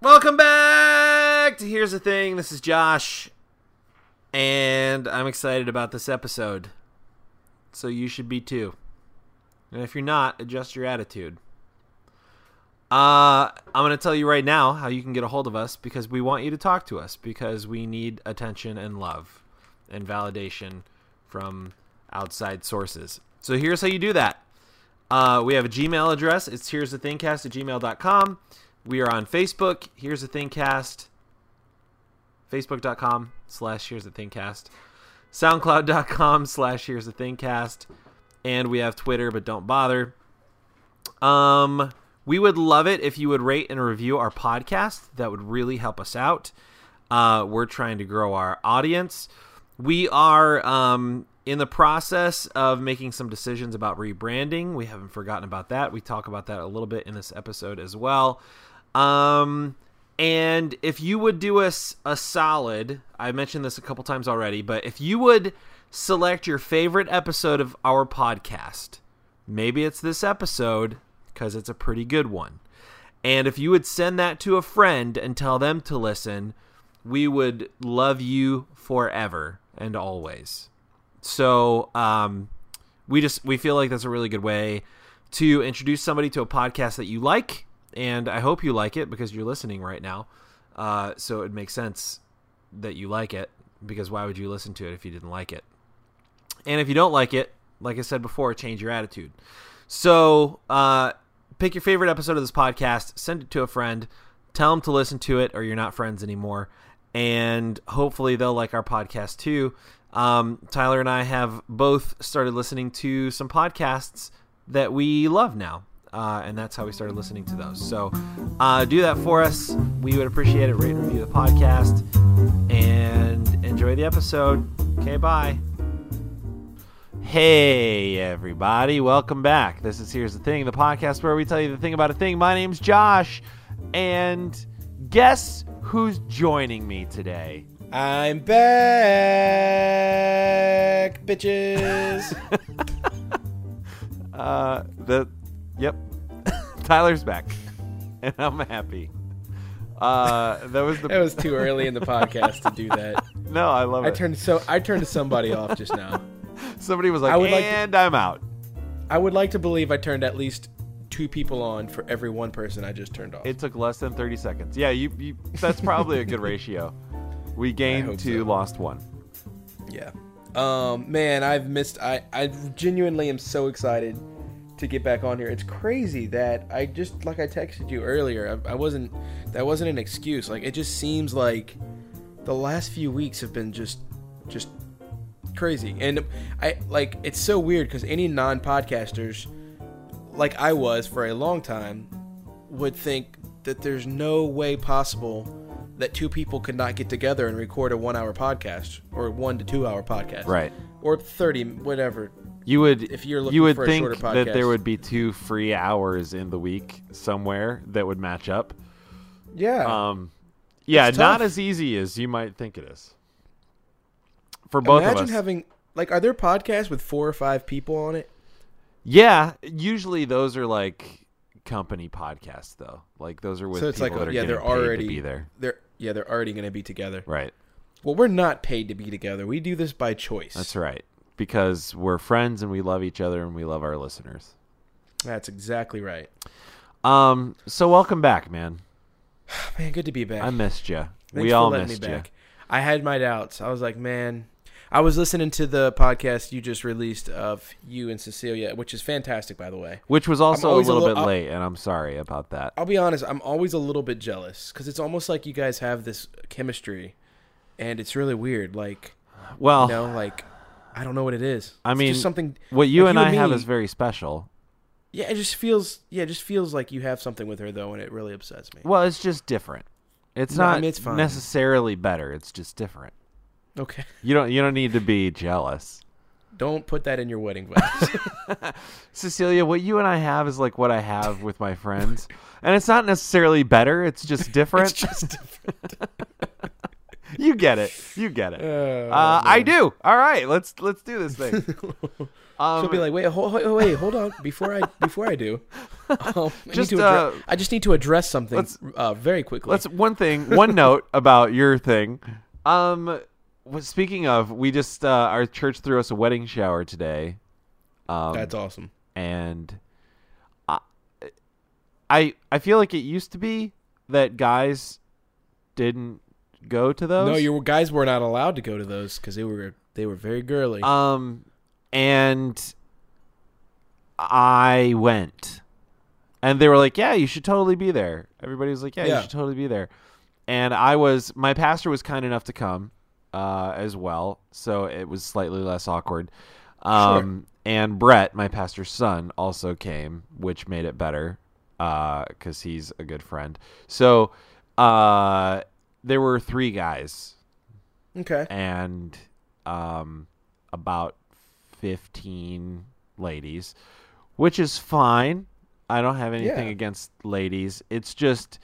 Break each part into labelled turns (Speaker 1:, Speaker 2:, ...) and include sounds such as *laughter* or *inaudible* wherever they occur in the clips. Speaker 1: Welcome back to Here's the Thing. This is Josh, and I'm excited about this episode. So you should be too. And if you're not, adjust your attitude. Uh, I'm going to tell you right now how you can get a hold of us because we want you to talk to us because we need attention and love and validation from outside sources. So here's how you do that. Uh, we have a Gmail address. It's here's the thingcast at gmail.com. We are on Facebook. Here's the thingcast. Facebook.com slash here's the thingcast. Soundcloud.com slash here's the thingcast. And we have Twitter, but don't bother. Um, we would love it if you would rate and review our podcast. That would really help us out. Uh, we're trying to grow our audience. We are um, in the process of making some decisions about rebranding. We haven't forgotten about that. We talk about that a little bit in this episode as well. Um, and if you would do us a solid, I mentioned this a couple times already, but if you would select your favorite episode of our podcast, maybe it's this episode because it's a pretty good one. And if you would send that to a friend and tell them to listen, we would love you forever and always. So um, we just we feel like that's a really good way to introduce somebody to a podcast that you like, and I hope you like it because you're listening right now. Uh, so it makes sense that you like it because why would you listen to it if you didn't like it? And if you don't like it, like I said before, change your attitude. So uh, pick your favorite episode of this podcast, send it to a friend, tell them to listen to it, or you're not friends anymore. And hopefully they'll like our podcast too. Um, Tyler and I have both started listening to some podcasts that we love now. Uh, and that's how we started listening to those. So uh, do that for us. We would appreciate it. Rate and review the podcast and enjoy the episode. Okay, bye. Hey, everybody. Welcome back. This is Here's the Thing, the podcast where we tell you the thing about a thing. My name's Josh. And guess who's joining me today?
Speaker 2: I'm back, bitches.
Speaker 1: Uh, the yep, *laughs* Tyler's back, and I'm happy. Uh, that was the
Speaker 2: *laughs* *laughs* that was too early in the podcast to do that.
Speaker 1: no. I love
Speaker 2: I
Speaker 1: it.
Speaker 2: turned so I turned somebody off just now.
Speaker 1: Somebody was like,
Speaker 2: I would like to-
Speaker 1: and I'm out.
Speaker 2: I would like to believe I turned at least two people on for every one person I just turned off.
Speaker 1: It took less than 30 seconds. Yeah, you. you that's probably a good ratio.
Speaker 2: *laughs*
Speaker 1: We gained
Speaker 2: hope
Speaker 1: two,
Speaker 2: so.
Speaker 1: lost one.
Speaker 2: yeah. Um, man, I've missed. I I genuinely am so excited to get back on here. It's crazy that I just like I texted you earlier. I, I wasn't. That wasn't an excuse. Like it just seems like the last few weeks have been just just crazy and i like it's so weird because any non-podcasters like i was for a long time would think that there's no way possible that two people could not get together and record a one hour podcast or one to two hour podcast
Speaker 1: Right.
Speaker 2: or 30 whatever
Speaker 1: You would
Speaker 2: If you're looking
Speaker 1: you would
Speaker 2: for a
Speaker 1: think
Speaker 2: shorter
Speaker 1: that there
Speaker 2: podcast.
Speaker 1: would be two free hours in the week somewhere that would match up.
Speaker 2: yeah
Speaker 1: Um, yeah,
Speaker 2: It's
Speaker 1: not
Speaker 2: tough.
Speaker 1: as easy as you might think it is. For both of
Speaker 2: imagine
Speaker 1: us.
Speaker 2: having like are there podcasts with four or five people on it
Speaker 1: yeah, usually those are like company podcasts though. Like those are with
Speaker 2: so it's
Speaker 1: people
Speaker 2: like oh,
Speaker 1: that are
Speaker 2: yeah
Speaker 1: getting
Speaker 2: they're
Speaker 1: paid
Speaker 2: already
Speaker 1: to be there.
Speaker 2: they're yeah they're already gonna be together
Speaker 1: Right.
Speaker 2: Well, we're not paid to be together. We do this by choice.
Speaker 1: That's right. Because we're friends and we love each other and we love our listeners.
Speaker 2: That's exactly right.
Speaker 1: Um so welcome back, man.
Speaker 2: Oh, Man, good to be back.
Speaker 1: I missed you.
Speaker 2: Thanks
Speaker 1: we
Speaker 2: for
Speaker 1: all
Speaker 2: letting me
Speaker 1: missed you.
Speaker 2: back. I had my doubts. I was like, man, I was listening to the podcast you just released of you and Cecilia, which is fantastic, by the way.
Speaker 1: Which was also a
Speaker 2: always a
Speaker 1: little
Speaker 2: little-
Speaker 1: bit
Speaker 2: I'll-
Speaker 1: late and I'm sorry about that.
Speaker 2: I'll be honest, I'm always a little bit jealous because it's almost like you guys have this chemistry, and it's really weird. Like,
Speaker 1: Well,
Speaker 2: you know, like I don't know what it is.
Speaker 1: Oh. I
Speaker 2: It's
Speaker 1: mean,
Speaker 2: just something.
Speaker 1: what you
Speaker 2: like,
Speaker 1: and I have
Speaker 2: me-
Speaker 1: is very special.
Speaker 2: yeah, it just feels yeah, it just feels like you have something with her though, and it really upsets me.
Speaker 1: Well, it's just different. It's
Speaker 2: No, I
Speaker 1: not
Speaker 2: mean, it's fine.
Speaker 1: necessarily better. It's just different.
Speaker 2: Okay,
Speaker 1: You don't you don't need to be jealous.
Speaker 2: don't put that in your wedding vows.
Speaker 1: *laughs* Cecilia, what you and I have is like what I have with my friends. And it's not necessarily better, it's just different.
Speaker 2: *laughs* it's just
Speaker 1: *laughs* you get Uh, it. You get it.
Speaker 2: Oh,
Speaker 1: uh, I do. All right, let's let's do this thing. Um,
Speaker 2: *laughs* She'll be like, wait, hold, wait, wait, hold on,
Speaker 1: *laughs*
Speaker 2: before I before I do, um, I,
Speaker 1: Just,
Speaker 2: need to addre-
Speaker 1: uh,
Speaker 2: I just need to address something
Speaker 1: let's-
Speaker 2: uh, very quickly.
Speaker 1: Let's one thing, one note about your thing. Um, well, speaking of, we just uh, our church threw us a wedding shower today. Um,
Speaker 2: That's awesome.
Speaker 1: and I, I I feel like it used to be that guys didn't go to those.
Speaker 2: No, your guys were not allowed to go to those because they were they were very girly.
Speaker 1: um, and I went, and they were like, "Yeah, you should totally be there." Everybody was like, "Yeah,
Speaker 2: Yeah.
Speaker 1: you should totally be there," and I was. My pastor was kind enough to come uh, as well, so it was slightly less awkward. Um, And Brett, my pastor's son, also came, which made it better because he's a good friend. So uh, there were three guys
Speaker 2: okay.
Speaker 1: and um, about 15 ladies, which is fine. I don't have anything
Speaker 2: Yeah.
Speaker 1: against ladies. It's just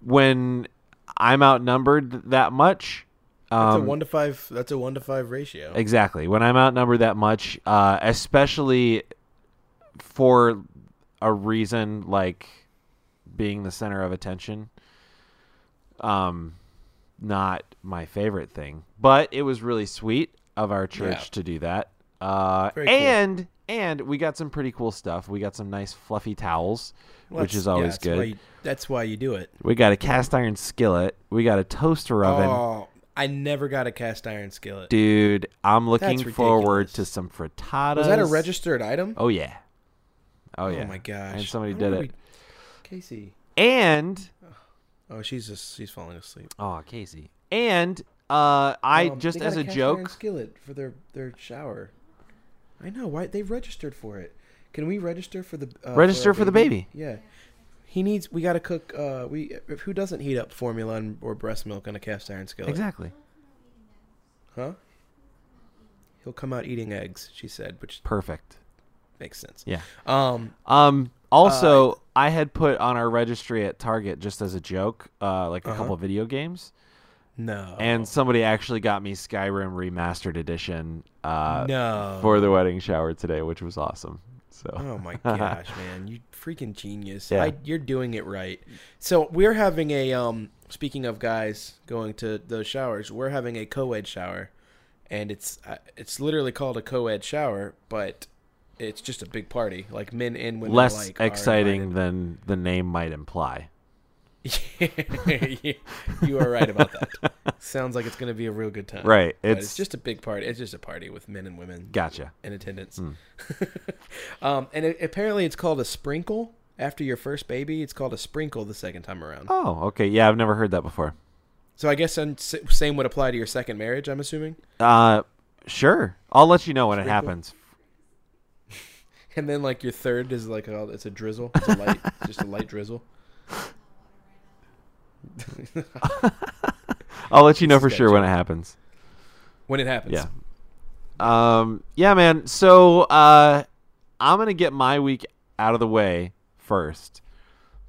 Speaker 1: when I'm outnumbered that much.
Speaker 2: That's
Speaker 1: Um,
Speaker 2: a one to five. That's a one to five ratio.
Speaker 1: Exactly. When I'm outnumbered that much, uh, especially for a reason like being the center of attention, um, not my favorite thing. But it was really sweet of our church
Speaker 2: Yeah.
Speaker 1: to do that. Uh,
Speaker 2: Very cool.
Speaker 1: and and we got some pretty cool stuff. We got some nice fluffy towels,
Speaker 2: Well,
Speaker 1: which
Speaker 2: that's-
Speaker 1: is
Speaker 2: yeah,
Speaker 1: always
Speaker 2: that's why
Speaker 1: good.
Speaker 2: you- that's why you do it.
Speaker 1: We got a cast iron skillet. We got a toaster oven.
Speaker 2: Oh, I never got a cast iron skillet.
Speaker 1: Dude, I'm looking
Speaker 2: That's
Speaker 1: forward
Speaker 2: ridiculous.
Speaker 1: to some frittatas.
Speaker 2: Was that a registered item?
Speaker 1: Oh yeah. Oh yeah.
Speaker 2: my gosh!
Speaker 1: And somebody
Speaker 2: How
Speaker 1: did
Speaker 2: we-
Speaker 1: it.
Speaker 2: Casey.
Speaker 1: And
Speaker 2: Oh, she's just she's falling asleep.
Speaker 1: oh, Casey. And uh I
Speaker 2: Um,
Speaker 1: just
Speaker 2: they got
Speaker 1: as a
Speaker 2: cast iron
Speaker 1: joke,
Speaker 2: skillet for their their shower. I know why they registered for it. Can we register for the uh, for
Speaker 1: Register
Speaker 2: our
Speaker 1: for the
Speaker 2: Yeah, he needs. We got to cook. Uh, we who doesn't heat up formula and, or breast milk on a cast iron skillet?
Speaker 1: exactly.
Speaker 2: Huh? He'll come out eating eggs. She said, which
Speaker 1: Perfect.
Speaker 2: makes sense.
Speaker 1: Yeah.
Speaker 2: Um.
Speaker 1: Um also
Speaker 2: Uh,
Speaker 1: I had put on our registry at Target just as a joke, uh like a
Speaker 2: Uh-huh.
Speaker 1: couple video games.
Speaker 2: No.
Speaker 1: And somebody actually got me Skyrim remastered edition uh
Speaker 2: no.
Speaker 1: for the wedding shower today, which was awesome. So *laughs*
Speaker 2: Oh my gosh, man! You freaking genius!
Speaker 1: Yeah.
Speaker 2: I, you're doing it right. So we're having a um. Speaking of guys going to those showers, we're having a co-ed shower, and it's uh, it's literally called a co-ed shower, but it's just a big party. Like men and women.
Speaker 1: less
Speaker 2: alike are *laughs*
Speaker 1: exciting than the name might imply.
Speaker 2: invited. you are right about
Speaker 1: *laughs*
Speaker 2: that. Sounds like it's going to be a real good time.
Speaker 1: Right.
Speaker 2: But
Speaker 1: It's,
Speaker 2: it's just a big party. It's just a party with men and women
Speaker 1: gotcha.
Speaker 2: in attendance.
Speaker 1: Hmm.
Speaker 2: *laughs* um, and it, apparently, it's called a sprinkle after your first baby. It's called a sprinkle the second time around.
Speaker 1: Oh, okay. Yeah, I've never heard that before.
Speaker 2: So I guess then s- same would apply to your second marriage. I'm assuming.
Speaker 1: Uh, sure. I'll let you know when it
Speaker 2: Sprinkle.
Speaker 1: happens.
Speaker 2: And then like your third is like a, it's a drizzle. It's
Speaker 1: *laughs*
Speaker 2: a light, just a light drizzle.
Speaker 1: I'll let you know
Speaker 2: This
Speaker 1: for
Speaker 2: is
Speaker 1: sure when it happens.
Speaker 2: When it happens.
Speaker 1: Yeah. Um. Yeah, man. So, uh, I'm gonna get my week out of the way first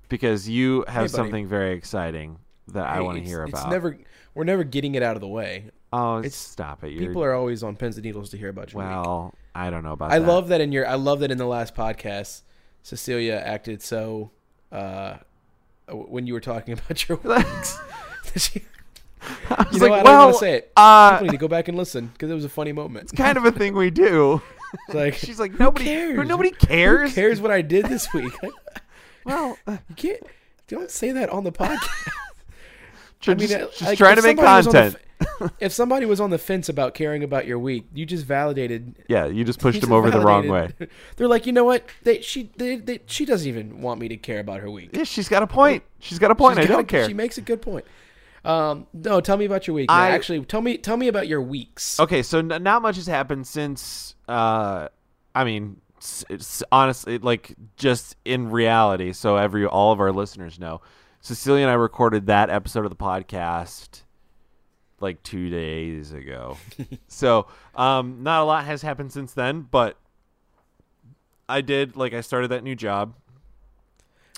Speaker 1: because you have
Speaker 2: buddy.
Speaker 1: something very exciting that I
Speaker 2: Hey,
Speaker 1: want to
Speaker 2: it's-
Speaker 1: hear about.
Speaker 2: It's never we're never getting it out of the way.
Speaker 1: oh,
Speaker 2: it's-
Speaker 1: stop it! You're,
Speaker 2: People are always on pins and needles to hear about your week.
Speaker 1: well. I don't know about.
Speaker 2: I
Speaker 1: that. *laughs*
Speaker 2: love that in your I love that in the last podcast Cecilia acted so uh when you were talking *laughs* about your
Speaker 1: *laughs*
Speaker 2: weeks. She-
Speaker 1: I was
Speaker 2: you know
Speaker 1: like,
Speaker 2: what? *laughs* I don't
Speaker 1: well,
Speaker 2: want to say it.
Speaker 1: uh, *laughs*
Speaker 2: People need to go back and listen because it was a funny moment.
Speaker 1: kind of a thing we
Speaker 2: *laughs*
Speaker 1: do.
Speaker 2: It's like
Speaker 1: She's like, nobody
Speaker 2: cares?
Speaker 1: Nobody
Speaker 2: who
Speaker 1: cares.
Speaker 2: cares what I did this week? *laughs*
Speaker 1: Well, uh,
Speaker 2: you can't. Don't say that on the podcast. *laughs* I mean,
Speaker 1: just,
Speaker 2: uh,
Speaker 1: just
Speaker 2: like,
Speaker 1: trying to
Speaker 2: if
Speaker 1: make
Speaker 2: somebody was on the
Speaker 1: content.
Speaker 2: f- if somebody was on the fence about caring about your week, you just validated
Speaker 1: *laughs* Yeah, you just pushed
Speaker 2: He's
Speaker 1: him over the wrong way.
Speaker 2: invalidated. *laughs* They're like, you know what? They, she they, they, she doesn't even want me to care about her week.
Speaker 1: Yeah, she's got a point. She's got a point.
Speaker 2: She's
Speaker 1: I
Speaker 2: got
Speaker 1: don't
Speaker 2: a-
Speaker 1: care.
Speaker 2: She makes a good point. Um, no, tell me about your week. man.
Speaker 1: I-
Speaker 2: Actually, tell me tell me about your weeks.
Speaker 1: Okay, so n- not much has happened since. Uh, I mean, s- it's honestly, like just in reality, so every all of our listeners know, Cecilia and I recorded that episode of the podcast like two days ago. so, um, not a lot has happened since then, but I did like I started that new job.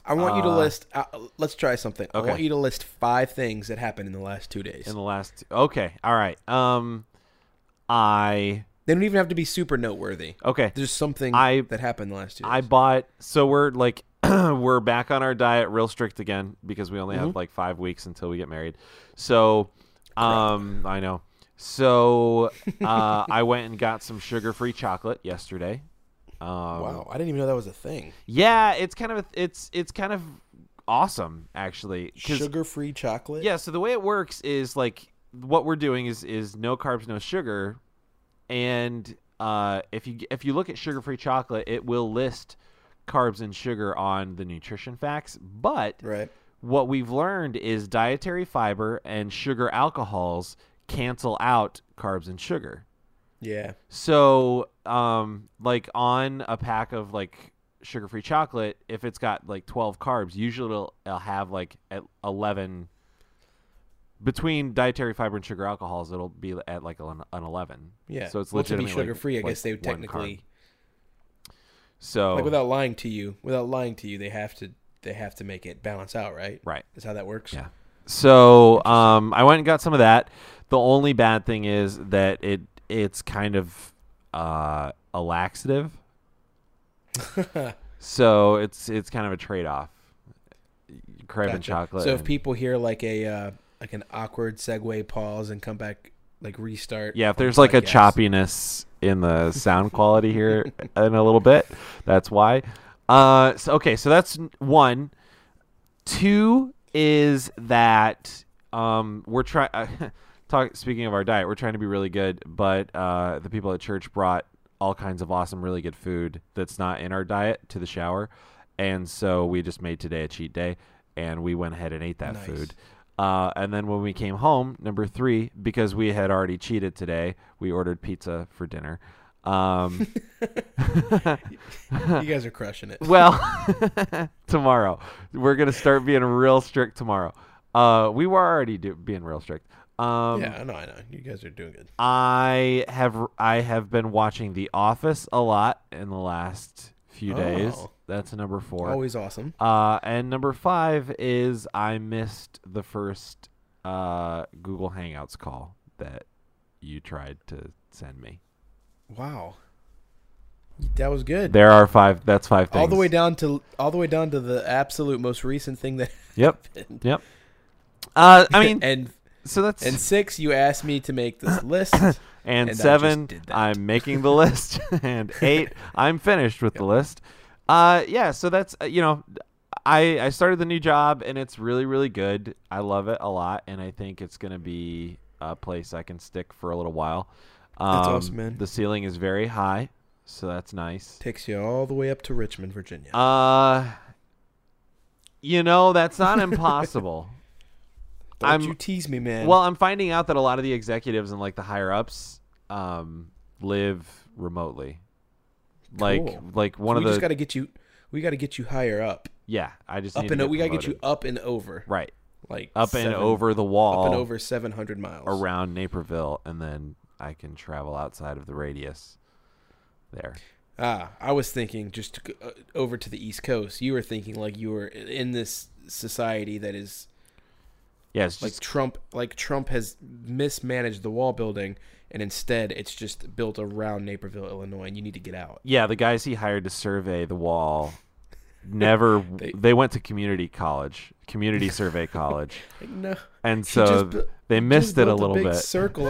Speaker 2: I want you to
Speaker 1: uh,
Speaker 2: list. Uh, let's try something. I
Speaker 1: okay.
Speaker 2: want you to list five things that happened in the last two days.
Speaker 1: in the last okay all right um i
Speaker 2: They don't even have to be super noteworthy.
Speaker 1: Okay.
Speaker 2: There's something
Speaker 1: I-
Speaker 2: that happened last year.
Speaker 1: I bought so we're like *clears throat* we're back on our diet real strict again because we only have like 5 weeks until we get married. So um I know. So uh I went and got some sugar-free chocolate yesterday. Um
Speaker 2: wow, I didn't even know that was a thing.
Speaker 1: Yeah, it's kind of a, it's it's kind of awesome actually 'cause
Speaker 2: Sugar-free chocolate.
Speaker 1: yeah, so the way it works is like what we're doing is is no carbs, no sugar, and uh, if you if you look at sugar free chocolate, it will list carbs and sugar on the nutrition facts. But
Speaker 2: Right.
Speaker 1: what we've learned is dietary fiber and sugar alcohols cancel out carbs and sugar.
Speaker 2: Yeah.
Speaker 1: So, um, like on a pack of like sugar-free chocolate, if it's got like 12 carbs, usually it'll, it'll have like at 11 between dietary fiber and sugar alcohols. It'll be at like an, an 11.
Speaker 2: Yeah.
Speaker 1: So it's
Speaker 2: Well, to be
Speaker 1: legitimately like-
Speaker 2: sugar-free. I
Speaker 1: like
Speaker 2: guess they would
Speaker 1: one carb. Oh.
Speaker 2: technically,
Speaker 1: So
Speaker 2: like, without lying to you, without lying to you, they have to they have to make it balance out, right?
Speaker 1: right.
Speaker 2: Is how that works.
Speaker 1: Yeah. So um, I went and got some of that. The only bad thing is that it it's kind of uh, a
Speaker 2: *laughs*
Speaker 1: laxative. so it's it's kind of a trade off. Craving
Speaker 2: Gotcha.
Speaker 1: chocolate.
Speaker 2: So if
Speaker 1: and-
Speaker 2: people hear like a uh, like an awkward segue pause and come back like restart.
Speaker 1: yeah,
Speaker 2: on
Speaker 1: if
Speaker 2: the
Speaker 1: there's like a
Speaker 2: podcast.
Speaker 1: choppiness in the sound quality here in a little bit, that's why. Uh, so, okay, so that's n- one. Two is that um, we're trying. *laughs* talk. Speaking of our diet, we're trying to be really good, but uh, the people at church brought all kinds of awesome, really good food that's not in our diet to the shower, and so we just made today a cheat day, and we went ahead and ate that
Speaker 2: Nice.
Speaker 1: food. Uh, and then when we came home, number three, because we had already cheated today, we ordered pizza for dinner. Um,
Speaker 2: *laughs* you guys are crushing it.
Speaker 1: well, *laughs* tomorrow we're gonna start being real strict tomorrow. Uh, we were already do- being real strict. Um,
Speaker 2: yeah, I know, I know. You guys are doing good.
Speaker 1: I have I have been watching The Office a lot in the last few days.
Speaker 2: Oh.
Speaker 1: That's number four.
Speaker 2: Always awesome.
Speaker 1: Uh, and number five is I missed the first uh, Google Hangouts call that you tried to send me.
Speaker 2: *laughs* Wow, that was good.
Speaker 1: There are five. That's five things.
Speaker 2: all the way down to all the way down to the absolute most recent thing that *laughs*
Speaker 1: Yep.
Speaker 2: happened.
Speaker 1: Yep. Uh,
Speaker 2: *laughs*
Speaker 1: I mean,
Speaker 2: and
Speaker 1: so that's
Speaker 2: and six, you asked me to
Speaker 1: *coughs*
Speaker 2: make this list.
Speaker 1: and,
Speaker 2: And I just
Speaker 1: seven
Speaker 2: did that.
Speaker 1: i'm making the
Speaker 2: *laughs*
Speaker 1: list and eight i'm finished with the list uh yeah so that's uh, you know i i started the new job and it's really really good i love it a lot and i think it's gonna be a place i can stick for a little while um,
Speaker 2: That's awesome, man.
Speaker 1: the ceiling is very high so that's nice
Speaker 2: Takes you all the way up to Richmond, Virginia.
Speaker 1: uh you know that's not impossible
Speaker 2: Don't
Speaker 1: I'm-
Speaker 2: you tease me, man.
Speaker 1: Well, I'm finding out that a lot of the executives and like the higher ups um, live remotely. Like,
Speaker 2: Cool.
Speaker 1: like one
Speaker 2: we
Speaker 1: of the
Speaker 2: just got to get you. We got to get you higher up,
Speaker 1: yeah. I just
Speaker 2: up
Speaker 1: need
Speaker 2: and
Speaker 1: to
Speaker 2: o- we got to get you
Speaker 1: promoted.
Speaker 2: up and over,
Speaker 1: right
Speaker 2: like
Speaker 1: up
Speaker 2: seven-
Speaker 1: and over the
Speaker 2: up
Speaker 1: wall
Speaker 2: and over seven hundred miles.
Speaker 1: around Naperville, and then I can travel outside of the radius. There,
Speaker 2: Ah, I was thinking just to go, uh, over to the East Coast. You were thinking like you were in this society that is
Speaker 1: yeah. It's
Speaker 2: like
Speaker 1: just
Speaker 2: Trump, like Trump has mismanaged the wall building, and instead it's just built around Naperville, Illinois, and you need to get out.
Speaker 1: yeah. The guys he hired to survey the
Speaker 2: *laughs*
Speaker 1: wall never. they,
Speaker 2: They-
Speaker 1: went to community college, community
Speaker 2: *laughs*
Speaker 1: survey college,
Speaker 2: Like, no,
Speaker 1: and
Speaker 2: He
Speaker 1: so
Speaker 2: just bu-
Speaker 1: they
Speaker 2: just
Speaker 1: missed it
Speaker 2: built
Speaker 1: a little
Speaker 2: big
Speaker 1: bit.
Speaker 2: Circle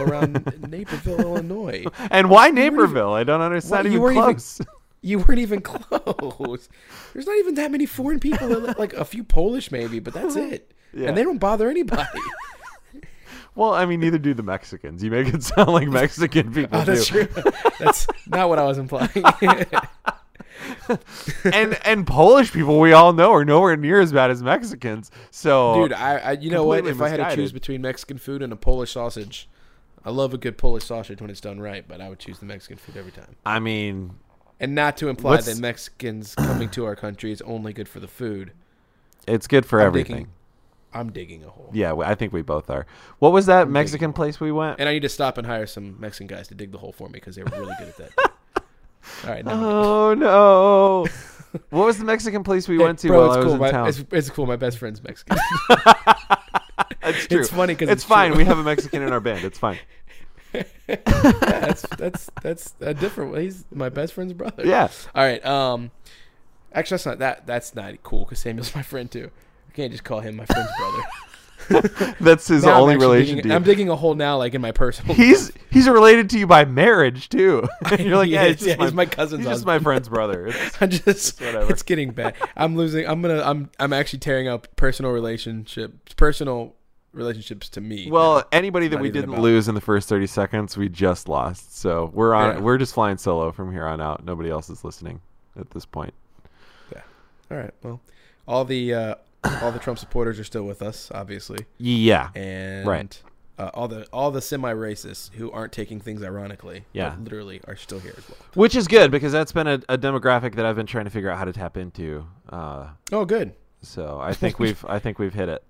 Speaker 1: *laughs*
Speaker 2: around Naperville, Illinois.
Speaker 1: And why
Speaker 2: even-
Speaker 1: Naperville? I don't understand.
Speaker 2: Why-
Speaker 1: Not
Speaker 2: you
Speaker 1: even
Speaker 2: weren't even-
Speaker 1: close.
Speaker 2: *laughs*
Speaker 1: *laughs*
Speaker 2: You weren't even close. There's not even that many foreign people. that li- Like a few Polish, maybe,
Speaker 1: *laughs*
Speaker 2: but that's it.
Speaker 1: Yeah.
Speaker 2: And they don't bother anybody.
Speaker 1: Well, I mean, neither do the Mexicans. You make it *laughs* sound
Speaker 2: *laughs*
Speaker 1: like Mexican people
Speaker 2: Oh,
Speaker 1: do.
Speaker 2: that's true. That's not what I was *laughs* implying.
Speaker 1: and and Polish people we all know are nowhere near as bad as Mexicans. So
Speaker 2: Dude, I, I you know what?
Speaker 1: Completely
Speaker 2: If I had to
Speaker 1: misguided.
Speaker 2: choose between Mexican food and a Polish sausage, I love a good Polish sausage when it's done right, but I would choose the Mexican food every time.
Speaker 1: I mean,
Speaker 2: And not to imply
Speaker 1: What's-
Speaker 2: that Mexicans coming to our country is only good for the food.
Speaker 1: it's good for
Speaker 2: I'm
Speaker 1: everything.
Speaker 2: digging, I'm digging a hole.
Speaker 1: Yeah, we- I think we both are. What was that
Speaker 2: digging
Speaker 1: Mexican
Speaker 2: one.
Speaker 1: place we went?
Speaker 2: And I need to stop and hire some Mexican guys to dig the hole for me because they were really good at that. All right, now I'm done. *laughs*
Speaker 1: Oh no! what was the Mexican place we
Speaker 2: Hey,
Speaker 1: went to
Speaker 2: bro,
Speaker 1: while
Speaker 2: it's
Speaker 1: I was
Speaker 2: cool.
Speaker 1: in
Speaker 2: my,
Speaker 1: town?
Speaker 2: It's, it's cool. My best friend's Mexican. *laughs*
Speaker 1: It's true.
Speaker 2: it's funny because
Speaker 1: it's fine. *laughs* We have a Mexican in our band. It's fine.
Speaker 2: *laughs* that's that's that's a different way. He's my best friend's brother.
Speaker 3: Yeah.
Speaker 2: All right. Um, actually, that's not that. That's not cool because Samuel's my friend too. I can't just call him my friend's brother.
Speaker 1: *laughs* That's his
Speaker 2: Now I'm
Speaker 1: only
Speaker 2: actually
Speaker 1: relation
Speaker 2: digging-
Speaker 1: to you.
Speaker 2: I'm digging a hole now, like in my
Speaker 1: *laughs*
Speaker 2: personal. *laughs*
Speaker 1: he's he's related to you by marriage too. *laughs* You're like, yeah,
Speaker 2: He
Speaker 1: it's
Speaker 2: is,
Speaker 1: just
Speaker 2: yeah,
Speaker 1: my,
Speaker 2: he's my cousin's
Speaker 1: He's just
Speaker 2: husband."
Speaker 1: my friend's brother.
Speaker 2: *laughs*
Speaker 1: It's- *laughs*
Speaker 2: I just
Speaker 1: whatever.
Speaker 2: it's getting bad. I'm losing. I'm gonna. I'm. I'm actually tearing up personal relationships. Personal relationships to me.
Speaker 1: well, anybody that
Speaker 2: Not
Speaker 1: we
Speaker 2: even
Speaker 1: didn't
Speaker 2: about-
Speaker 1: lose in the first 30 seconds, we just lost. So we're on.
Speaker 2: Yeah.
Speaker 1: We're just flying solo from here on out. Nobody else is listening at this point.
Speaker 2: all right. Well, all the uh, all the Trump supporters are still with us, obviously,
Speaker 1: Yeah.
Speaker 2: and
Speaker 1: Right.
Speaker 2: Uh, all the all the semi racists who aren't taking things ironically,
Speaker 3: Yeah.
Speaker 2: but literally are still here as well.
Speaker 3: Which is good because that's been a, a demographic that I've been trying to figure out how to tap into. Uh,
Speaker 2: Oh, good.
Speaker 3: so I
Speaker 2: *laughs*
Speaker 3: think we've I think we've hit
Speaker 1: *laughs*
Speaker 3: it.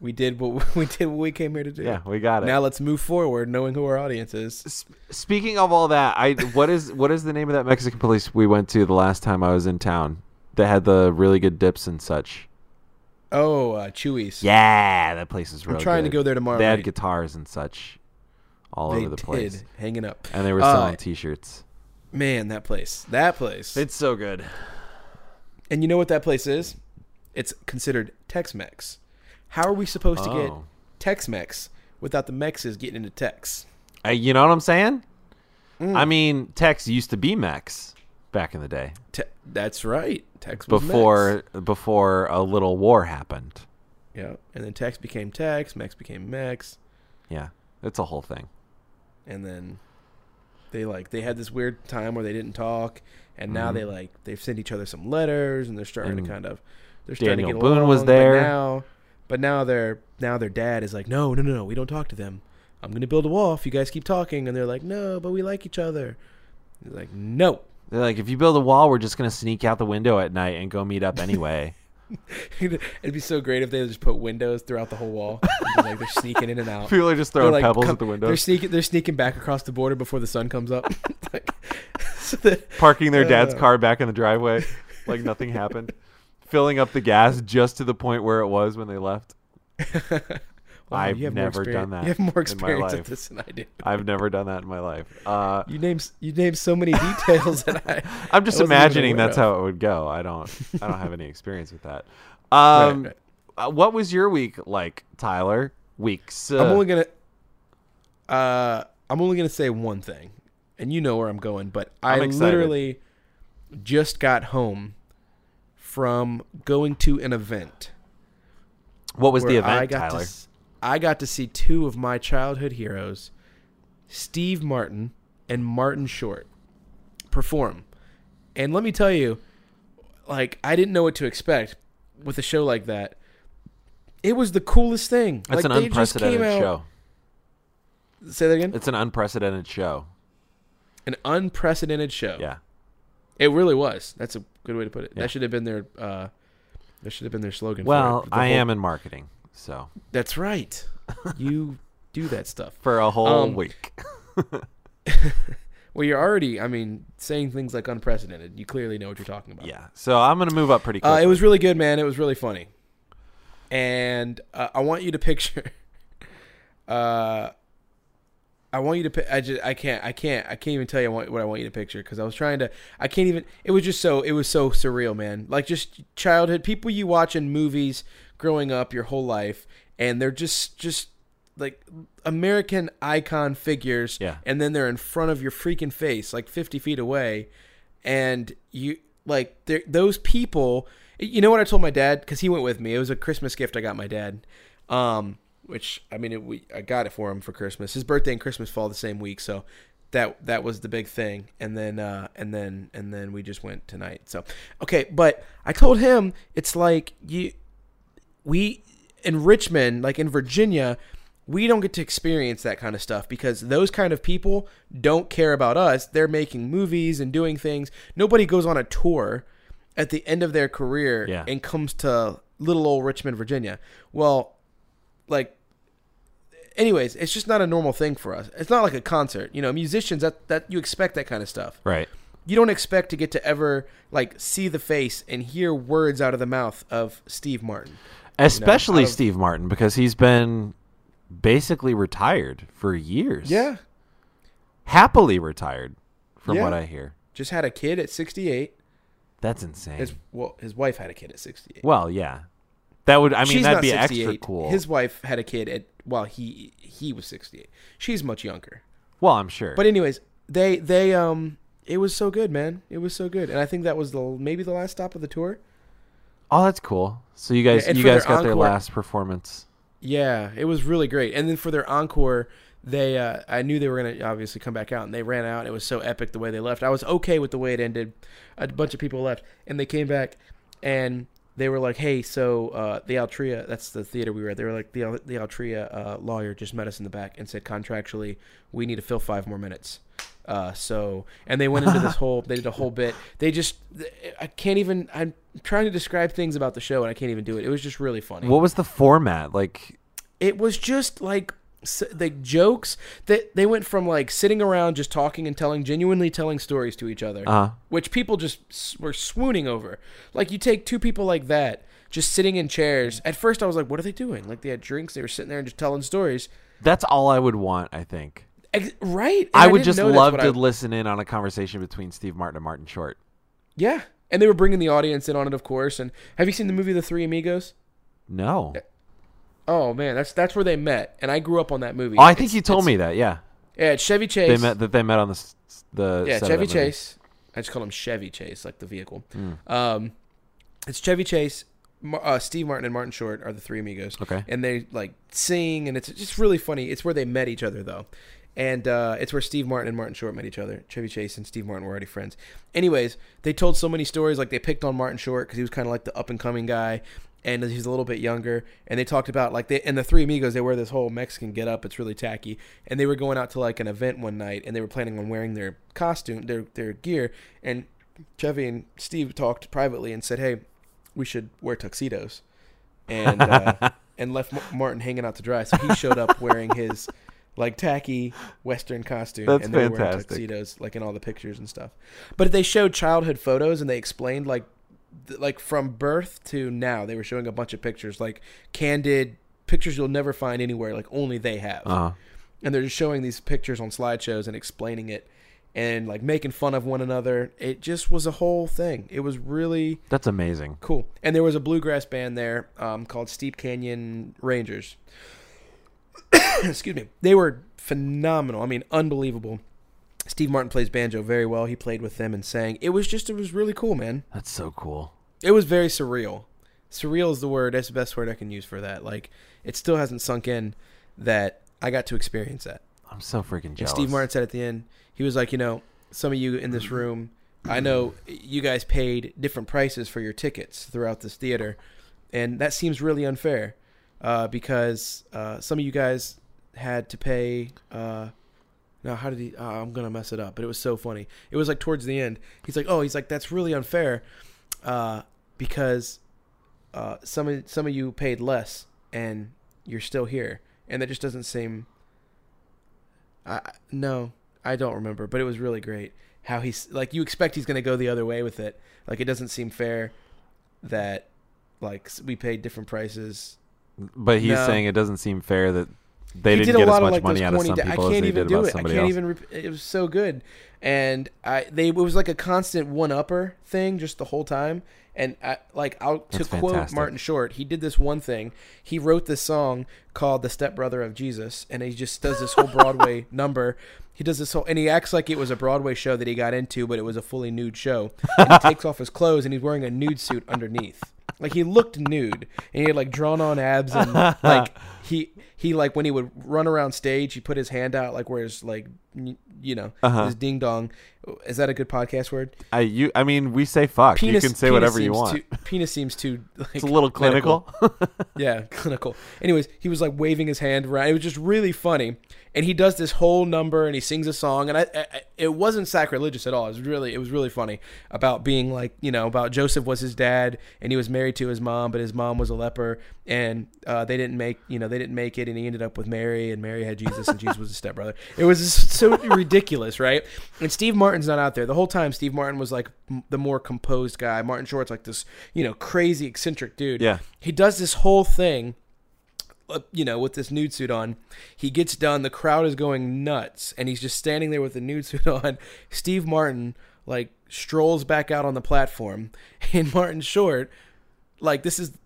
Speaker 2: We did what *laughs* we did what we came here to do.
Speaker 3: Yeah, we got it.
Speaker 2: Now let's move forward, knowing who our audience is.
Speaker 3: S- speaking of all that, I what is what is the name of that Mexican place we went to the last time I was in town? That had the really good dips and such.
Speaker 2: Oh, uh, Chewy's.
Speaker 3: Yeah, that place is
Speaker 2: I'm
Speaker 3: really.
Speaker 2: trying to go there tomorrow.
Speaker 3: They had
Speaker 2: night.
Speaker 3: guitars and such all
Speaker 2: They
Speaker 3: over the place,
Speaker 2: did, hanging up.
Speaker 3: and they were
Speaker 2: Uh,
Speaker 3: selling T-shirts.
Speaker 2: Man, that place. That place.
Speaker 3: It's so good.
Speaker 2: And you know what that place is? It's considered Tex-Mex. How are we supposed to get
Speaker 3: Oh.
Speaker 2: Tex-Mex without the Mexes getting into Tex? Mm.
Speaker 3: Uh, you know what I'm saying?
Speaker 2: Hmm.
Speaker 3: I mean, Tex used to be Mex back in the day
Speaker 2: Te- that's right. Tex was Mex.
Speaker 3: before before a little war happened.
Speaker 2: Yeah, and then Tex became Tex, Mex became Mex,
Speaker 3: Yeah, it's a whole thing.
Speaker 2: and then they like they had this weird time where they didn't talk, and now they like they've sent each other some letters, and they're starting
Speaker 3: Mm-hmm. And
Speaker 2: to kind of they're starting to
Speaker 3: Daniel
Speaker 2: get
Speaker 3: Boone
Speaker 2: along,
Speaker 3: was
Speaker 2: but
Speaker 3: there.
Speaker 2: now, but now their now their dad is like, no, no, no, no, we don't talk to them. I'm gonna build a wall if you guys keep talking, and they're like, no, but we like each other. He's like, no,
Speaker 3: They're like, if you build a wall, we're just gonna sneak out the window at night and go meet up anyway.
Speaker 2: *laughs* it'd be so great if they just put windows throughout the whole wall, It's just like they're sneaking in and out.
Speaker 1: People are just
Speaker 2: They're,
Speaker 1: throwing
Speaker 2: like,
Speaker 1: pebbles
Speaker 2: come-
Speaker 1: at the
Speaker 2: They're
Speaker 1: windows,
Speaker 2: sneaking. They're sneaking back across the border before the sun comes
Speaker 1: *laughs*
Speaker 2: up. *laughs* Like, so that-
Speaker 1: parking their dad's
Speaker 2: Uh.
Speaker 1: car back in the driveway, like nothing happened, filling up the gas just to the point where it was when they left.
Speaker 2: *laughs* Wow,
Speaker 1: I've
Speaker 2: you have more
Speaker 1: never
Speaker 2: experi-
Speaker 1: done that.
Speaker 2: You have more
Speaker 1: in my
Speaker 2: experience at
Speaker 1: life.
Speaker 2: this than I do.
Speaker 1: I've never done that in my life. Uh,
Speaker 2: You name s- you name so many details that
Speaker 1: *laughs*
Speaker 2: I.
Speaker 1: I'm just
Speaker 2: I wasn't even
Speaker 1: imagining
Speaker 2: aware
Speaker 1: that's
Speaker 2: of.
Speaker 1: how it would go. I don't. I don't have any experience with that. Um,
Speaker 2: *laughs* right.
Speaker 1: uh, what was your week like, Tyler?
Speaker 3: Weeks.
Speaker 2: I'm
Speaker 1: Uh,
Speaker 2: only gonna. Uh, I'm only gonna say one thing, and you know where I'm going, but I
Speaker 1: I'm excited.
Speaker 2: literally just got home from going to an event.
Speaker 3: what was the
Speaker 2: where
Speaker 3: event,
Speaker 2: I got
Speaker 3: Tyler?
Speaker 2: To, s- I got to see two of my childhood heroes, Steve Martin and Martin Short, perform. And let me tell you, like I didn't know what to expect with a show like that. It was the coolest thing.
Speaker 3: That's
Speaker 2: like,
Speaker 3: an
Speaker 2: they just came
Speaker 3: unprecedented
Speaker 2: out-
Speaker 3: show.
Speaker 2: Say that again.
Speaker 3: It's an unprecedented show.
Speaker 2: An unprecedented show.
Speaker 3: Yeah.
Speaker 2: It really was. That's a good way to put it.
Speaker 3: Yeah.
Speaker 2: That should have been their. Uh, that should have been their slogan. for
Speaker 3: Well,
Speaker 2: it. The
Speaker 3: I
Speaker 2: whole-
Speaker 3: am in marketing, so *laughs*
Speaker 2: That's right. you do that stuff.
Speaker 3: for a whole
Speaker 2: Um,
Speaker 1: *laughs*
Speaker 3: week.
Speaker 2: Well, you're already, I mean, saying things like unprecedented. You clearly know what you're talking about.
Speaker 3: Yeah. So I'm gonna move up pretty quickly.
Speaker 2: Uh, it was really good, man. It was really funny. And uh, I want you to *laughs* picture. Uh, I want you to. pi- I just. I can't. I can't. I can't even tell you what what I want you to picture because I was trying to. I can't even. It was just so. It was so surreal, man. Like just childhood people you watch in movies growing up your whole life, and they're just just like American icon figures.
Speaker 3: Yeah.
Speaker 2: And then they're in front of your freaking face, like fifty feet away, and you like they're- those people. You know what I told my dad because he went with me. It was a Christmas gift I got my dad. Um, which I mean, it, we I got it for him for Christmas. His birthday and Christmas fall the same week, so that that was the big thing. And then uh, and then and then we just went tonight. So okay, but I told him it's like you we in Richmond, like in Virginia, we don't get to experience that kind of stuff because those kind of people don't care about us. They're making movies and doing things. Nobody goes on a tour at the end of their career
Speaker 3: Yeah.
Speaker 2: and comes to little old Richmond, Virginia. Well, like anyways, it's just not a normal thing for us. It's not like a concert. You know, musicians that that you expect that kind of stuff
Speaker 3: right.
Speaker 2: you don't expect to get to ever like see the face and hear words out of the mouth of Steve Martin.
Speaker 3: Especially
Speaker 2: out of-
Speaker 3: Steve Martin because he's been basically retired for years.
Speaker 1: happily retired, from what
Speaker 2: Yeah.
Speaker 1: I hear.
Speaker 2: Just had a kid at 68.
Speaker 1: That's insane.
Speaker 2: His well, his wife had a kid at 68.
Speaker 1: well, yeah, that would. I mean,
Speaker 2: She's
Speaker 1: that'd
Speaker 2: not
Speaker 1: be
Speaker 2: 68.
Speaker 1: extra cool.
Speaker 2: His wife had a kid at well, he he was 68. She's much younger.
Speaker 1: well, I'm sure.
Speaker 2: But anyways, they they um it was so good, man. It was so good. And I think that was the maybe the last stop of the tour.
Speaker 1: oh, that's cool. So you guys,
Speaker 2: and
Speaker 1: you
Speaker 2: for
Speaker 1: guys
Speaker 2: their
Speaker 1: got their
Speaker 2: encore-
Speaker 1: last performance.
Speaker 2: Yeah, it was really great. And then for their encore, they uh, I knew they were gonna obviously come back out, and they ran out. It was so epic the way they left. I was okay with the way it ended. A bunch of people left, and they came back, and they were like, "Hey, so uh, the Altria, that's the theater we were at. They were like, the Al- the Altria uh, lawyer just met us in the back and said contractually we need to fill five more minutes." Uh, so and they went into this whole they did a whole bit they just i can't even i'm trying to describe things about the show and i can't even do it it was just really funny
Speaker 1: What was the format like?
Speaker 2: it was just like s- the jokes that they went from like sitting around just talking and telling genuinely telling stories to each other
Speaker 1: Uh,
Speaker 2: which people just s- were swooning over like you take two people like that just sitting in chairs at first i was like what are they doing like they had drinks they were sitting there and just telling stories
Speaker 1: that's all I would want. I think
Speaker 2: Ex- right And
Speaker 1: I would
Speaker 2: didn't
Speaker 1: just
Speaker 2: know that's
Speaker 1: love
Speaker 2: what
Speaker 1: to
Speaker 2: I-
Speaker 1: listen in on a conversation between Steve Martin and Martin Short.
Speaker 2: yeah and they were bringing the audience in on it of course and have you seen the movie the three amigos
Speaker 1: No,
Speaker 2: oh man that's that's where they met and i grew up on that movie
Speaker 1: oh, I think
Speaker 2: It's-
Speaker 1: you told
Speaker 2: it's-
Speaker 1: me that. Yeah,
Speaker 2: yeah it's chevy chase
Speaker 1: they met that they met on the s- the
Speaker 2: yeah,
Speaker 1: set of
Speaker 2: Chevy
Speaker 1: that movie.
Speaker 2: Chase. I just call him Chevy Chase, like the vehicle. Um, it's Chevy Chase, Mar- uh, Steve Martin, and Martin Short are the three amigos.
Speaker 1: Okay.
Speaker 2: and they like sing, and it's just really funny. It's where they met each other though, and uh, it's where Steve Martin and Martin Short met each other. Chevy Chase and Steve Martin were already friends. Anyways, they told so many stories. Like they picked on Martin Short because he was kind of like the up and coming guy. And he's a little bit younger, and they talked about like they and the three amigos. They wear this whole Mexican get up. It's really tacky. And they were going out to like an event one night, and they were planning on wearing their costume, their their gear. And Chevy and Steve talked privately and said, "Hey, we should wear tuxedos," and uh,
Speaker 1: *laughs*
Speaker 2: and left M- Martin hanging out to dry. So he showed up wearing his like tacky Western costume,
Speaker 1: That's
Speaker 2: and they were wearing
Speaker 1: fantastic.
Speaker 2: tuxedos like in all the pictures and stuff. But they showed childhood photos and they explained like th- like from birth to now they were showing a bunch of pictures like candid pictures you'll never find anywhere like only they have
Speaker 1: Uh-huh.
Speaker 2: and they're just showing these pictures on slideshows and explaining it and like making fun of one another. It just was a whole thing. It was really
Speaker 1: That's amazing.
Speaker 2: cool. And there was a bluegrass band there um, called Steep Canyon Rangers. *coughs* Excuse me. They were phenomenal. I mean, unbelievable. Steve Martin plays banjo very well. He played with them and sang. It was just, it was really cool, man.
Speaker 1: That's so cool.
Speaker 2: It was very surreal. Surreal is the word. That's the best word I can use for that. Like, it still hasn't sunk in that I got to experience that.
Speaker 1: I'm so freaking
Speaker 2: And
Speaker 1: jealous.
Speaker 2: Steve Martin said at the end, he was like, you know, some of you in this room, I know you guys paid different prices for your tickets throughout this theater, and that seems really unfair uh, because uh, some of you guys had to pay. Uh, now, how did he? Uh, I'm gonna mess it up, but it was so funny. It was like towards the end. He's like, oh, he's like, that's really unfair uh, because uh, some of some of you paid less and you're still here, and that just doesn't seem. I I- no, I don't remember, but it was really great how he's like you expect he's gonna go the other way with it. Like it doesn't seem fair that like s- we paid different prices.
Speaker 1: but he's
Speaker 2: No.
Speaker 1: saying it doesn't seem fair that they
Speaker 2: He
Speaker 1: didn't get as much
Speaker 2: those
Speaker 1: money out of
Speaker 2: corny
Speaker 1: some
Speaker 2: da-
Speaker 1: people
Speaker 2: I
Speaker 1: as
Speaker 2: can't
Speaker 1: they
Speaker 2: even
Speaker 1: did
Speaker 2: do
Speaker 1: about
Speaker 2: it. I
Speaker 1: somebody
Speaker 2: can't
Speaker 1: else.
Speaker 2: even. Rep- it was so good, and I they it was like a constant one upper thing just the whole time. And I like I'll to
Speaker 1: That's
Speaker 2: quote
Speaker 1: fantastic.
Speaker 2: Martin Short, he did this one thing. He wrote this song called "The Stepbrother of Jesus," and he just does this
Speaker 1: *laughs*
Speaker 2: whole Broadway number. He does this whole and he acts like it was a Broadway show that he got into, but it was a fully nude show. And he takes off his clothes and he's wearing a nude suit underneath. Like he looked nude and he had like drawn on abs and
Speaker 1: *laughs*
Speaker 2: like he he like when he would run around stage, he put his hand out like where his like y- you know
Speaker 1: Uh-huh.
Speaker 2: his ding dong. Is that a good podcast word?
Speaker 1: I you I mean we say fuck. you can say whatever you
Speaker 2: seems
Speaker 1: want.
Speaker 2: Too, penis seems too. Like,
Speaker 1: it's a little clinical.
Speaker 2: *laughs* yeah, clinical. Anyways, he was like waving his hand around. It was just really funny. And he does this whole number and he sings a song and I, I I- it wasn't sacrilegious at all. It was really it was really funny about being like, you know, about Joseph was his dad and he was married to his mom, but his mom was a leper and uh, they didn't make, you know, they didn't make it and he ended up with Mary and Mary had Jesus and Jesus was his stepbrother. It was just so *laughs* ridiculous, right? And Steve Martin's not out there. The whole time Steve Martin was like m- the more composed guy. Martin Short's like this, you know, crazy eccentric dude
Speaker 1: Yeah.
Speaker 2: he does this whole thing uh, you know, with this nude suit on. He gets done. The crowd is going nuts, and he's just standing there with the nude *laughs* suit on. Steve Martin like strolls back out on the platform, *laughs* and Martin Short, like this is th-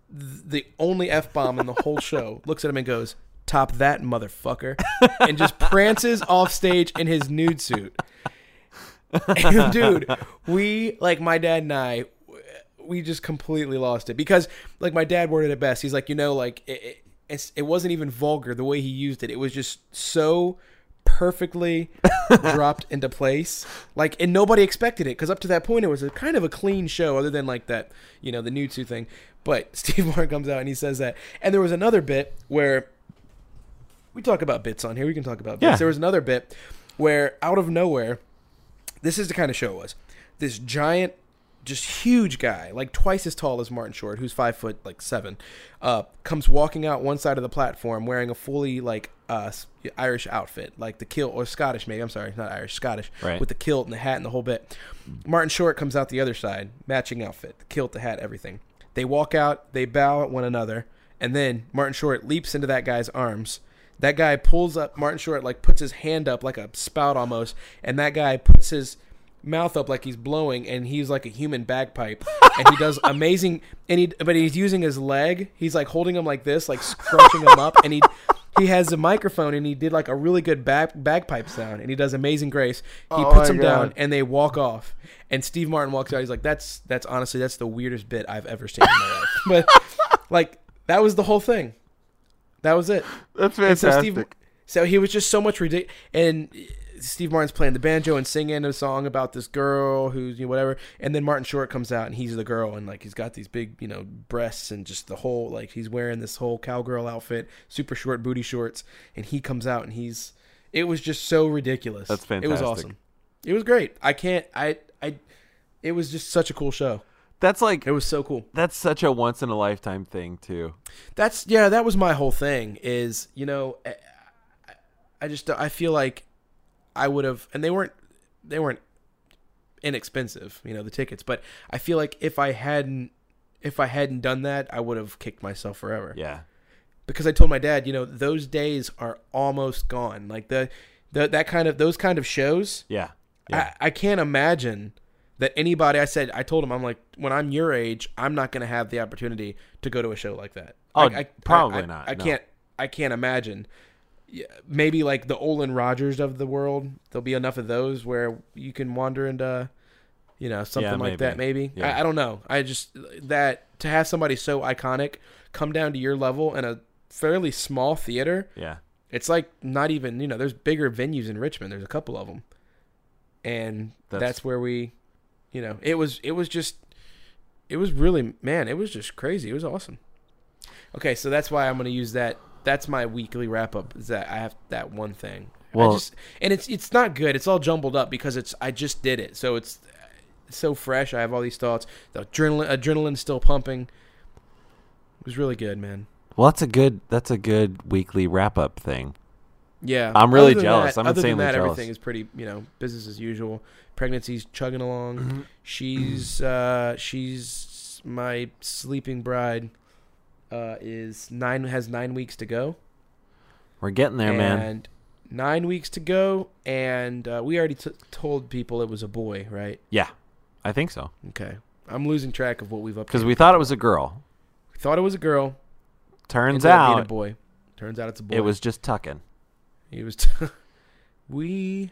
Speaker 2: the only f bomb in the whole show, looks at him and goes, "Top that, motherfucker," and just prances off stage in his nude suit. *laughs* And, dude, we like my dad and I, we just completely lost it because like my dad worded it best. He's like, you know, like it, it, it's, it wasn't even vulgar the way he used it. It was just so perfectly dropped into place. Like, and nobody expected it because up to that point it was a kind of a clean show, other than like that, you know, the new two thing. But *laughs* Steve Martin comes out and he says that, and there was another bit where we talk about bits on here. We can talk about bits.
Speaker 1: Yeah.
Speaker 2: There was another bit where out of nowhere this is the kind of show it was. This giant, just huge guy, like twice as tall as Martin Short, who's five foot like seven, uh, comes walking out one side of the platform wearing a fully like uh, s- Irish outfit, like the kilt or Scottish maybe. I'm sorry, not Irish, Scottish,
Speaker 1: Right.
Speaker 2: with the kilt and the hat and the whole bit. Martin Short comes out the other side, matching outfit, the kilt, the hat, everything. They walk out, they bow at one another, and then Martin Short leaps into that guy's arms. That guy pulls up Martin Short, like puts his hand up like a spout almost, and that guy puts his mouth up like he's blowing, and he's like a human bagpipe, and he does amazing. And he, but he's using his leg. He's like holding him like this, like scrunching him up, and he he has a microphone, and he did like a really good bag, bagpipe sound, and he does amazing grace. He
Speaker 1: Oh
Speaker 2: puts
Speaker 1: my
Speaker 2: him
Speaker 1: God.
Speaker 2: down, and they walk off. And Steve Martin walks out. He's like, "That's that's honestly that's the weirdest bit I've ever seen in my life." *laughs* But like that was the whole thing. That was it.
Speaker 1: That's
Speaker 2: And
Speaker 1: fantastic.
Speaker 2: So, Steve, so he was just so much ridiculous. And Steve Martin's playing the banjo and singing a song about this girl who's you know, whatever. And then Martin Short comes out and he's the girl and like he's got these big you know breasts and just the whole like he's wearing this whole cowgirl outfit, super short booty shorts, and he comes out and he's it was just so ridiculous.
Speaker 1: That's
Speaker 2: It was
Speaker 1: fantastic.
Speaker 2: awesome. It was great. I can't. I I. It was just such a cool show.
Speaker 1: that's like
Speaker 2: It was so cool.
Speaker 1: that's such a once in a lifetime thing too.
Speaker 2: that's yeah that was my whole thing is you know i, I just i feel like i would have and they weren't they weren't inexpensive you know the tickets but i feel like if i hadn't if i hadn't done that i would have kicked myself forever
Speaker 1: Yeah.
Speaker 2: because i told my dad you know those days are almost gone like the, the that kind of those kind of shows
Speaker 1: Yeah. Yeah.
Speaker 2: I, I can't imagine that anybody i said i told him i'm like when i'm your age i'm not going to have the opportunity to go to a show like that
Speaker 1: Oh,
Speaker 2: I, I,
Speaker 1: probably
Speaker 2: I-
Speaker 1: not,
Speaker 2: i
Speaker 1: no.
Speaker 2: can't i can't imagine Yeah, maybe like the olin rogers of the world there'll be enough of those where you can wander into you know something like
Speaker 1: maybe.
Speaker 2: that maybe
Speaker 1: Yeah.
Speaker 2: I, I don't know i just that to have somebody so iconic come down to your level in a fairly small theater
Speaker 1: yeah.
Speaker 2: it's like not even you know. There's bigger venues in Richmond. There's a couple of them, and that's,
Speaker 1: That's-
Speaker 2: where we, you know, it was it was just, it was really man, it was just crazy. It was awesome. Okay, so that's why I'm gonna use that. That's my weekly wrap up. Is that I have that one thing. I
Speaker 1: Well-
Speaker 2: just, and it's it's not good. It's all jumbled up because it's I just did it, so it's so fresh. I have all these thoughts. The adrenaline adrenaline's still pumping. It was really good, man.
Speaker 1: Well, that's a good that's a good weekly wrap up thing.
Speaker 2: Yeah,
Speaker 1: I'm really
Speaker 2: Other than
Speaker 1: jealous.
Speaker 2: that-
Speaker 1: I'm
Speaker 2: other
Speaker 1: insanely
Speaker 2: than that,
Speaker 1: jealous.
Speaker 2: Everything is pretty, you know, business as usual. Pregnancy's chugging along.
Speaker 1: Mm-hmm. *clears throat*
Speaker 2: She's uh, she's my sleeping bride. Uh, is nine has nine weeks to go,
Speaker 1: We're getting there,
Speaker 2: and
Speaker 1: man.
Speaker 2: nine weeks to go, and uh, we already t- told people it was a boy, right?
Speaker 1: Yeah. I think so.
Speaker 2: Okay, I'm losing track of what we've up
Speaker 1: Cuz we thought it was a girl.
Speaker 2: thought it was a girl.
Speaker 1: Turns
Speaker 2: ended up being a
Speaker 1: out
Speaker 2: boy. Turns out it's a boy.
Speaker 1: it was just tucking.
Speaker 2: He was. *laughs* we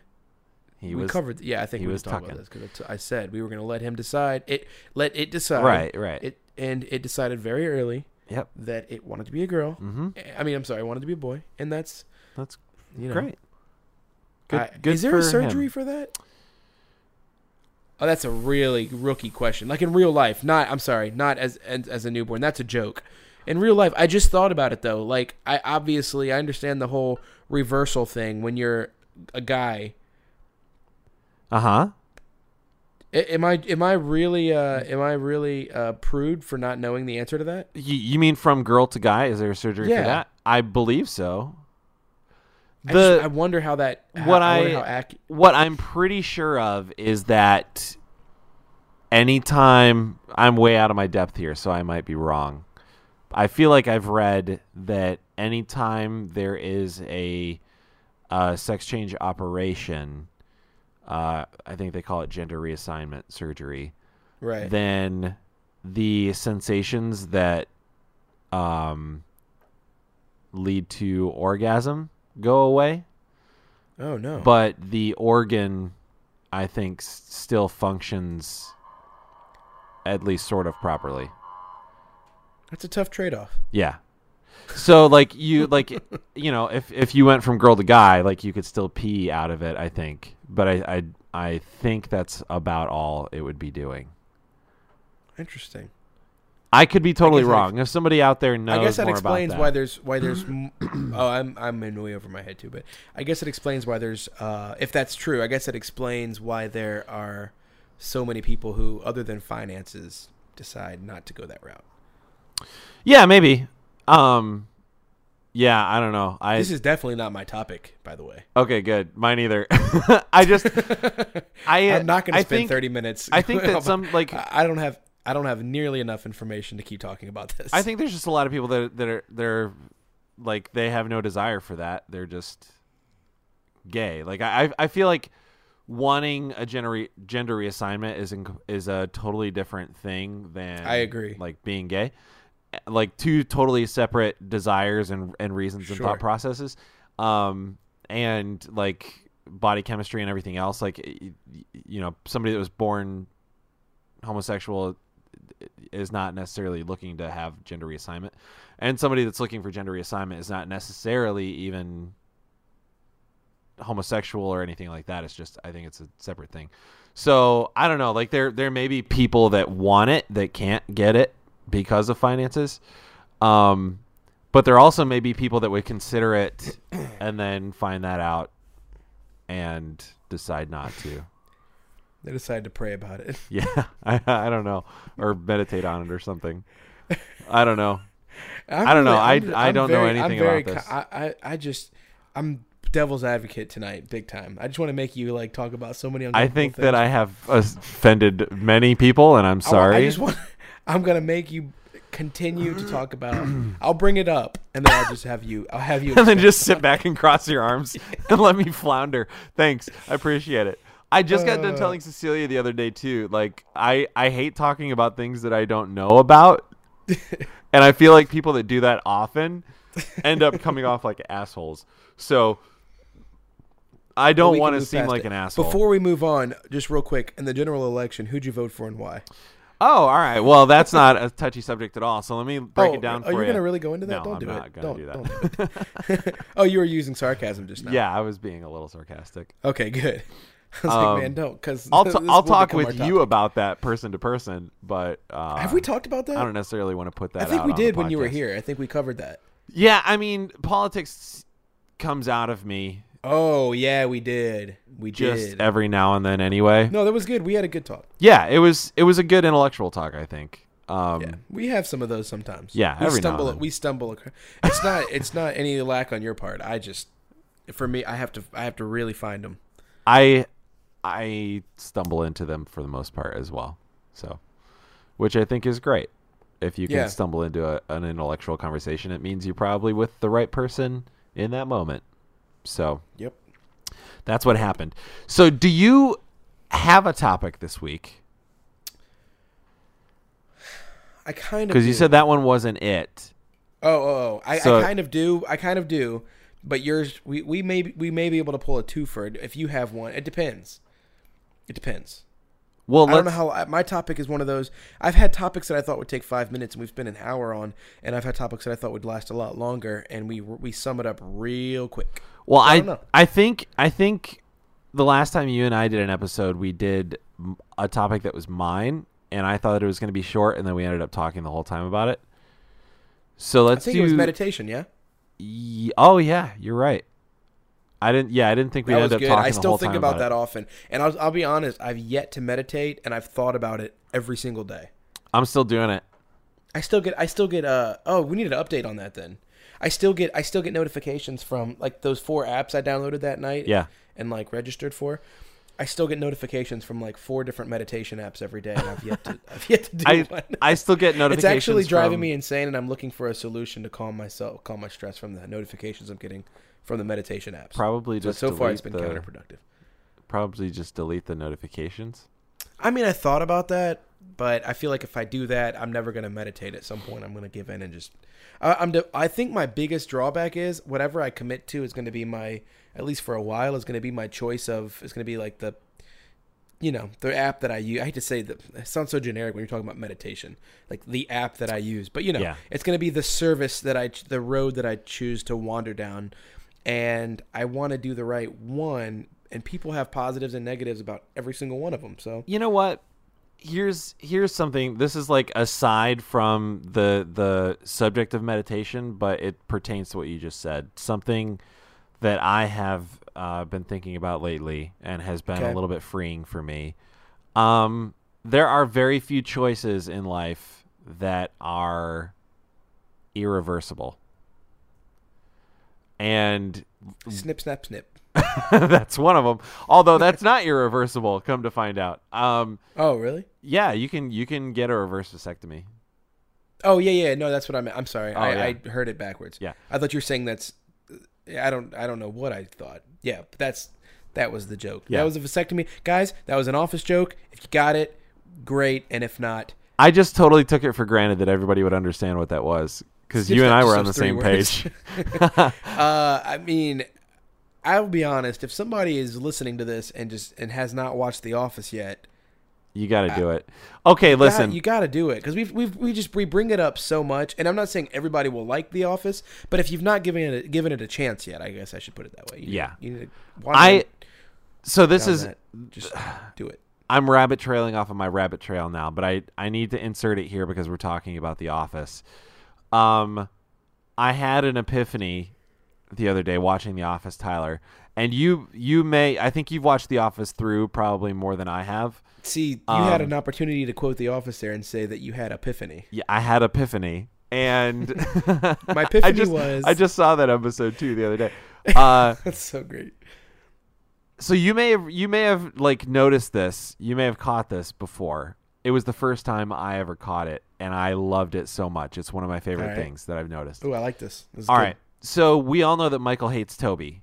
Speaker 1: He
Speaker 2: we
Speaker 1: was
Speaker 2: covered. Yeah, I think
Speaker 1: he
Speaker 2: we
Speaker 1: was
Speaker 2: was talking about
Speaker 1: tucking.
Speaker 2: this because I said we were going to let him decide. It let it decide.
Speaker 1: Right, right.
Speaker 2: It and it decided very early
Speaker 1: Yep.
Speaker 2: that it wanted to be a girl.
Speaker 1: Mhm.
Speaker 2: I mean, I'm sorry, it wanted to be a boy, and that's
Speaker 1: That's
Speaker 2: you know
Speaker 1: great. Good,
Speaker 2: I-
Speaker 1: good
Speaker 2: is there a
Speaker 1: for him.
Speaker 2: surgery for that? Oh, that's a really rookie question. Like in real life, not. I'm sorry, not as as, as a newborn. That's a joke. In real life, I just thought about it though. Like I obviously I understand the whole reversal thing when you're a guy
Speaker 1: Uh-huh.
Speaker 2: A- Am I am I really uh, am I really uh, prude for not knowing the answer to that?
Speaker 1: You, you mean from girl to guy? Is there a surgery
Speaker 2: Yeah.
Speaker 1: for that? I believe so.
Speaker 2: I,
Speaker 1: The-
Speaker 2: just- I wonder how that how,
Speaker 1: what
Speaker 2: I, wonder
Speaker 1: I-
Speaker 2: how ac-
Speaker 1: what I'm pretty sure of is that anytime I'm way out of my depth here, so I might be wrong. I feel like I've read that anytime there is a uh, sex change operation, uh, I think they call it gender reassignment surgery,
Speaker 2: Right.
Speaker 1: then the sensations that um, lead to orgasm go away,
Speaker 2: oh no.
Speaker 1: but the organ, I think, s- still functions at least sort of properly.
Speaker 2: That's a tough trade-off.
Speaker 1: Yeah. So like you like *laughs* you know if if you went from girl to guy like you could still pee out of it I think but I I I think that's about all it would be doing.
Speaker 2: Interesting.
Speaker 1: I could be totally
Speaker 2: guess that
Speaker 1: wrong. If somebody out there knows
Speaker 2: I guess that
Speaker 1: more
Speaker 2: explains
Speaker 1: about that,
Speaker 2: why there's why there's. m- *clears throat* oh, I'm I'm in way over my head too, but I guess it explains why there's. Uh, if that's true, I guess it explains why there are so many people who, other than finances, decide not to go that route.
Speaker 1: yeah, maybe. Um, yeah, I don't know. I
Speaker 2: This is definitely not my topic, by the way. *laughs*
Speaker 1: okay, good. Mine either. *laughs* I just I
Speaker 2: I'm not going
Speaker 1: I
Speaker 2: to spend Uh,
Speaker 1: think-
Speaker 2: 30 minutes.
Speaker 1: I
Speaker 2: *laughs*
Speaker 1: think that some like
Speaker 2: I I don't have I don't have nearly enough information to keep talking about this.
Speaker 1: I think there's just a lot of people that that are they're like they have no desire for that. They're just gay. Like I I I feel like wanting a gender gender reassignment is in, is a totally different thing than
Speaker 2: I agree.
Speaker 1: Like being gay, like two totally separate desires and and reasons and
Speaker 2: Sure.
Speaker 1: thought processes, um and like body chemistry and everything else. Like y- y- you know somebody that was born homosexual uh, is not necessarily looking to have gender reassignment and somebody that's looking for gender reassignment is not necessarily even homosexual or anything like that it's just i think it's a separate thing so i don't know like there there may be people that want it that can't get it because of finances um but there also may be people that would consider
Speaker 2: *clears throat*
Speaker 1: it and then find that out and decide not to
Speaker 2: *laughs*
Speaker 1: *laughs*
Speaker 2: they decided to pray about it.
Speaker 1: yeah, I, I don't know, or meditate on it or something. I don't
Speaker 2: *laughs*
Speaker 1: know.
Speaker 2: I'm
Speaker 1: I don't know.
Speaker 2: really-
Speaker 1: I-
Speaker 2: I'm-
Speaker 1: I
Speaker 2: I'm
Speaker 1: don't know
Speaker 2: very-
Speaker 1: anything
Speaker 2: I'm very
Speaker 1: about this.
Speaker 2: co- I, I I just I'm devil's advocate tonight, big time. I just want to make you like talk about so many.
Speaker 1: I
Speaker 2: uncomfortable
Speaker 1: think
Speaker 2: things.
Speaker 1: that I have offended many people, and I'm
Speaker 2: I wa-
Speaker 1: sorry.
Speaker 2: I, just want. *laughs* I'm gonna make you continue to talk about. I'll bring it up, and then I'll just have you. I'll
Speaker 1: *laughs*
Speaker 2: have you.
Speaker 1: and then just sit back and cross your arms and let me flounder. Thanks, I appreciate it. I just got done
Speaker 2: Uh.
Speaker 1: telling Cecilia the other day too. Like I, I hate talking about things that I don't know
Speaker 2: *laughs*
Speaker 1: about, and I feel like people that do that often end up coming off like assholes. So I don't
Speaker 2: we
Speaker 1: want
Speaker 2: can
Speaker 1: to
Speaker 2: move
Speaker 1: seem
Speaker 2: past
Speaker 1: like
Speaker 2: it.
Speaker 1: an asshole.
Speaker 2: Before we move on, just real quick, in the general election, who'd you vote for and why?
Speaker 1: Oh, all right. Well, that's not a touchy subject at all. So let me break
Speaker 2: Oh,
Speaker 1: it down
Speaker 2: Are
Speaker 1: for you.
Speaker 2: you gonna really go into
Speaker 1: No,
Speaker 2: that? don't
Speaker 1: I'm
Speaker 2: do
Speaker 1: not
Speaker 2: it.
Speaker 1: gonna
Speaker 2: Don't
Speaker 1: do
Speaker 2: that. oh, you were using sarcasm just
Speaker 1: *laughs*
Speaker 2: now.
Speaker 1: yeah, I was being a little sarcastic.
Speaker 2: Okay, good. *laughs* I was
Speaker 1: Um,
Speaker 2: like, man, don't, because *laughs*
Speaker 1: I'll t- I'll talk with you about that person to person, but uh,
Speaker 2: Have we talked about that?
Speaker 1: I don't necessarily want to put that.
Speaker 2: I think
Speaker 1: out
Speaker 2: we
Speaker 1: on the
Speaker 2: did when you were
Speaker 1: podcast.
Speaker 2: here. I think we covered that.
Speaker 1: Yeah, I mean, politics comes out of me
Speaker 2: Oh yeah, we did. We
Speaker 1: just
Speaker 2: did.
Speaker 1: every now and then, anyway.
Speaker 2: no, that was good. We had a good talk.
Speaker 1: Yeah, it was it was a good intellectual talk, I think. Um,
Speaker 2: Yeah, we have some of those sometimes.
Speaker 1: Yeah,
Speaker 2: we
Speaker 1: every now and
Speaker 2: stumble.
Speaker 1: then.
Speaker 2: We stumble. acro- It's not. It's not any lack on your part. I just, for me, I have to. I have to really find them.
Speaker 1: I I stumble into them for the most part as well. So, which I think is great. If you can
Speaker 2: Yeah.
Speaker 1: stumble into a, an intellectual conversation, it means you're probably with the right person in that moment. So
Speaker 2: Yep.
Speaker 1: that's what happened. So do you have a topic this week?
Speaker 2: I kind of
Speaker 1: Because you
Speaker 2: do.
Speaker 1: said that one wasn't it.
Speaker 2: Oh, oh, oh. I,
Speaker 1: So-
Speaker 2: I kind of do. I kind of do. But yours, we, we may we may be able to pull a twofer if you have one. It depends. It depends.
Speaker 1: Well,
Speaker 2: I don't know
Speaker 1: let's,
Speaker 2: how I- my topic is one of those. I've had topics that I thought would take five minutes and we've spent an hour on, and I've had topics that I thought would last a lot longer, and we we sum it up real quick.
Speaker 1: well, I
Speaker 2: don't know.
Speaker 1: I think I think the last time you and I did an episode, we did m- a topic that was mine, and I thought it was going to be short, and then we ended up talking the whole time about it. So
Speaker 2: I
Speaker 1: let's
Speaker 2: think
Speaker 1: do.
Speaker 2: it was meditation. Yeah,
Speaker 1: Ye- oh yeah, you're right. I didn't. Yeah, I didn't think we
Speaker 2: that was
Speaker 1: ended up
Speaker 2: good.
Speaker 1: talking
Speaker 2: I
Speaker 1: the
Speaker 2: still
Speaker 1: whole
Speaker 2: think
Speaker 1: time
Speaker 2: about, that
Speaker 1: it.
Speaker 2: often, and I'll I'll be honest. I've yet to meditate, and I've thought about it every single day.
Speaker 1: I'm still doing it.
Speaker 2: I still get I still get uh oh we need an update on that then. I still get I *laughs* still get notifications from like those four apps I downloaded that night.
Speaker 1: Yeah.
Speaker 2: And like registered for. I still get notifications from like four different meditation apps every day, and I've yet to I've yet to do one.
Speaker 1: I I still get
Speaker 2: it's
Speaker 1: notifications.
Speaker 2: actually driving
Speaker 1: from-
Speaker 2: me insane, and I'm looking for a solution to calm myself, calm my stress from the notifications I'm getting from the meditation apps.
Speaker 1: Probably
Speaker 2: But
Speaker 1: just
Speaker 2: so far, it's been
Speaker 1: delete the-
Speaker 2: counterproductive.
Speaker 1: Probably just delete the notifications.
Speaker 2: I mean, I thought about that, but I feel like if I do that, I'm never going to meditate. At some point, I'm going to give in and just. I, I'm. De- I think my biggest drawback is whatever I commit to is going to be my, at least for a while, is going to be my choice of. It's going to be like the, you know, the app that I use. I hate to say that. It sounds so generic when you're talking about meditation, like the app that I use. But you know,
Speaker 1: Yeah.
Speaker 2: it's going to be the service that I, the road that I choose to wander down, and I want to do the right one. And people have positives and negatives about every single one of them. So
Speaker 1: You know what? Here's here's something. This is like aside from the the subject of meditation, but it pertains to what you just said. Something that I have uh, been thinking about lately and has been
Speaker 2: Okay.
Speaker 1: a little bit freeing for me. Um, there are very few choices in life that are irreversible, and
Speaker 2: Snip, snap, snip.
Speaker 1: *laughs* that's one of them. Although that's not irreversible, come to find out. Um,
Speaker 2: Oh, really?
Speaker 1: yeah, you can you can get a reverse vasectomy.
Speaker 2: Oh, yeah, yeah. No, that's what I meant. I'm sorry. I,
Speaker 1: Oh, yeah.
Speaker 2: I heard it backwards.
Speaker 1: Yeah.
Speaker 2: I thought you were saying that's. I don't. I don't know what I thought. Yeah, but that's that was the joke.
Speaker 1: Yeah.
Speaker 2: That was a vasectomy, guys. That was an office joke. If you got it, great. And if not,
Speaker 1: I just totally took it for granted that everybody would understand what that was because
Speaker 2: Snip,
Speaker 1: you and
Speaker 2: snap,
Speaker 1: I were
Speaker 2: just
Speaker 1: on the
Speaker 2: those three
Speaker 1: same
Speaker 2: words.
Speaker 1: page.
Speaker 2: uh, I mean, I'll be honest. If somebody is listening to this and just and has not watched The Office yet,
Speaker 1: *laughs* You got to do it. Okay,
Speaker 2: God,
Speaker 1: listen.
Speaker 2: you got to do it because we've, we've we just we bring it up so much, and I'm not saying everybody will like The Office, but if you've not given it a, given it a chance yet, I guess I should put it that way. You
Speaker 1: Yeah.
Speaker 2: need, you need to watch
Speaker 1: I-
Speaker 2: it
Speaker 1: so this
Speaker 2: on
Speaker 1: is
Speaker 2: that. just do it.
Speaker 1: I'm rabbit trailing off of my rabbit trail now, but I I need to insert it here because we're talking about The Office. Um, I had an epiphany the other day watching The Office, Tyler, and you you may I think you've watched The Office through probably more than I have.
Speaker 2: See, you had
Speaker 1: Um,
Speaker 2: an opportunity to quote The Office there and say that you had epiphany. *laughs*
Speaker 1: Yeah, I had epiphany, and
Speaker 2: My
Speaker 1: *laughs* I
Speaker 2: epiphany
Speaker 1: just
Speaker 2: was
Speaker 1: I just saw that episode too the other
Speaker 2: *laughs*
Speaker 1: day. Uh,
Speaker 2: that's so great.
Speaker 1: so you may have you may have like noticed this you may have caught this before it was the first time i ever caught it and i loved it so much it's one of my favorite
Speaker 2: All right.
Speaker 1: things that i've noticed
Speaker 2: Ooh, I like this. this is
Speaker 1: all
Speaker 2: good.
Speaker 1: right so we all know that michael hates toby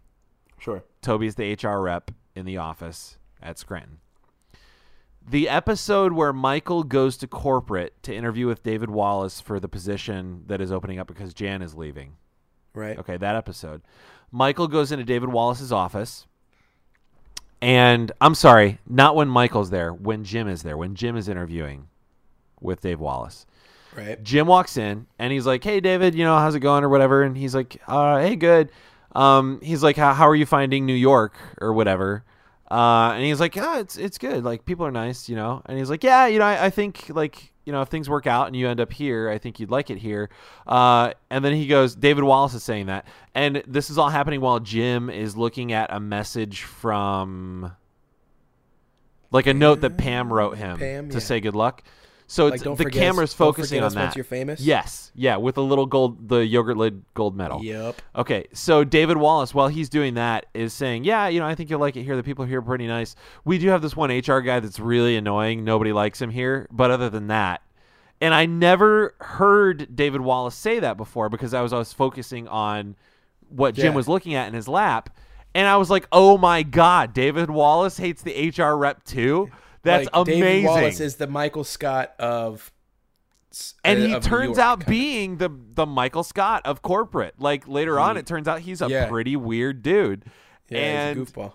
Speaker 2: sure.
Speaker 1: toby's the hr rep in the office at scranton the episode where michael goes to corporate to interview with david wallace for the position that is opening up because jan is leaving
Speaker 2: Right.
Speaker 1: Okay, that episode. Michael goes into David Wallace's office. And I'm sorry, not when Michael's there, when Jim is there, when Jim is interviewing with Dave Wallace.
Speaker 2: Right.
Speaker 1: Jim walks in and he's like, "Hey, David, you know how's it going or whatever?" And he's like, uh, "Hey, good." Um, he's like, "How how are you finding New York or whatever?" Uh, and he's like, "Yeah, it's it's good. Like people are nice, you know." And he's like, "Yeah, you know, I, I think like you know if things work out and you end up here, I think you'd like it here." Uh, and then he goes, "David Wallace is saying that," and this is all happening while Jim is looking at a message from. Like a note that Pam wrote him
Speaker 2: Pam,
Speaker 1: to
Speaker 2: yeah.
Speaker 1: say good luck. So
Speaker 2: Like,
Speaker 1: it's,
Speaker 2: don't
Speaker 1: the
Speaker 2: forget us-
Speaker 1: camera's
Speaker 2: don't
Speaker 1: focusing
Speaker 2: forget
Speaker 1: on
Speaker 2: us
Speaker 1: that.
Speaker 2: once you're famous.
Speaker 1: Yes, yeah, with a little gold, the yogurt lid gold medal.
Speaker 2: Yep.
Speaker 1: Okay, so David Wallace, while he's doing that, is saying, "Yeah, you know, I think you'll like it here. The people here are pretty nice. We do have this one HR guy that's really annoying. Nobody likes him here, but other than that." And I never heard David Wallace say that before because I was always focusing on what Jim
Speaker 2: Yeah.
Speaker 1: was looking at in his lap, and I was like, "Oh my God, David Wallace hates the HR rep too. That's
Speaker 2: Like,
Speaker 1: amazing."
Speaker 2: David Wallace is the Michael Scott of. s-
Speaker 1: and
Speaker 2: uh,
Speaker 1: he
Speaker 2: of New
Speaker 1: turns
Speaker 2: York,
Speaker 1: out
Speaker 2: kinda.
Speaker 1: being the the Michael Scott of corporate. Like later on, it turns out he's a
Speaker 2: Yeah.
Speaker 1: pretty weird dude.
Speaker 2: Yeah, he's
Speaker 1: and
Speaker 2: a goofball.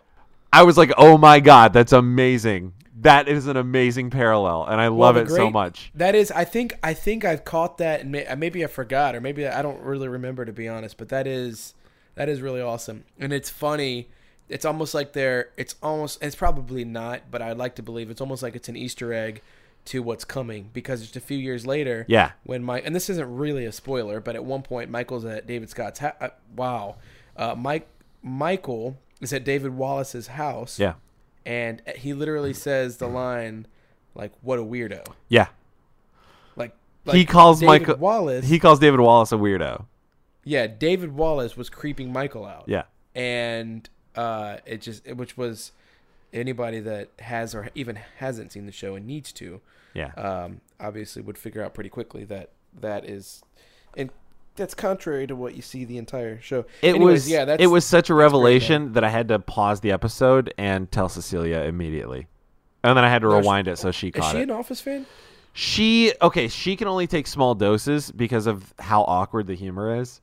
Speaker 1: I was like, oh my god, that's amazing. That is an amazing parallel, and I love
Speaker 2: Well,
Speaker 1: it
Speaker 2: the
Speaker 1: so
Speaker 2: great-
Speaker 1: much.
Speaker 2: That is, I think, I think I've caught that, and may, uh, maybe I forgot, or maybe I don't really remember to be honest. But that is, that is really awesome, and it's funny. It's almost like they're, it's almost, it's probably not, but I'd like to believe it's almost like it's an Easter egg to what's coming because just a few years later,
Speaker 1: Yeah.
Speaker 2: when Mike, and this isn't really a spoiler, but at one point Michael's at David Scott's, ha- uh, wow, uh, Mike, Michael is at David Wallace's house,
Speaker 1: Yeah,
Speaker 2: and he literally says the line, like, "What a weirdo."
Speaker 1: yeah.
Speaker 2: Like,
Speaker 1: he
Speaker 2: like
Speaker 1: calls
Speaker 2: David
Speaker 1: Michael
Speaker 2: Wallace.
Speaker 1: He calls David Wallace a weirdo.
Speaker 2: yeah, David Wallace was creeping Michael out.
Speaker 1: Yeah,
Speaker 2: and uh, it just it- which was anybody that has or even hasn't seen the show and needs to,
Speaker 1: Yeah.
Speaker 2: um, obviously would figure out pretty quickly that that is, and that's contrary to what you see the entire show.
Speaker 1: It
Speaker 2: Anyways,
Speaker 1: was
Speaker 2: yeah, that's
Speaker 1: it was such a
Speaker 2: that's great,
Speaker 1: revelation that I had to pause the episode and tell Cecilia immediately. And then I had to
Speaker 2: she-
Speaker 1: rewind it so she
Speaker 2: Is
Speaker 1: caught
Speaker 2: she
Speaker 1: it.
Speaker 2: an Office fan?
Speaker 1: She okay, she can only take small doses because of how awkward the humor is.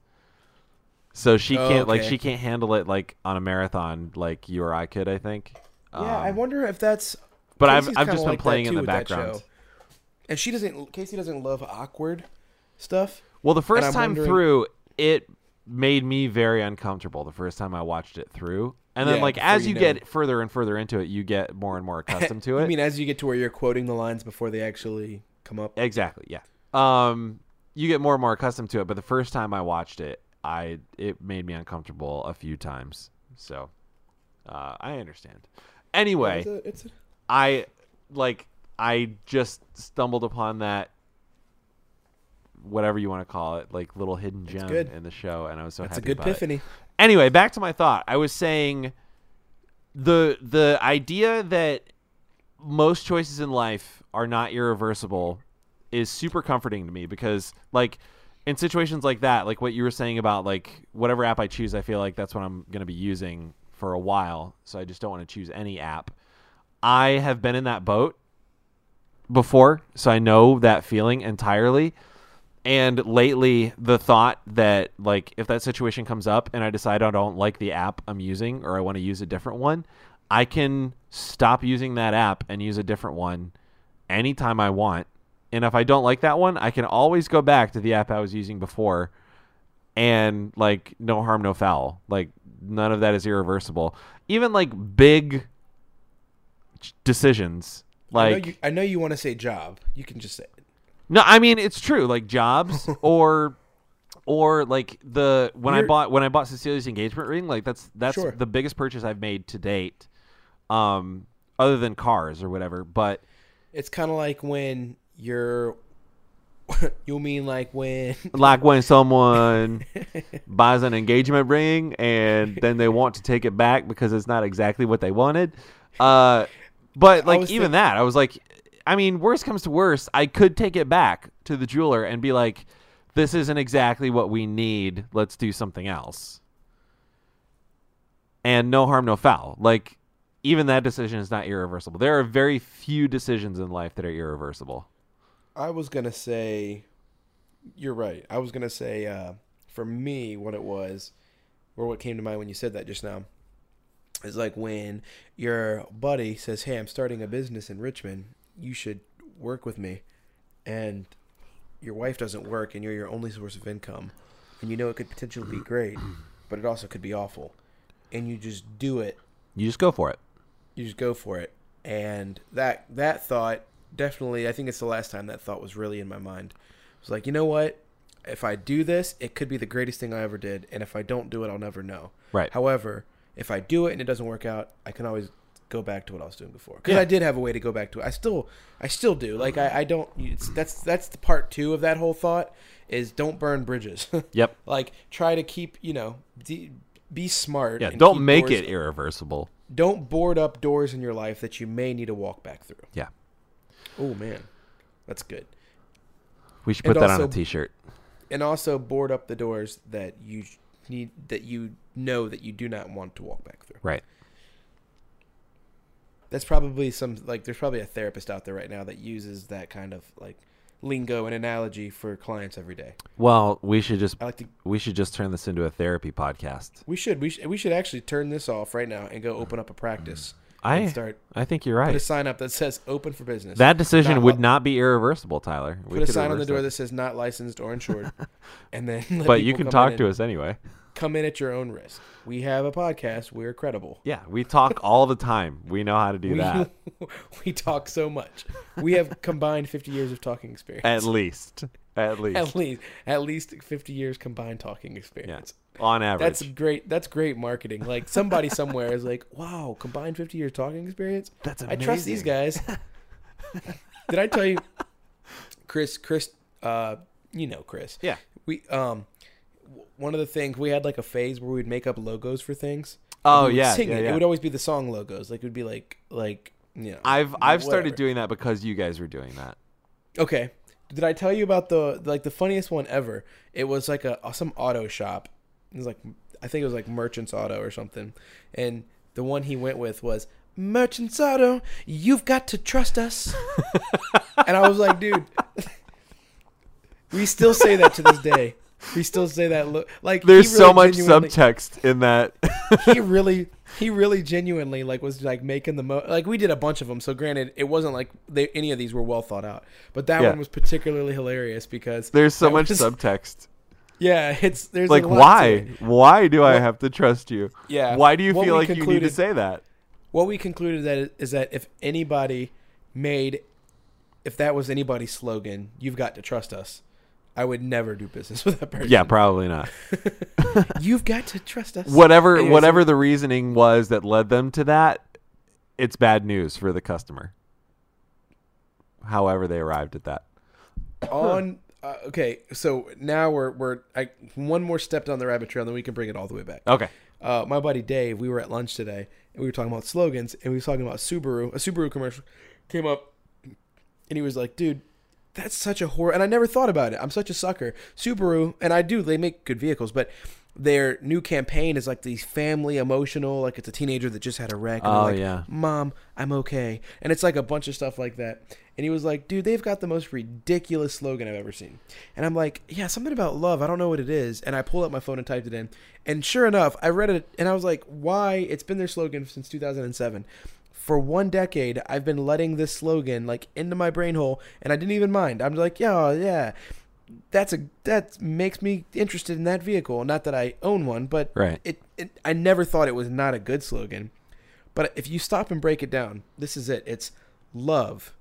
Speaker 1: So she
Speaker 2: Oh,
Speaker 1: can't like
Speaker 2: okay.
Speaker 1: she can't handle it like on a marathon like you or I could, I think.
Speaker 2: yeah, I
Speaker 1: Um,
Speaker 2: wonder if that's.
Speaker 1: but I've-
Speaker 2: Casey's
Speaker 1: I've
Speaker 2: kinda
Speaker 1: just been
Speaker 2: like that
Speaker 1: playing in
Speaker 2: too
Speaker 1: the
Speaker 2: with that
Speaker 1: background.
Speaker 2: show. And she doesn't. Casey doesn't love awkward stuff.
Speaker 1: Well, the first
Speaker 2: I'm
Speaker 1: time
Speaker 2: wondering-
Speaker 1: through, it made me very uncomfortable the first time I watched it through. And then
Speaker 2: Yeah,
Speaker 1: like
Speaker 2: before
Speaker 1: as
Speaker 2: you
Speaker 1: you
Speaker 2: know.
Speaker 1: get further and further into it, you get more and more accustomed
Speaker 2: *laughs*
Speaker 1: to
Speaker 2: I
Speaker 1: it.
Speaker 2: mean, as Eh, you get to where you're quoting the lines before they actually come up.
Speaker 1: Exactly. Yeah. Um, you get more and more accustomed to it, but the first time I watched it, I it made me uncomfortable a few times. So, uh, I understand. Anyway,
Speaker 2: It's a- it's a-
Speaker 1: I like I just stumbled upon that whatever you want to call it, like little hidden gem
Speaker 2: good.
Speaker 1: in the show, and I was so
Speaker 2: it's a
Speaker 1: happy
Speaker 2: good
Speaker 1: about it
Speaker 2: epiphany.
Speaker 1: anyway, back to my thought. I was saying the the idea that most choices in life are not irreversible is super comforting to me because like in situations like that, like what you were saying about like whatever app I choose, I feel like that's what I'm going to be using for a while, so I just don't want to choose any app. I have been in that boat before, so I know that feeling entirely. And lately, the thought that like if that situation comes up and I decide I don't like the app I'm using or I want to use a different one, I can stop using that app and use a different one anytime I want. And if I don't like that one, I can always go back to the app I was using before and like no harm no foul. Like none of that is irreversible. Even like big ch- decisions
Speaker 2: I know
Speaker 1: like
Speaker 2: you, I know you want to say job. You can just say it.
Speaker 1: no, I mean it's true. Like jobs or or like the when I
Speaker 2: We're-
Speaker 1: bought when I bought Cecilia's engagement ring, like that's that's
Speaker 2: Sure.
Speaker 1: the biggest purchase I've made to date. Um other than cars or whatever, but
Speaker 2: It's kind of like when you're. *laughs* you mean like when?
Speaker 1: like when
Speaker 2: *laughs*
Speaker 1: someone buys an engagement ring and then they want to take it back because it's not exactly what they wanted. Uh, but like even
Speaker 2: was
Speaker 1: that, I was like, I mean, worst comes to worst, I could take it back to the jeweler and be like, this isn't exactly what we need. Let's do something else. And no harm, no foul. Like even that decision is not irreversible. There are very few decisions in life that are irreversible.
Speaker 2: I was gonna say. You're right. I was gonna say uh, for me what it was, or what came to mind when you said that just now, is like when your buddy says, "Hey, I'm starting a business in Richmond. You should work with me," and your wife doesn't work, and you're your only source of income, and you know it could potentially be great, but it also could be awful, and you just do it
Speaker 1: You just go for it.
Speaker 2: you just go for it and that that thought definitely i think it's the last time that thought was really in my mind it was like you know what if i do this it could be the greatest thing i ever did and if i don't do it i'll never know
Speaker 1: Right.
Speaker 2: however if i do it and it doesn't work out i can always go back to what i was doing before because i did have a way to go back to it i still i still do like i, I don't it's, that's that's the part two of that whole thought is don't burn bridges *laughs*
Speaker 1: Yep.
Speaker 2: like try to keep you know de- be smart
Speaker 1: Yeah,
Speaker 2: and
Speaker 1: don't
Speaker 2: keep
Speaker 1: make
Speaker 2: doors-
Speaker 1: it irreversible.
Speaker 2: don't board up doors in your life that you may need to walk back through.
Speaker 1: Yeah.
Speaker 2: Oh man, that's good.
Speaker 1: We should
Speaker 2: And
Speaker 1: put that on
Speaker 2: also-
Speaker 1: a t-shirt.
Speaker 2: And also board up the doors that you sh- need that you know that you do not want to walk back through.
Speaker 1: Right.
Speaker 2: That's probably some like there's probably a therapist out there right now that uses that kind of like lingo and analogy for clients every day.
Speaker 1: Well, we should just
Speaker 2: I like to
Speaker 1: we should just turn this into a therapy podcast.
Speaker 2: we should we should, we should actually turn this off right now and go open up a practice.
Speaker 1: I
Speaker 2: and start
Speaker 1: I think you're
Speaker 2: put a
Speaker 1: right.
Speaker 2: sign up that says open for business.
Speaker 1: That decision
Speaker 2: not
Speaker 1: would
Speaker 2: up.
Speaker 1: not be irreversible, Tyler. We
Speaker 2: put a
Speaker 1: could
Speaker 2: sign on the
Speaker 1: reverse
Speaker 2: door
Speaker 1: that.
Speaker 2: that says not licensed or
Speaker 1: *laughs*
Speaker 2: insured. and then let
Speaker 1: But you can
Speaker 2: people come in
Speaker 1: talk
Speaker 2: and-
Speaker 1: to us anyway.
Speaker 2: come in at your own risk. We have a podcast. We're credible.
Speaker 1: Yeah, we
Speaker 2: *laughs*
Speaker 1: talk all the time. We know how to do that.
Speaker 2: We, *laughs* we talk so much. We have combined 50 years of talking
Speaker 1: *laughs*
Speaker 2: experience.
Speaker 1: At least. At least.
Speaker 2: *laughs* At least, at least 50 years combined talking
Speaker 1: Yeah.
Speaker 2: experience.
Speaker 1: On average.
Speaker 2: That's great. That's great marketing. Like somebody somewhere is like, "Wow, combined 50 years talking experience."
Speaker 1: That's
Speaker 2: I trust these guys.
Speaker 1: *laughs*
Speaker 2: Did I tell you, Chris? Chris, uh, you know Chris.
Speaker 1: Yeah.
Speaker 2: We um, w- one of the things we had like a phase where we'd make up logos for things.
Speaker 1: Oh,
Speaker 2: We would
Speaker 1: yeah,
Speaker 2: sing
Speaker 1: yeah,
Speaker 2: it.
Speaker 1: yeah.
Speaker 2: It would always be the song logos. Like it would be like like you know.
Speaker 1: I've I've started
Speaker 2: whatever.
Speaker 1: doing that because you guys were doing that.
Speaker 2: Okay. Did I tell you about the like the funniest one ever? It was like a uh, some auto shop. It was like I think it was like Merchants Auto or something. And the one he went with was Merchants Auto. You've got to trust
Speaker 1: *laughs*
Speaker 2: us. and I was like, dude, *laughs* we still say that to this day. We still say that. Look, like he
Speaker 1: There's so
Speaker 2: really
Speaker 1: much
Speaker 2: genuinely-
Speaker 1: subtext in that.
Speaker 2: *laughs* he really he really genuinely like was like making the most like we did a bunch of them so granted it wasn't like they, any of these were well thought out but that
Speaker 1: Yeah.
Speaker 2: one was particularly hilarious because
Speaker 1: *laughs* There's so
Speaker 2: that
Speaker 1: much
Speaker 2: was-
Speaker 1: subtext.
Speaker 2: *laughs* yeah it's there's
Speaker 1: Like
Speaker 2: a lot to
Speaker 1: why?
Speaker 2: it.
Speaker 1: Why do I
Speaker 2: What-
Speaker 1: have to trust you?
Speaker 2: Yeah.
Speaker 1: Why do you
Speaker 2: What
Speaker 1: feel
Speaker 2: we
Speaker 1: like you need to
Speaker 2: concluded-
Speaker 1: say that?
Speaker 2: what we concluded that is that if anybody made if that was anybody's slogan you've got to trust us i would never do business *laughs* with that person
Speaker 1: Yeah, probably not.
Speaker 2: you've got to trust us
Speaker 1: Whatever
Speaker 2: Anyways,
Speaker 1: whatever the reasoning was that led them to that, it's bad news for the customer. However they arrived at that.
Speaker 2: on uh, okay so now we're we're I, one more step down the rabbit trail and then we can bring it all the way back
Speaker 1: Okay.
Speaker 2: uh, my buddy Dave, we were at lunch today and we were talking about slogans and we were talking about Subaru. A Subaru commercial came up and he was like, dude, that's such a horror. And I never thought about it. I'm such a sucker. Subaru, and I do, they make good vehicles, but their new campaign is like these family emotional, like it's a teenager that just had a wreck. And they're
Speaker 1: Oh,
Speaker 2: like,
Speaker 1: yeah.
Speaker 2: Mom, I'm okay. And it's like a bunch of stuff like that. And he was like, dude, they've got the most ridiculous slogan I've ever seen. And I'm like, yeah, something about love. I don't know what it is. And I pulled up my phone and typed it in. And sure enough, I read it and I was like, why? It's been their slogan since 2007. For one decade, I've been letting this slogan like into my brain hole and I didn't even mind. I'm like, yeah, oh, yeah. That's a that makes me interested in that vehicle. Not that I own one, but
Speaker 1: Right.
Speaker 2: it, it I never thought it was not a good slogan. But if you stop and break it down, this is it. It's love,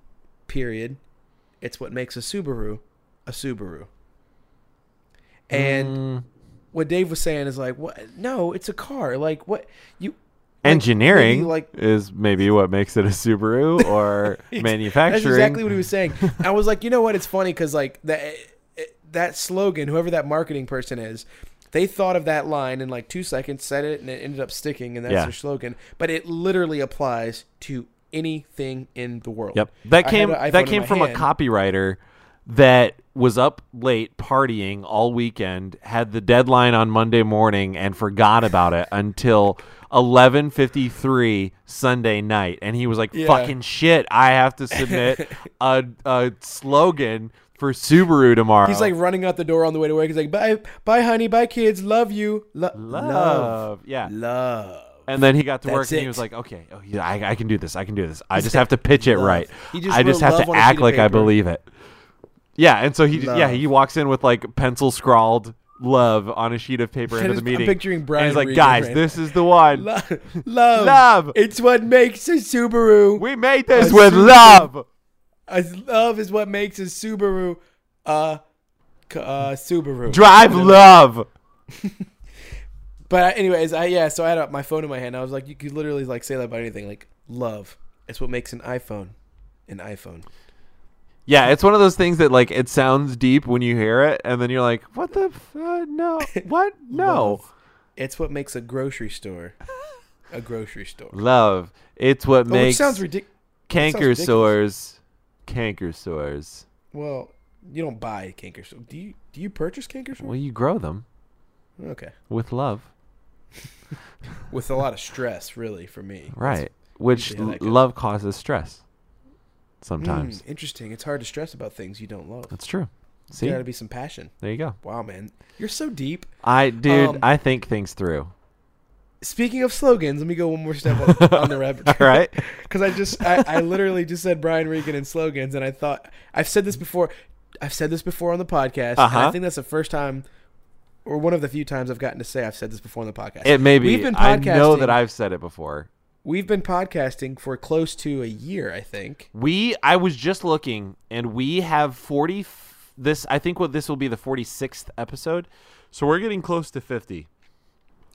Speaker 2: period. It's what makes a Subaru a Subaru. And
Speaker 1: Mm,
Speaker 2: what Dave was saying is like, what? No, it's a car. Like what you
Speaker 1: engineering
Speaker 2: like-
Speaker 1: is maybe what makes it a Subaru
Speaker 2: *laughs*
Speaker 1: or
Speaker 2: That's
Speaker 1: manufacturing.
Speaker 2: exactly what he
Speaker 1: *laughs*
Speaker 2: was saying. I was like, you know what? It's funny because like that that slogan, whoever that marketing person is, they thought of that line in like two seconds, said it, and it ended up sticking, and that's
Speaker 1: Yeah.
Speaker 2: their slogan. But it literally applies to anything in the world.
Speaker 1: Yep. That
Speaker 2: I had
Speaker 1: came
Speaker 2: an iPhone
Speaker 1: that
Speaker 2: in
Speaker 1: came
Speaker 2: my
Speaker 1: from
Speaker 2: hand.
Speaker 1: a copywriter that was up late partying all weekend, had the deadline on Monday morning and forgot about it until 11:53 Sunday night and he was like
Speaker 2: Yeah.
Speaker 1: fucking shit, I have to
Speaker 2: *laughs*
Speaker 1: submit a a slogan for Subaru tomorrow.
Speaker 2: He's like running out the door on the way to work. He's like, bye, bye, honey, bye, kids, love you, Lo-
Speaker 1: love.
Speaker 2: love,
Speaker 1: *laughs* Yeah.
Speaker 2: love.
Speaker 1: And then he got to work
Speaker 2: That's
Speaker 1: and he
Speaker 2: it.
Speaker 1: was like, "Okay, oh, yeah, I, I can do this. I can do this. I just have to pitch it
Speaker 2: Love.
Speaker 1: right.
Speaker 2: He just
Speaker 1: I just
Speaker 2: wrote
Speaker 1: have
Speaker 2: love
Speaker 1: to
Speaker 2: on a sheet
Speaker 1: act
Speaker 2: of
Speaker 1: like I
Speaker 2: paper.
Speaker 1: believe it." Yeah, and so he just- yeah
Speaker 2: Love.
Speaker 1: he walks in with like pencil scrawled love on a sheet of paper into
Speaker 2: just-
Speaker 1: the
Speaker 2: I'm
Speaker 1: meeting.
Speaker 2: picturing
Speaker 1: And
Speaker 2: Brian
Speaker 1: he's like,
Speaker 2: Regan
Speaker 1: "Guys,
Speaker 2: right
Speaker 1: this is the one.
Speaker 2: Lo- *laughs* love,
Speaker 1: Love.
Speaker 2: It's what makes a Subaru.
Speaker 1: We made this
Speaker 2: A
Speaker 1: with
Speaker 2: super- *laughs*
Speaker 1: love."
Speaker 2: A love is what makes a Subaru uh, c- uh Subaru.
Speaker 1: Drive love.
Speaker 2: but anyways, I yeah, so I had uh, my phone in my hand. I was like, you could literally like say that about anything. Like love, it's what makes an iPhone, an iPhone.
Speaker 1: Yeah, it's one of those things that like it sounds deep when you hear it, and then you're like, "What the f- uh,
Speaker 2: *laughs*
Speaker 1: no? What no?"
Speaker 2: Love. It's what makes a grocery store, a grocery store.
Speaker 1: love. It's what
Speaker 2: Oh,
Speaker 1: *laughs*
Speaker 2: which
Speaker 1: makes
Speaker 2: sounds ridiculous.
Speaker 1: canker
Speaker 2: ridiculous.
Speaker 1: sores. Canker sores.
Speaker 2: Well, you don't buy canker store. Do you? Do you purchase canker store?
Speaker 1: Well, you grow them
Speaker 2: Okay,
Speaker 1: with love,
Speaker 2: with a lot of stress, really, for me.
Speaker 1: right? Which
Speaker 2: usually how that
Speaker 1: l-
Speaker 2: goes.
Speaker 1: love causes stress.
Speaker 2: Mm,
Speaker 1: Sometimes
Speaker 2: interesting. It's hard to stress about things you don't love.
Speaker 1: that's true.
Speaker 2: There's
Speaker 1: See,
Speaker 2: got to be some passion.
Speaker 1: there you go.
Speaker 2: Wow, man, you're so deep.
Speaker 1: I, dude,
Speaker 2: Um,
Speaker 1: I think things through.
Speaker 2: Speaking of slogans, let me go one
Speaker 1: *laughs*
Speaker 2: more step on, on the rabbit
Speaker 1: All
Speaker 2: *laughs*
Speaker 1: right,
Speaker 2: because I just I, I literally just said Brian Regan and slogans, and I thought I've said this before. I've said this before on the podcast, and
Speaker 1: Uh-huh.
Speaker 2: I think that's the first time, or one of the few times I've gotten to say I've said this before on the podcast.
Speaker 1: it may be.
Speaker 2: We've been
Speaker 1: I know
Speaker 2: podcasting.
Speaker 1: that I've said it before.
Speaker 2: We've been podcasting for close to a year, I think.
Speaker 1: We, I was just looking, and we have forty. f- This, I think, what this will be the forty sixth episode. So we're getting close to fifty.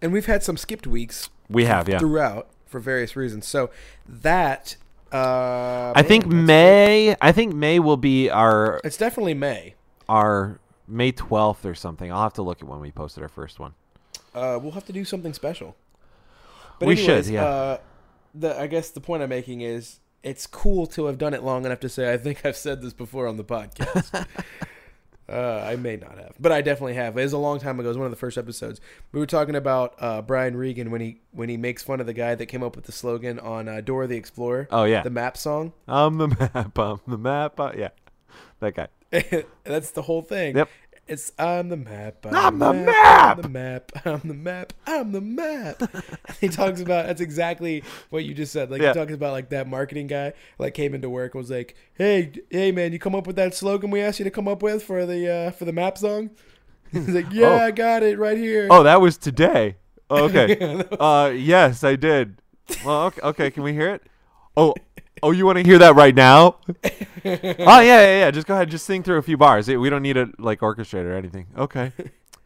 Speaker 2: and we've had some skipped weeks
Speaker 1: We have, yeah.
Speaker 2: throughout for various reasons. So that uh,
Speaker 1: I think
Speaker 2: man,
Speaker 1: May. I think May will be our
Speaker 2: it's definitely May.
Speaker 1: our May 12th or something. I'll have to look at when we posted our first one.
Speaker 2: Uh, we'll have to do something special.
Speaker 1: We should, yeah.
Speaker 2: Uh, the I guess the point I'm making is it's cool to have done it long enough to say I think I've said this before on the
Speaker 1: *laughs*
Speaker 2: podcast. uh, I may not have, but I definitely have. It was a long time ago. It was one of the first episodes. We were talking about uh, Brian Regan when he when he makes fun of the guy that came up with the slogan on uh, Dora the Explorer,
Speaker 1: Oh, yeah.
Speaker 2: the map song.
Speaker 1: I'm Um, the *laughs* map. I'm the map. uh, yeah. That guy.
Speaker 2: *laughs* That's the whole thing.
Speaker 1: Yep.
Speaker 2: It's I'm the map. I'm,
Speaker 1: the
Speaker 2: I'm
Speaker 1: map.
Speaker 2: the map. I'm the map. I'm the map. *laughs* he talks about that's exactly what you just said. Like
Speaker 1: Yeah.
Speaker 2: he talks about like that marketing guy like came into work and was like, "Hey, d- hey man, you come up with that slogan we asked you to come up with for the uh, for the map song?" *laughs*
Speaker 1: *laughs*
Speaker 2: He's like, "Yeah,
Speaker 1: Oh.
Speaker 2: I got it right here."
Speaker 1: Oh, that was today. Oh, Okay.
Speaker 2: that
Speaker 1: uh, yes, I did. Well, okay, okay. Can we hear it? Oh, oh, you want to hear that right now? oh yeah, yeah, yeah. Just go ahead. Just sing through a few bars. Eh, We don't need it like orchestrated or anything. Okay,